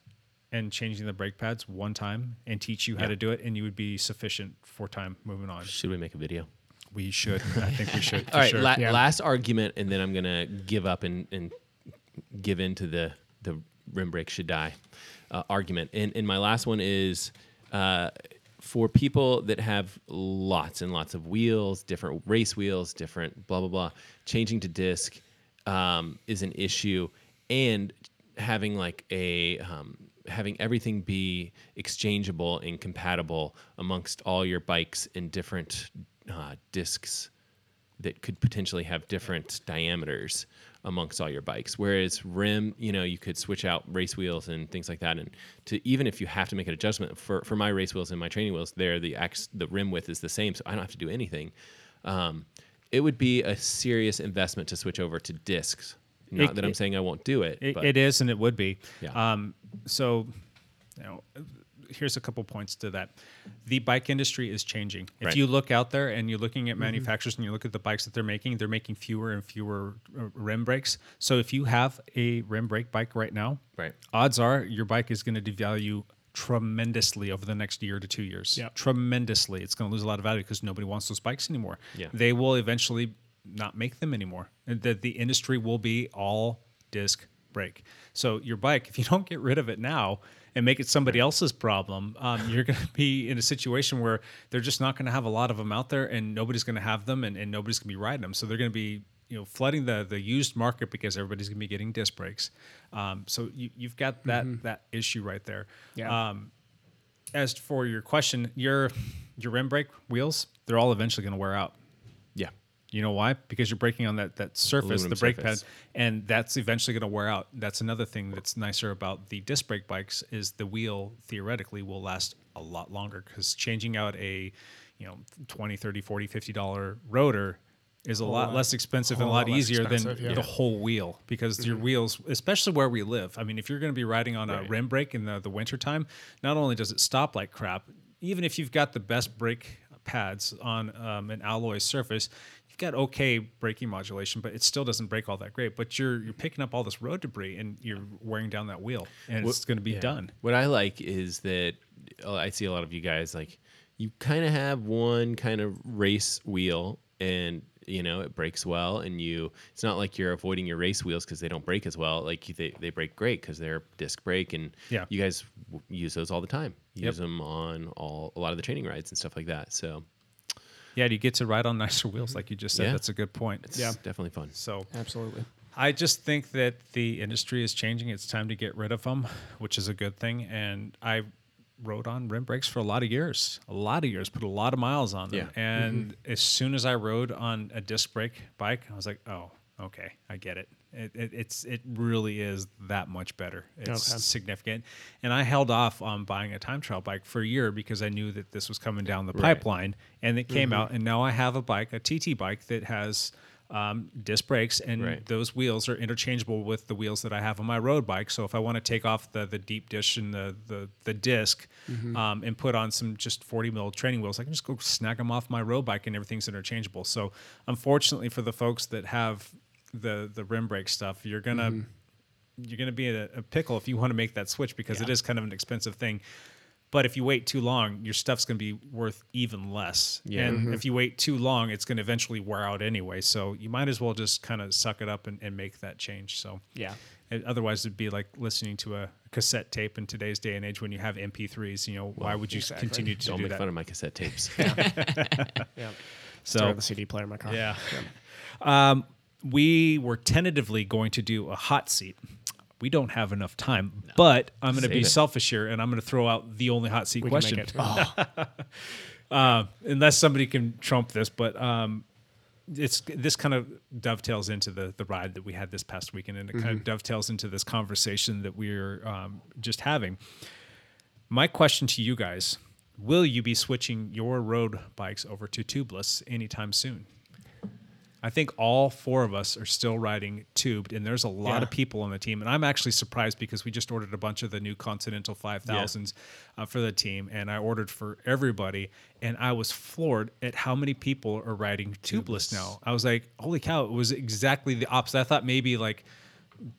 Speaker 6: and changing the brake pads one time and teach you how to do it, and you would be sufficient for time moving on.
Speaker 8: Should we make a video?
Speaker 6: We should. I think we should. For
Speaker 8: All right,
Speaker 6: sure.
Speaker 8: la- last argument, and then I'm gonna give up and, and give in to the the rim brake should die uh, argument. And and my last one is uh, for people that have lots and lots of wheels, different race wheels, different blah blah blah. Changing to disc um, is an issue, and having like a um, having everything be exchangeable and compatible amongst all your bikes and different uh, discs that could potentially have different diameters amongst all your bikes. Whereas rim, you know, you could switch out race wheels and things like that. And to even if you have to make an adjustment for for my race wheels and my training wheels, there the ax, the rim width is the same, so I don't have to do anything. Um, it would be a serious investment to switch over to discs. Not
Speaker 6: It-
Speaker 8: that I'm
Speaker 6: it-
Speaker 8: saying I won't do it.
Speaker 6: It,
Speaker 8: but
Speaker 6: it is, and it would be.
Speaker 8: Yeah.
Speaker 6: Um, so, you know, here's a couple points to that. The bike industry is changing. If
Speaker 8: Right.
Speaker 6: you look out there and you're looking at manufacturers and you look at the bikes that they're making, they're making fewer and fewer uh, rim brakes. So if you have a rim brake bike right now,
Speaker 8: Right.
Speaker 6: odds are your bike is going to devalue tremendously over the next year to two years.
Speaker 9: Yep.
Speaker 6: Tremendously. It's going to lose a lot of value because nobody wants those bikes anymore.
Speaker 8: Yeah.
Speaker 6: They will eventually not make them anymore. And The, the industry will be all disc brake. So your bike, if you don't get rid of it now and make it somebody else's problem, um, you're going to be in a situation where they're just not going to have a lot of them out there and nobody's going to have them and, and nobody's going to be riding them. So they're going to be you know flooding the the used market because everybody's going to be getting disc brakes. Um, so you, you've got that that issue right there.
Speaker 9: Yeah.
Speaker 6: Um, as for your question, your your rim brake wheels, they're all eventually going to wear out.
Speaker 8: Yeah.
Speaker 6: You know why? Because you're braking on that that surface,
Speaker 8: Aluminum
Speaker 6: the brake
Speaker 8: surface.
Speaker 6: pad, and that's eventually going to wear out. That's another thing that's nicer about the disc brake bikes is the wheel theoretically will last a lot longer cuz changing out a, you know, 20, 30, 40, 50 dollar rotor is a lot, less expensive and a
Speaker 1: Oh, uh, whole
Speaker 6: lot
Speaker 1: lot less
Speaker 6: easier than
Speaker 1: expensive, yeah. Mm-hmm.
Speaker 6: the whole wheel because your wheels, especially where we live. I mean, if you're going to be riding on a
Speaker 8: Right.
Speaker 6: rim brake in the, the winter time, not only does it stop like crap, even if you've got the best brake pads on um, an alloy surface, you've got okay braking modulation, but it still doesn't break all that great. But you're you're picking up all this road debris and you're wearing down that wheel, and it's going to be
Speaker 8: Yeah.
Speaker 6: done.
Speaker 8: What I like is that uh, I see a lot of you guys like you kind of have one kind of race wheel and you know it breaks well and you it's not like you're avoiding your race wheels because they don't break as well like you- they, they break great because they're disc brake and
Speaker 6: Yeah.
Speaker 8: you guys w- use those all the time
Speaker 6: Yep.
Speaker 8: use them on all a lot of the training rides and stuff like that so
Speaker 6: Yeah, you get to ride on nicer wheels, like you just said.
Speaker 8: Yeah.
Speaker 6: That's a good point.
Speaker 8: it's definitely fun
Speaker 6: So
Speaker 1: Absolutely.
Speaker 6: I just think that the industry is changing. It's time to get rid of them, which is a good thing. And I rode on rim brakes for a lot of years, a lot of years, put a lot of miles on them.
Speaker 8: Yeah.
Speaker 6: And as soon as I rode on a disc brake bike, I was like, oh, okay, I get it. It, it, it's it really is that much better. It's
Speaker 9: Okay.
Speaker 6: significant, and I held off on buying a time trial bike for a year because I knew that this was coming down the pipeline, and it came out, and now I have a bike, a TT bike that has um, disc brakes, and
Speaker 8: Right.
Speaker 6: those wheels are interchangeable with the wheels that I have on my road bike. So if I want to take off the the deep dish and the the, the disk um, and put on some just 40 mil training wheels, I can just go snag them off my road bike and everything's interchangeable. So unfortunately for the folks that have the the rim brake stuff, you're gonna you're going to be in a, a pickle if you want to make that switch because it is kind of an expensive thing. But if you wait too long, your stuff's going to be worth even less. And
Speaker 8: Mm-hmm.
Speaker 6: if you wait too long, it's going to eventually wear out anyway. So you might as well just kind of suck it up and, and make that change. So
Speaker 9: Yeah.
Speaker 6: And otherwise, it'd be like listening to a cassette tape in today's day and age when you have MP3s. You know, why would you continue to
Speaker 8: don't
Speaker 6: do
Speaker 8: make
Speaker 6: that?
Speaker 8: fun of my cassette tapes
Speaker 9: So,
Speaker 6: so
Speaker 9: the CD player in my car.
Speaker 6: yeah. Um, we were tentatively going to do a hot seat. We don't have enough time, but I'm going to
Speaker 8: Save
Speaker 6: be
Speaker 8: it.
Speaker 6: selfish here and I'm going to throw out the only hot seat
Speaker 9: We
Speaker 6: question.
Speaker 9: can make it. Oh,
Speaker 6: Uh, unless somebody can trump this, but um, it's this kind of dovetails into the the ride that we had this past weekend, and it kind of
Speaker 9: Mm-hmm.
Speaker 6: dovetails into this conversation that we're um, just having. My question to you guys: Will you be switching your road bikes over to tubeless anytime soon? I think all four of us are still riding tubed, and there's a lot
Speaker 9: Yeah.
Speaker 6: of people on the team. And I'm actually surprised because we just ordered a bunch of the new Continental 5000s uh, for the team, and I ordered for everybody. And I was floored at how many people are riding tubeless, now. I was like, holy cow, it was exactly the opposite. I thought maybe like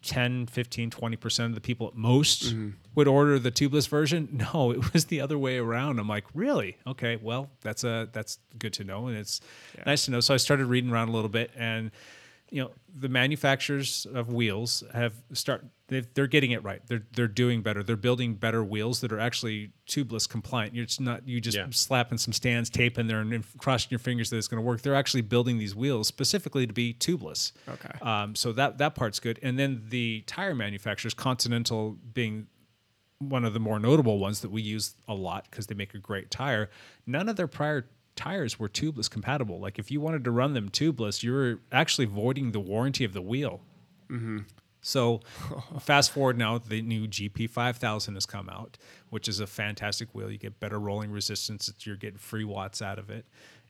Speaker 6: 10, 15, 20% of the people at most would order the tubeless version. No, it was the other way around. I'm like, really? Okay, well, that's a that's good to know and it's nice to know. So I started reading around a little bit and you know, the manufacturers of wheels have start they've- they're getting it right. They're they're doing better. They're building better wheels that are actually tubeless compliant. You're just not you just
Speaker 8: Yeah.
Speaker 6: slapping some stands tape in there and crossing your fingers that it's going to work. They're actually building these wheels specifically to be tubeless.
Speaker 9: Okay.
Speaker 6: Um, so that that part's good. And then the tire manufacturers, Continental being one of the more notable ones that we use a lot because they make a great tire. None of their prior tires were tubeless compatible. Like if you wanted to run them tubeless, you were actually voiding the warranty of the wheel. So fast forward now, the new GP5000 has come out, which is a fantastic wheel. You get better rolling resistance. It's- You're getting free watts out of it.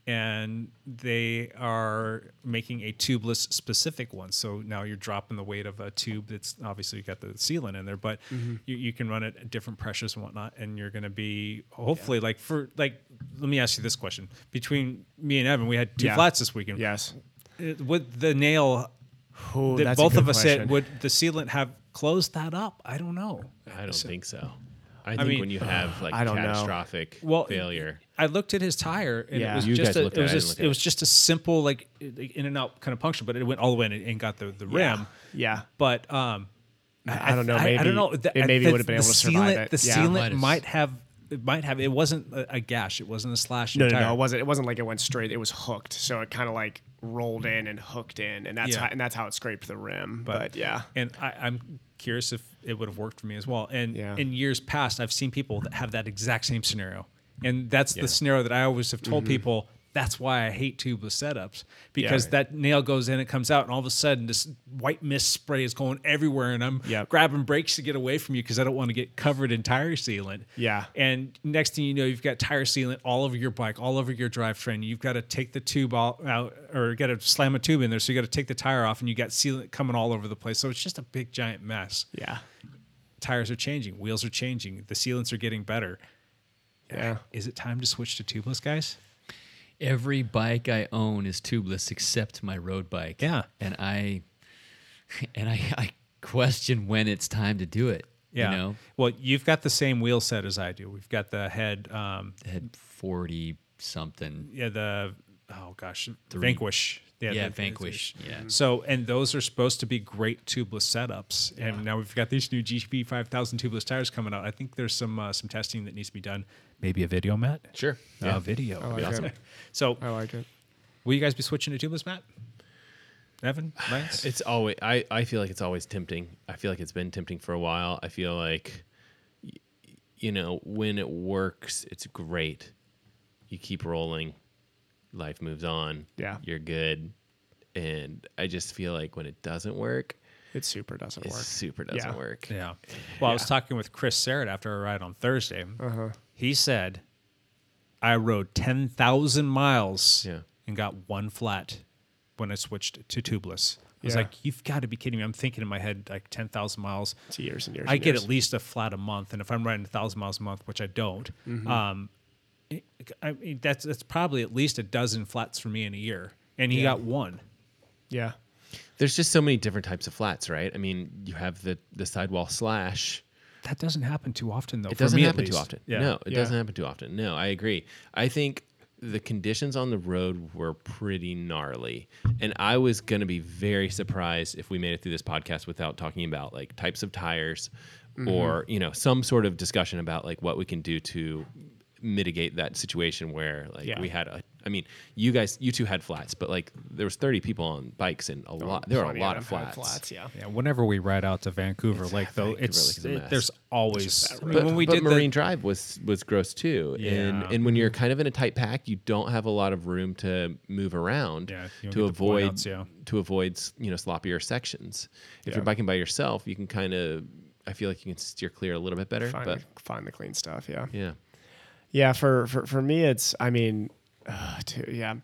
Speaker 6: and they are making a tubeless specific one. So now you're dropping the weight of a tube that's obviously got the sealant in there, but
Speaker 9: Mm-hmm.
Speaker 6: you, you can run it at different pressures and whatnot. And you're going to be hopefully like for like. Let me ask you this question: Between me and Evan, we had two
Speaker 9: Yeah.
Speaker 6: flats this weekend.
Speaker 9: Yes.
Speaker 6: It- Would the nail
Speaker 9: Ooh,
Speaker 6: that
Speaker 9: that's a
Speaker 6: both
Speaker 9: good
Speaker 6: of us
Speaker 9: question.
Speaker 6: hit would the sealant have closed that up? I don't know.
Speaker 8: I don't think so. I think
Speaker 6: mean,
Speaker 8: when you have like
Speaker 9: I don't know.
Speaker 8: catastrophic
Speaker 6: well
Speaker 8: failure,
Speaker 6: I looked at his tire, and
Speaker 9: Yeah.
Speaker 6: it was
Speaker 8: You
Speaker 6: just
Speaker 8: guys
Speaker 6: a,
Speaker 8: looked
Speaker 6: it was
Speaker 8: at it, I
Speaker 6: just
Speaker 8: didn't look
Speaker 6: it
Speaker 8: at
Speaker 6: was
Speaker 8: it.
Speaker 6: just a simple like in and out kind of puncture, but it went all the way in and, and got the the rim.
Speaker 9: Yeah.
Speaker 6: But um,
Speaker 9: I, I don't know.
Speaker 6: I-
Speaker 9: Maybe
Speaker 6: I, don't know. The-
Speaker 9: it maybe
Speaker 6: the-
Speaker 9: would have been
Speaker 6: the
Speaker 9: able to survive
Speaker 6: sealant-
Speaker 9: it.
Speaker 6: The
Speaker 9: yeah.
Speaker 6: sealant
Speaker 7: Might have.
Speaker 6: might have it might have it wasn't a, a gash. It wasn't a slash. in
Speaker 9: No,
Speaker 6: the
Speaker 9: no,
Speaker 6: tire.
Speaker 9: no. It wasn't. It wasn't like it went straight. It was hooked. So it kind of like rolled in and hooked in, and that's
Speaker 6: Mm. Yeah.
Speaker 9: how, and that's how it scraped the rim. But, yeah,
Speaker 6: And I, I'm curious if it would have worked for me as well. And
Speaker 9: Yeah.
Speaker 6: in years past, I've seen people that have that exact same scenario. And that's the scenario that I always have
Speaker 9: Mm-hmm.
Speaker 6: told people. That's why I hate tubeless setups because
Speaker 9: Right.
Speaker 6: that nail goes in, it comes out, and all of a sudden this white mist spray is going everywhere, and I'm
Speaker 9: Yep.
Speaker 6: grabbing brakes to get away from you because I don't want to get covered in tire sealant.
Speaker 9: Yeah.
Speaker 6: And next thing you know, you've got tire sealant all over your bike, all over your drivetrain. You've got to take the tube all out, or got to slam a tube in there. So you got to take the tire off, and you got sealant coming all over the place. So it's just a big giant mess.
Speaker 9: yeah,
Speaker 6: Tires are changing, wheels are changing, the sealants are getting better.
Speaker 9: yeah.
Speaker 6: Is it time to switch to tubeless, guys?
Speaker 7: Every bike I own is tubeless except my road bike.
Speaker 6: Yeah.
Speaker 7: And I and I, I question when it's time to do it.
Speaker 6: Yeah.
Speaker 7: You know?
Speaker 6: Well, you've got the same wheel set as I do. We've got the head, um,
Speaker 7: Had forty something.
Speaker 6: yeah, the oh gosh, Vanquish.
Speaker 7: Yeah,
Speaker 6: the-
Speaker 7: Vanquish. Yeah.
Speaker 9: Mm-hmm.
Speaker 6: So, and those are supposed to be great tubeless setups. And now we've got these new GP 5000 tubeless tires coming out. I think there's some uh, some testing that needs to be done. Maybe a video, Matt?
Speaker 8: sure.
Speaker 6: A video. would be
Speaker 9: like
Speaker 6: awesome.
Speaker 9: Oh, it.
Speaker 6: So,
Speaker 9: I like it.
Speaker 6: will you guys be switching to tubeless, Matt? Evan? Lance?
Speaker 8: It's always I, I feel like it's always tempting. I feel like it's been tempting for a while. I feel like y- you know, when it works, it's great. You keep rolling. Life moves on.
Speaker 9: Yeah.
Speaker 8: You're good. And I just feel like when it doesn't work,
Speaker 9: It super doesn't
Speaker 8: it
Speaker 9: work.
Speaker 8: super doesn't
Speaker 9: Yeah.
Speaker 8: work.
Speaker 6: yeah. Well, I was talking with Chris Serrett after our ride on Thursday.
Speaker 9: Uh-huh.
Speaker 6: He said, I rode 10,000 miles
Speaker 8: Yeah.
Speaker 6: and got one flat when I switched to tubeless. I was
Speaker 9: Yeah.
Speaker 6: like, you've got to be kidding me. I'm thinking in my head, like 10,000 miles.
Speaker 9: It's years and years.
Speaker 6: I
Speaker 9: and
Speaker 6: get
Speaker 9: years.
Speaker 6: at least a flat a month, and if I'm riding a thousand miles a month, which I don't,
Speaker 9: Mm-hmm.
Speaker 6: um, it- I mean, that's that's probably at least a dozen flats for me in a year, and he got one.
Speaker 9: Yeah,
Speaker 8: There's just so many different types of flats, right? I mean, you have the the sidewall slash,
Speaker 6: That doesn't happen too often, though.
Speaker 8: It
Speaker 6: for
Speaker 8: doesn't
Speaker 6: me at
Speaker 8: happen too
Speaker 6: least.
Speaker 8: often.
Speaker 6: Yeah.
Speaker 8: No, it
Speaker 9: Yeah.
Speaker 8: doesn't happen too often. No, I agree. I think the conditions on the road were pretty gnarly. And I was going to be very surprised if we made it through this podcast without talking about like types of tires
Speaker 9: Mm-hmm.
Speaker 8: or, you know, some sort of discussion about like what we can do to mitigate that situation where like
Speaker 9: Yeah.
Speaker 8: we had a I mean, you guys you two had flats, but like there was 30 people on bikes and a lot Uh, there are a
Speaker 9: Oh, Plenty
Speaker 8: lot
Speaker 9: them
Speaker 8: of
Speaker 9: had
Speaker 8: flats.
Speaker 9: flats. Yeah,
Speaker 6: Yeah, whenever we ride out to Vancouver, like though,
Speaker 8: Vancouver
Speaker 6: it's
Speaker 8: Lake is a
Speaker 6: it-
Speaker 8: mess.
Speaker 6: there's always. I mean,
Speaker 8: but,
Speaker 6: when we
Speaker 8: but
Speaker 6: did
Speaker 8: Marine
Speaker 6: the,
Speaker 8: Drive was was gross too. And
Speaker 6: Yeah. Mm-hmm.
Speaker 8: and when you're kind of in a tight pack, you don't have a lot of room to move around
Speaker 6: Yeah, you don't
Speaker 8: to
Speaker 6: get the
Speaker 8: avoid
Speaker 6: pointouts, yeah.
Speaker 8: to avoid you know sloppier sections. If you're biking by yourself, you can kind of I feel like you can steer clear a little bit better.
Speaker 9: find
Speaker 8: but
Speaker 9: the, find the clean stuff. Yeah,
Speaker 8: yeah,
Speaker 9: yeah. For for, for me, it's I mean, uh, dude, yeah.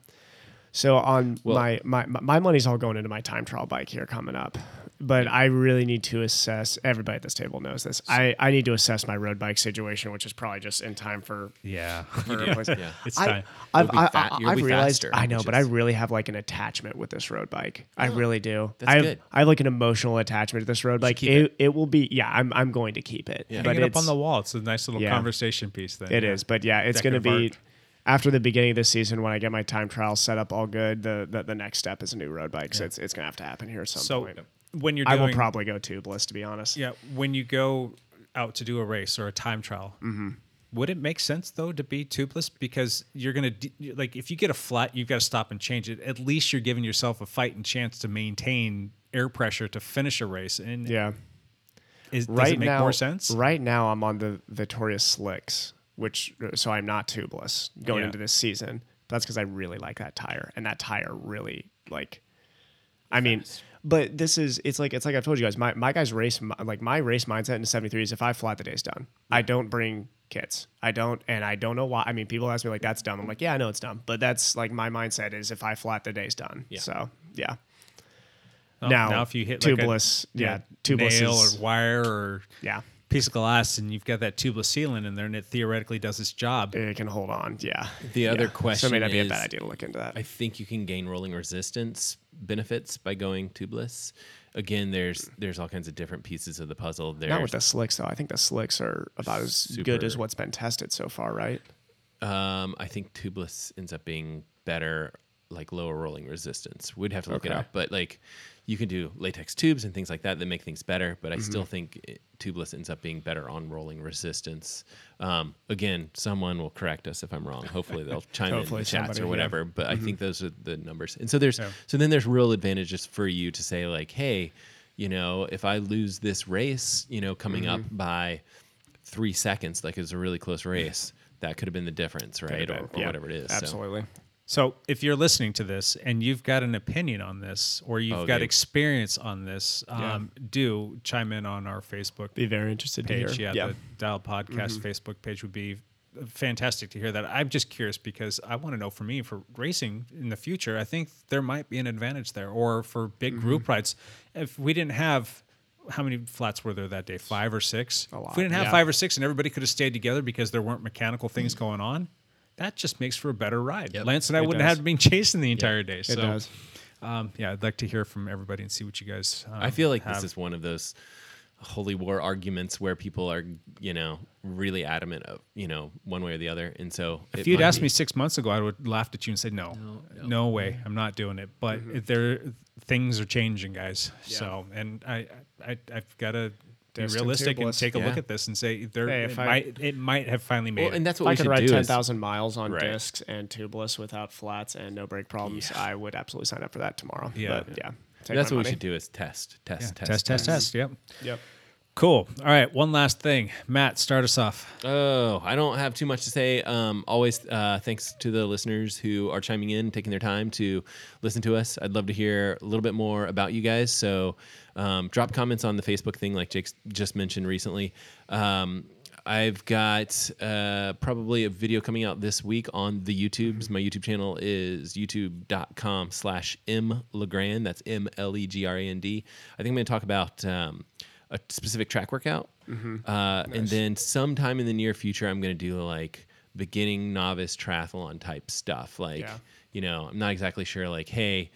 Speaker 9: So on
Speaker 8: Well-
Speaker 9: my, my my my money's all going into my time trial bike here coming up, but I really need to assess. Everybody at this table knows this. I I need to assess my road bike situation, which is probably just in time for
Speaker 6: yeah,
Speaker 9: for a place.
Speaker 8: yeah.
Speaker 6: it's
Speaker 9: I,
Speaker 6: time.
Speaker 9: I've,
Speaker 8: You'll be
Speaker 9: I,
Speaker 8: fat- you'll
Speaker 9: have
Speaker 8: be
Speaker 9: realized,
Speaker 8: faster,
Speaker 9: I know,
Speaker 8: which
Speaker 9: but
Speaker 8: is-
Speaker 9: I really have like an attachment with this road bike. I really do.
Speaker 8: that's
Speaker 9: I have,
Speaker 8: good.
Speaker 9: I have like an emotional attachment to this road bike.
Speaker 8: keep
Speaker 9: It, it. will be, yeah, I'm, I'm going to keep it.
Speaker 8: Yeah.
Speaker 6: Hang it up on
Speaker 9: it's-
Speaker 6: the wall. It's a nice little
Speaker 9: Yeah.
Speaker 6: conversation piece. Then
Speaker 9: it
Speaker 6: yeah.
Speaker 9: is, but yeah, it's
Speaker 6: Deck
Speaker 9: going to
Speaker 6: of
Speaker 9: be
Speaker 6: art.
Speaker 9: after the beginning of the season when I get my time trial set up all good. The the, the next step is a new road bike, so it's it's going to have to happen here at some
Speaker 6: So
Speaker 9: point.
Speaker 6: when you're
Speaker 9: I will
Speaker 6: doing-
Speaker 9: probably go tubeless to be honest.
Speaker 6: Yeah, when you go out to do a race or a time trial, would it make sense though to be tubeless because you're gonna d- like if you get a flat, you've got to stop and change it. At least you're giving yourself a fight and chance to maintain air pressure to finish a race. And
Speaker 9: yeah.
Speaker 6: is, does
Speaker 9: right
Speaker 6: it make
Speaker 9: now,
Speaker 6: more sense?
Speaker 9: Right now, I'm on the Victorious Slicks, which so I'm not tubeless going
Speaker 6: Yeah.
Speaker 9: into this season. That's because I really like that tire, and that tire really like I mean, but this is it's like it's like I've told you guys. My my guys race mi- like my race mindset in seventy three is if I flat the day's done, I don't bring kits. I don't, and I don't know why. I mean, people ask me like that's dumb. I'm like, yeah, I know it's dumb, but that's like my mindset is if I flat the day's done. So yeah.
Speaker 6: Oh,
Speaker 9: now,
Speaker 6: now if you hit like a-
Speaker 9: tubeless, yeah, tubeless
Speaker 6: nail
Speaker 9: is-
Speaker 6: or wire or
Speaker 9: yeah,
Speaker 6: piece of glass, and you've got that tubeless sealant in there, and it theoretically does its job.
Speaker 9: it can hold on. Yeah.
Speaker 8: The
Speaker 9: Yeah.
Speaker 8: other question
Speaker 9: So it may not be a bad
Speaker 8: is-
Speaker 9: idea to look into that.
Speaker 8: I think you can gain rolling resistance benefits by going tubeless. Again, there's there's all kinds of different pieces of the puzzle. There's
Speaker 9: Not with the slicks though. I think the slicks are about as good as
Speaker 8: Super-
Speaker 9: what's been tested so far, right?
Speaker 8: Um, I think tubeless ends up being better, like lower rolling resistance. We'd have to look it
Speaker 9: Okay.
Speaker 8: up, but like you can do latex tubes and things like that that make things better. But I
Speaker 9: Mm-hmm.
Speaker 8: still think it, tubeless ends up being better on rolling resistance. Um, again, someone will correct us if I'm wrong. Hopefully they'll chime
Speaker 9: Hopefully
Speaker 8: in the chats
Speaker 9: somebody,
Speaker 8: or
Speaker 9: yeah. Mm-hmm.
Speaker 8: whatever. But I think those are the numbers. And so there's so then there's real advantages for you to say like, hey, you know, if I lose this race, you know, coming up
Speaker 9: Mm-hmm.
Speaker 8: by three seconds, like it was a really close race. That could have been the difference, right? Or, or
Speaker 9: Yeah,
Speaker 8: whatever it is. so.
Speaker 9: Absolutely.
Speaker 6: So, if you're listening to this and you've got an opinion on this, or you've
Speaker 8: Oh,
Speaker 6: got
Speaker 8: dude.
Speaker 6: experience on this, um, do chime in on our Facebook
Speaker 9: Be very interested to
Speaker 6: page.
Speaker 9: hear.
Speaker 6: Yeah, the Dial Podcast
Speaker 9: Mm-hmm.
Speaker 6: Facebook page would be fantastic to hear that. I'm just curious because I want to know for me for racing in the future, I think there might be an advantage there, or for big group
Speaker 9: Mm-hmm.
Speaker 6: rides. If we didn't have how many flats were there that day? Five or six? If
Speaker 9: lot,
Speaker 6: we didn't have
Speaker 9: yeah. Mm.
Speaker 6: five or six and everybody could have stayed together because there weren't mechanical things going on, that just makes for a better ride. Lance and I wouldn't
Speaker 9: does.
Speaker 6: have been chasing the entire day. So
Speaker 9: does.
Speaker 6: Um, yeah, I'd like to hear from everybody and see what you guys um,
Speaker 8: I feel like
Speaker 6: have.
Speaker 8: this is one of those holy war arguments where people are, you know, really adamant of, you know, one way or the other. And so
Speaker 6: If you'd asked me six months ago, I would laughed at you and said, "No, no, way, I'm not doing it." But there, things are changing, guys. So, and I, I, I've got to be
Speaker 9: Destined
Speaker 6: realistic and
Speaker 9: tubeless.
Speaker 6: take a look
Speaker 8: Yeah.
Speaker 6: at this and say, "There,
Speaker 9: Hey,
Speaker 6: it,
Speaker 9: if I-
Speaker 6: might, it might have finally made
Speaker 8: well,
Speaker 6: it."
Speaker 8: and that's
Speaker 9: If
Speaker 8: what
Speaker 9: I
Speaker 8: we should
Speaker 9: could ride
Speaker 8: do.
Speaker 9: ten
Speaker 8: is-
Speaker 9: thousand miles on
Speaker 8: Right.
Speaker 9: discs and tubeless without flats and no brake problems, I would absolutely sign up for that tomorrow.
Speaker 6: Yeah.
Speaker 9: but, yeah. Take
Speaker 8: that's
Speaker 9: my
Speaker 8: what we
Speaker 9: money.
Speaker 8: should do is test, test,
Speaker 6: Yeah,
Speaker 8: test,
Speaker 6: test, test, test. Yep.
Speaker 9: Yep.
Speaker 6: Cool. All right. One last thing, Matt. Start us off.
Speaker 8: Oh, I don't have too much to say. Um, always uh, thanks to the listeners who are chiming in, taking their time to listen to us. I'd love to hear a little bit more about you guys. So um, drop comments on the Facebook thing, like Jake just mentioned recently. Um, I've got uh, probably a video coming out this week on the YouTubes. My YouTube channel is youtube.com slash M Legrand. That's M L E G R A N D. I think I'm going to talk about um, a specific track workout.
Speaker 9: Mm-hmm.
Speaker 8: Uh, And then sometime in the near future, I'm going to do like beginning novice triathlon type stuff. Like,
Speaker 9: Yeah.
Speaker 8: you know, I'm not exactly sure, like, hey,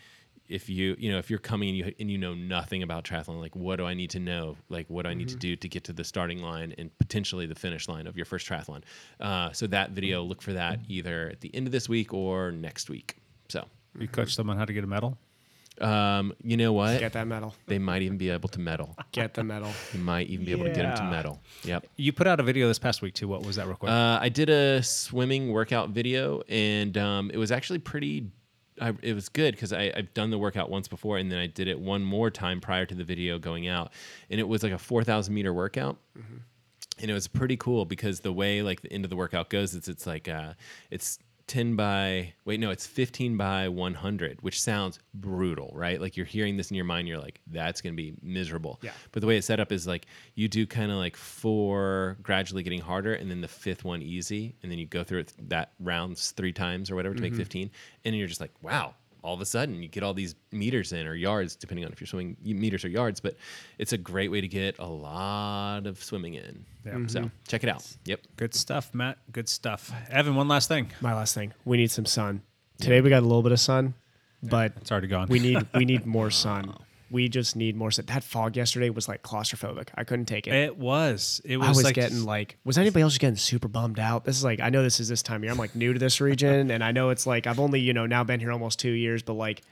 Speaker 8: if you, you know, if you're coming and you, and you know nothing about triathlon, like, what do I need to know? Like, what do I need
Speaker 9: Mm-hmm.
Speaker 8: to do to get to the starting line and potentially the finish line of your first triathlon? Uh, so that video, look for that
Speaker 9: Mm-hmm.
Speaker 8: either at the end of this week or next week. So,
Speaker 6: You coach someone how to get a medal.
Speaker 8: um, you know what?
Speaker 9: Get that medal.
Speaker 8: They might even be able to medal.
Speaker 9: Get the medal.
Speaker 8: They might even be able to get them to
Speaker 6: Yeah.
Speaker 8: medal. Yep.
Speaker 6: You put out a video this past week too. What was that real quick?
Speaker 8: Uh, I did a swimming workout video, and um, it was actually pretty. I, it was good because I've done the workout once before, and then I did it one more time prior to the video going out, and it was like a four thousand meter workout. And it was pretty cool because the way like the end of the workout goes, it's it's like uh, it's ten by wait no, it's fifteen by one hundred, which sounds brutal, right? Like you're hearing this in your mind, you're like, that's gonna be miserable.
Speaker 9: Yeah.
Speaker 8: But the way it's set up is like you do kind of like four gradually getting harder, and then the fifth one easy, and then you go through it th- that rounds three times or whatever to make 15. And you're just like, wow, all of a sudden you get all these meters in or yards, depending on if you're swimming y- meters or yards. But it's a great way to get a lot of swimming in. So check it out. Yep.
Speaker 6: Good stuff, Matt. Good stuff. Evan, one last thing.
Speaker 9: My last thing. We need some sun. Today we got a little bit of sun, but
Speaker 6: It's already gone.
Speaker 9: we need we need more sun.
Speaker 8: Oh.
Speaker 9: We just need more sun. That fog yesterday was like claustrophobic. I couldn't take it.
Speaker 6: It was. It was,
Speaker 9: I was
Speaker 6: like
Speaker 9: getting like, was anybody else just getting super bummed out? This is like, I know this is this time of year. I'm like new to this region, and I know it's like I've only you know now been here almost two years, but like,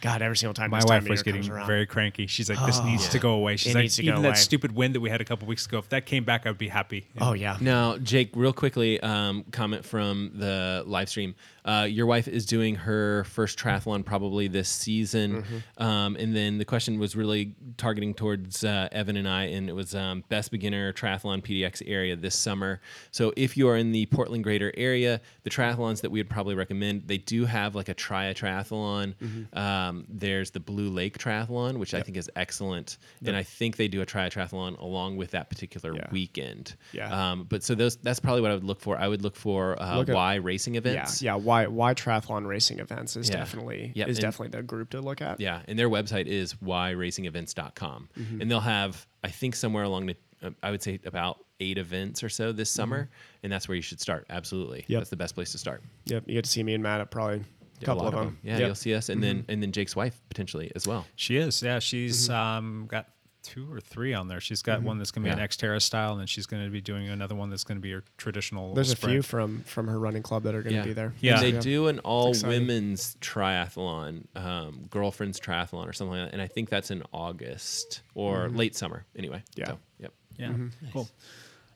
Speaker 9: God, every single time
Speaker 6: My
Speaker 9: this time
Speaker 6: wife
Speaker 9: of
Speaker 6: was
Speaker 9: year
Speaker 6: getting
Speaker 9: comes around,
Speaker 6: very cranky. She's like, "This needs to go away." She's
Speaker 9: It
Speaker 6: like,
Speaker 9: needs to
Speaker 6: "Even
Speaker 9: go
Speaker 6: that
Speaker 9: away."
Speaker 6: stupid wind that we had a couple weeks ago, if that came back, I'd be happy."
Speaker 9: oh yeah,
Speaker 8: Now, Jake, real quickly, um, comment from the live stream. Uh, your wife is doing her first triathlon probably this season,
Speaker 9: Mm-hmm.
Speaker 8: um, and then the question was really targeting towards uh, Evan and I, and it was um, best beginner triathlon PDX area this summer. So, if you are in the Portland
Speaker 9: Mm-hmm.
Speaker 8: greater area, the triathlons that we would probably recommend, they do have like a try a triathlon. Uh, Um, there's the Blue Lake Triathlon, which I think is excellent, and I think they do a triathlon along with that particular
Speaker 9: Yeah.
Speaker 8: weekend.
Speaker 9: Yeah.
Speaker 8: Um, but so those that's probably what I would look for. I would look for uh,
Speaker 9: Look at-
Speaker 8: Y racing
Speaker 9: Yeah,
Speaker 8: events.
Speaker 9: yeah. Why why triathlon racing events is
Speaker 8: Yeah.
Speaker 9: definitely
Speaker 8: Yeah,
Speaker 9: is
Speaker 8: and-
Speaker 9: definitely the group to look at.
Speaker 8: Yeah, and their website is whyracingevents.com.
Speaker 9: Mm-hmm.
Speaker 8: And they'll have, I think, somewhere along the, uh, I would say about eight events or so this summer. And that's where you should start. Absolutely.
Speaker 9: Mm-hmm. Yep.
Speaker 8: That's the best place to start.
Speaker 9: Yep, you get to see me and Matt at probably a couple
Speaker 8: lot
Speaker 9: of them.
Speaker 8: Yeah,
Speaker 9: Yep. Mm-hmm.
Speaker 8: you'll see us. And then and then Jake's wife potentially as well.
Speaker 6: She is. Yeah, she's um, got two or three on there. She's
Speaker 9: Mm-hmm.
Speaker 6: got one that's going to be
Speaker 8: Yeah.
Speaker 6: an Xterra style, and then she's going to be doing another one that's going to be her traditional.
Speaker 9: There's a few
Speaker 6: sprint.
Speaker 9: from from her running club that are going to
Speaker 8: Yeah.
Speaker 9: be there.
Speaker 6: Yeah.
Speaker 8: And they
Speaker 6: Yeah.
Speaker 8: do an all
Speaker 9: exciting.
Speaker 8: women's triathlon, um, girlfriends triathlon or something like that. And I think that's in August or late summer anyway.
Speaker 9: Mm-hmm. Yeah.
Speaker 8: So, yep.
Speaker 6: Yeah,
Speaker 9: Mm-hmm.
Speaker 6: cool.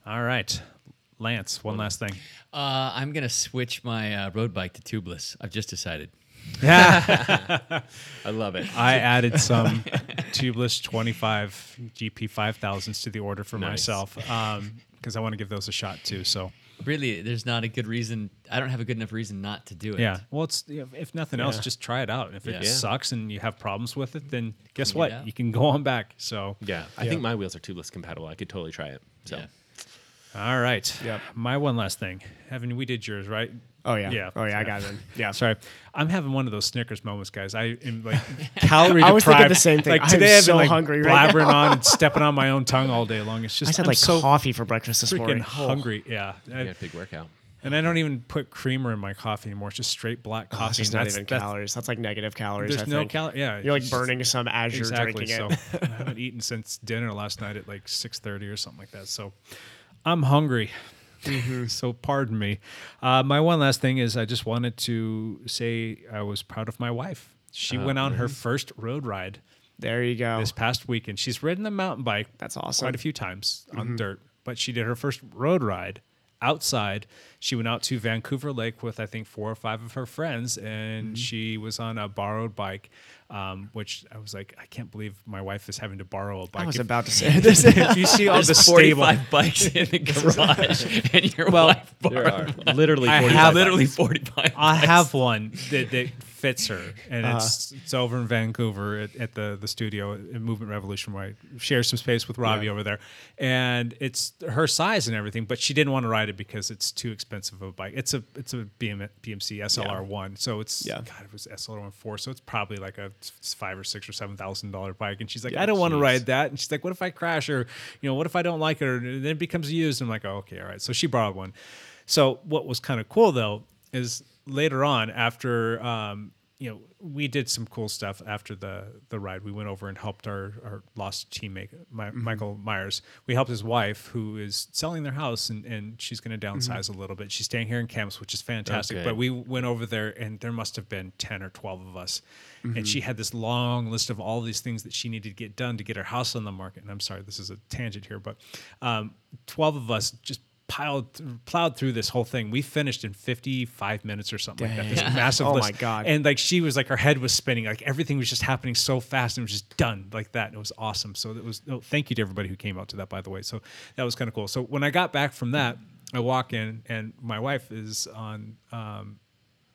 Speaker 6: All right, Lance. One last thing.
Speaker 7: Uh, I'm gonna switch my uh, road bike to tubeless. I've just decided.
Speaker 8: I love it.
Speaker 6: I added some tubeless 25 GP 5000s to the order for myself because I want to give those a shot too. So
Speaker 7: Really, there's not a good reason. I don't have a good enough reason not to do it.
Speaker 6: yeah, well, it's you know, if nothing else, just try it out. And if
Speaker 7: Yeah.
Speaker 6: it
Speaker 7: Yeah.
Speaker 6: sucks and you have problems with it, then guess
Speaker 7: Clean it
Speaker 6: what?
Speaker 7: out.
Speaker 6: You can go on back. So
Speaker 8: yeah. I think my wheels are tubeless compatible. I could totally try it. So
Speaker 7: Yeah.
Speaker 6: all right.
Speaker 9: Yep.
Speaker 6: My one last thing, Evan, we did yours right.
Speaker 9: Oh yeah.
Speaker 6: Yeah.
Speaker 9: Oh yeah. I got it. in. Yeah.
Speaker 6: Sorry, I'm having one of those Snickers moments, guys. I am like calorie deprived.
Speaker 9: I was thinking the same thing.
Speaker 6: Like
Speaker 9: I am
Speaker 6: today, I've
Speaker 9: so
Speaker 6: been like
Speaker 9: hungry right
Speaker 6: blabbering on and stepping on my own tongue all day long. It's just
Speaker 9: I said
Speaker 6: I'm
Speaker 9: like
Speaker 6: so
Speaker 9: coffee for breakfast this
Speaker 6: freaking
Speaker 9: morning.
Speaker 6: hungry. Oh. Yeah.
Speaker 8: yeah,
Speaker 6: I-
Speaker 8: big workout.
Speaker 6: and I don't even put creamer in my coffee anymore. Oh, It's just straight black coffee.
Speaker 9: It's just
Speaker 6: and
Speaker 9: not
Speaker 6: that's-
Speaker 9: even
Speaker 6: that's-
Speaker 9: calories. That's like negative calories.
Speaker 6: There's
Speaker 9: I
Speaker 6: no
Speaker 9: think.
Speaker 6: cal- yeah,
Speaker 9: You're like
Speaker 6: it's just-
Speaker 9: burning some as you're
Speaker 6: Exactly.
Speaker 9: drinking
Speaker 6: So
Speaker 9: it.
Speaker 6: I haven't eaten since dinner last night at like 6:30 or something like that. So I'm hungry.
Speaker 9: Mm-hmm.
Speaker 6: so pardon me. Uh, my one last thing is I just wanted to say I was proud of my wife. She
Speaker 9: Oh,
Speaker 6: went on her first road ride
Speaker 9: There you go.
Speaker 6: this past weekend. She's ridden the mountain bike.
Speaker 9: Oh. That's awesome. Mm-hmm.
Speaker 6: Quite a few times on dirt, but she did her first road ride outside. She went out to Vancouver Lake with I think four or five of her friends, and
Speaker 9: Mm-hmm.
Speaker 6: she was on a borrowed bike, um, which I was like, I can't believe my wife is having to borrow a bike.
Speaker 9: I was
Speaker 6: If-
Speaker 9: about to say this.
Speaker 6: if you see all the
Speaker 7: There's
Speaker 6: stable,
Speaker 7: 45 bikes in the garage, and your wife
Speaker 8: There
Speaker 7: borrowed
Speaker 8: are literally
Speaker 6: I
Speaker 8: 45
Speaker 6: have-
Speaker 7: literally 45.
Speaker 6: I have one that, that fits her, and it's it's over in Vancouver at, at the the studio at Movement Revolution, where I share some space with Robbie over there, and it's her size and everything. But she didn't want to ride it because it's too expensive of a bike. It's a it's a BM, BMC SLR one, so it's
Speaker 9: Yeah.
Speaker 6: God, it was SLR one four, so it's probably like a s- five or six or seven thousand dollar bike. And she's like, I don't want to ride that, and she's like, What if I crash or you know, what if I don't like it, or and then it becomes used? And I'm like, oh, okay, all right. So she borrowed one. So what was kind of cool though is later on after um, you know we did some cool stuff after the the ride. We went over and helped our, our lost teammate my, Michael Myers. We helped his wife who is selling their house and, and she's going to downsize a little bit. She's staying here in camps, which is fantastic.
Speaker 8: Okay.
Speaker 6: But we went over there and there must have been ten or twelve of us,
Speaker 9: Mm-hmm.
Speaker 6: and she had this long list of all these things that she needed to get done to get her house on the market. And I'm sorry, this is a tangent here, but um, twelve of us just piled th- plowed through this whole thing. We finished in 55 minutes or something like that. This massive
Speaker 9: Oh
Speaker 6: list.
Speaker 9: my God.
Speaker 6: And like she was like her head was spinning. Like everything was just happening so fast and it was just done like that. And it was awesome. So it was no thank you to everybody who came out to that by the way. So that was kind of cool. So when I got back from that, I walk in and my wife is on um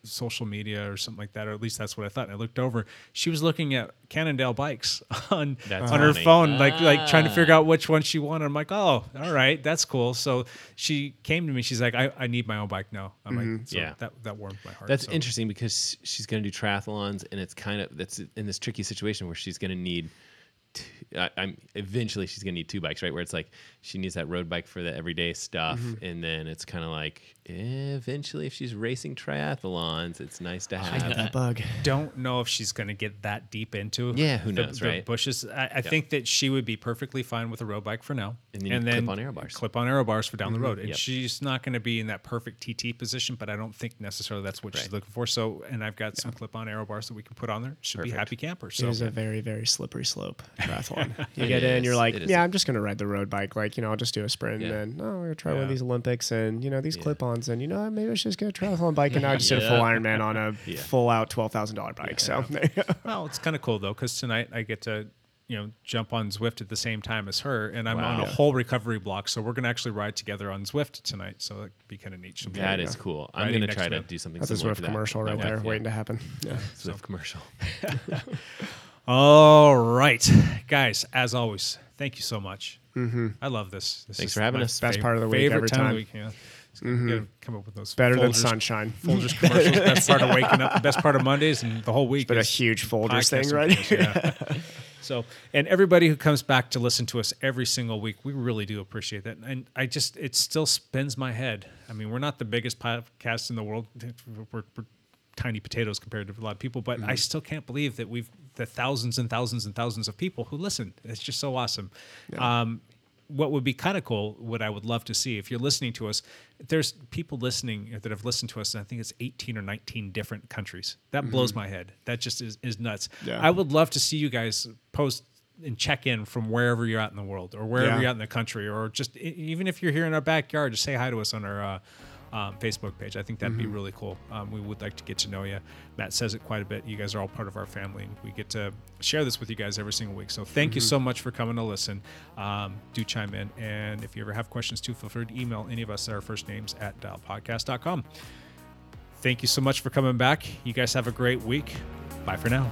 Speaker 6: social media or something like that, or at least that's what I thought. And I looked over, she was looking at Cannondale bikes on
Speaker 8: That's
Speaker 6: on her
Speaker 8: funny.
Speaker 6: phone, like like trying to figure out which one she wanted. I'm like, oh, all right, that's cool. So she came to me, she's like, I, I need my own bike now. I'm like, so
Speaker 8: Mm-hmm. Yeah.
Speaker 6: that that warmed my heart.
Speaker 8: That's
Speaker 6: So-
Speaker 8: interesting because she's going to do triathlons, and it's kind of that's in this tricky situation where she's going to need. Two, I, I'm eventually she's going to need two bikes, right? Where it's like she needs that road bike for the everyday stuff, and then it's kind of like eh, eventually if she's racing triathlons, it's nice to have.
Speaker 9: That bug.
Speaker 6: don't know if she's going to get that deep into
Speaker 8: Yeah, who
Speaker 6: the-
Speaker 8: knows,
Speaker 6: the
Speaker 8: right?
Speaker 6: bushes i, I think that she would be perfectly fine with a road bike for now
Speaker 8: And then you clip on aero bars. Mm-hmm.
Speaker 6: clip on aero bars for down the road and
Speaker 8: Yep.
Speaker 6: she's not going to be in that perfect tt position but i don't think necessarily that's what she's
Speaker 8: Right.
Speaker 6: looking for so and i've got some clip on aero bars that we can put on there should be
Speaker 8: Perfect.
Speaker 6: happy camper
Speaker 9: It
Speaker 6: so
Speaker 9: is a very, very slippery slope triathlon. you
Speaker 8: It
Speaker 9: get in, you're
Speaker 8: is.
Speaker 9: like,
Speaker 8: It is.
Speaker 9: yeah, I'm just gonna ride the road bike. Like, you know, I'll just do a sprint,
Speaker 8: Yeah.
Speaker 9: and then oh, I'm gonna try one of
Speaker 6: Yeah.
Speaker 9: these Olympics, and you know, these clip-ons, and you know, maybe I should just get a triathlon bike, and now I just did a full Ironman on a full-out twelve thousand dollar bike. So there you go.
Speaker 6: well it's kind of cool though because tonight i get to you know jump on Zwift at the same time as her, and I'm on a whole recovery block, so we're gonna actually ride together on Zwift tonight. So that'd be kind of neat. sometime.
Speaker 8: That is cool. I'm
Speaker 6: Riding
Speaker 8: gonna
Speaker 6: next
Speaker 8: try to
Speaker 6: month.
Speaker 8: do something.
Speaker 9: That's a
Speaker 8: similar
Speaker 9: Swift
Speaker 8: for that.
Speaker 9: commercial
Speaker 8: My
Speaker 9: right
Speaker 8: wife,
Speaker 9: there,
Speaker 8: yeah.
Speaker 9: waiting to happen.
Speaker 8: Swift commercial.
Speaker 6: All right, guys. As always, thank you so much. Mm-hmm. I love this. this
Speaker 8: Thanks
Speaker 6: is
Speaker 8: for having
Speaker 6: my
Speaker 8: us.
Speaker 9: Best part of the week
Speaker 6: favorite
Speaker 9: every
Speaker 6: time, Of the
Speaker 9: time. Mm-hmm.
Speaker 6: week, yeah. It's gonna- we gotta Come up with those
Speaker 9: Better than
Speaker 6: Folgers-
Speaker 9: sunshine.
Speaker 6: Folgers commercials. best part of waking up. The best part of Mondays and the whole week.
Speaker 9: But a
Speaker 6: is
Speaker 9: huge Folgers
Speaker 6: podcasting
Speaker 9: thing, right?
Speaker 6: commercials, yeah. So, and everybody who comes back to listen to us every single week, we really do appreciate that. And I just, it still spins my head. I mean, we're not the biggest podcast in the world. We're, we're tiny potatoes compared to a lot of people,
Speaker 9: Mm-hmm.
Speaker 6: but I still can't believe that we've the thousands and thousands and thousands of people who listen. It's just so awesome. Um, what would be kind of cool, what I would love to see, if you're listening to us, there's people listening uh, that have listened to us, and I think it's 18 or 19 different countries. That blows my head. That just is, is nuts.
Speaker 9: Yeah.
Speaker 6: I would love to see you guys post and check in from wherever you're out in the world or wherever
Speaker 9: Yeah.
Speaker 6: you're out in the country, or just e- even if you're here in our backyard, just say hi to us on our. Uh, um, Facebook page. I think that'd be really cool. Um, we would like to get to know you. Matt says it quite a bit. You guys are all part of our family, and we get to share this with you guys every single week. So thank you so much for coming to listen. Um, do chime in, and if you ever have questions too, feel free to email any of us at our first names at dialpodcast.com. Thank you so much for coming back. You guys have a great week. Bye for now.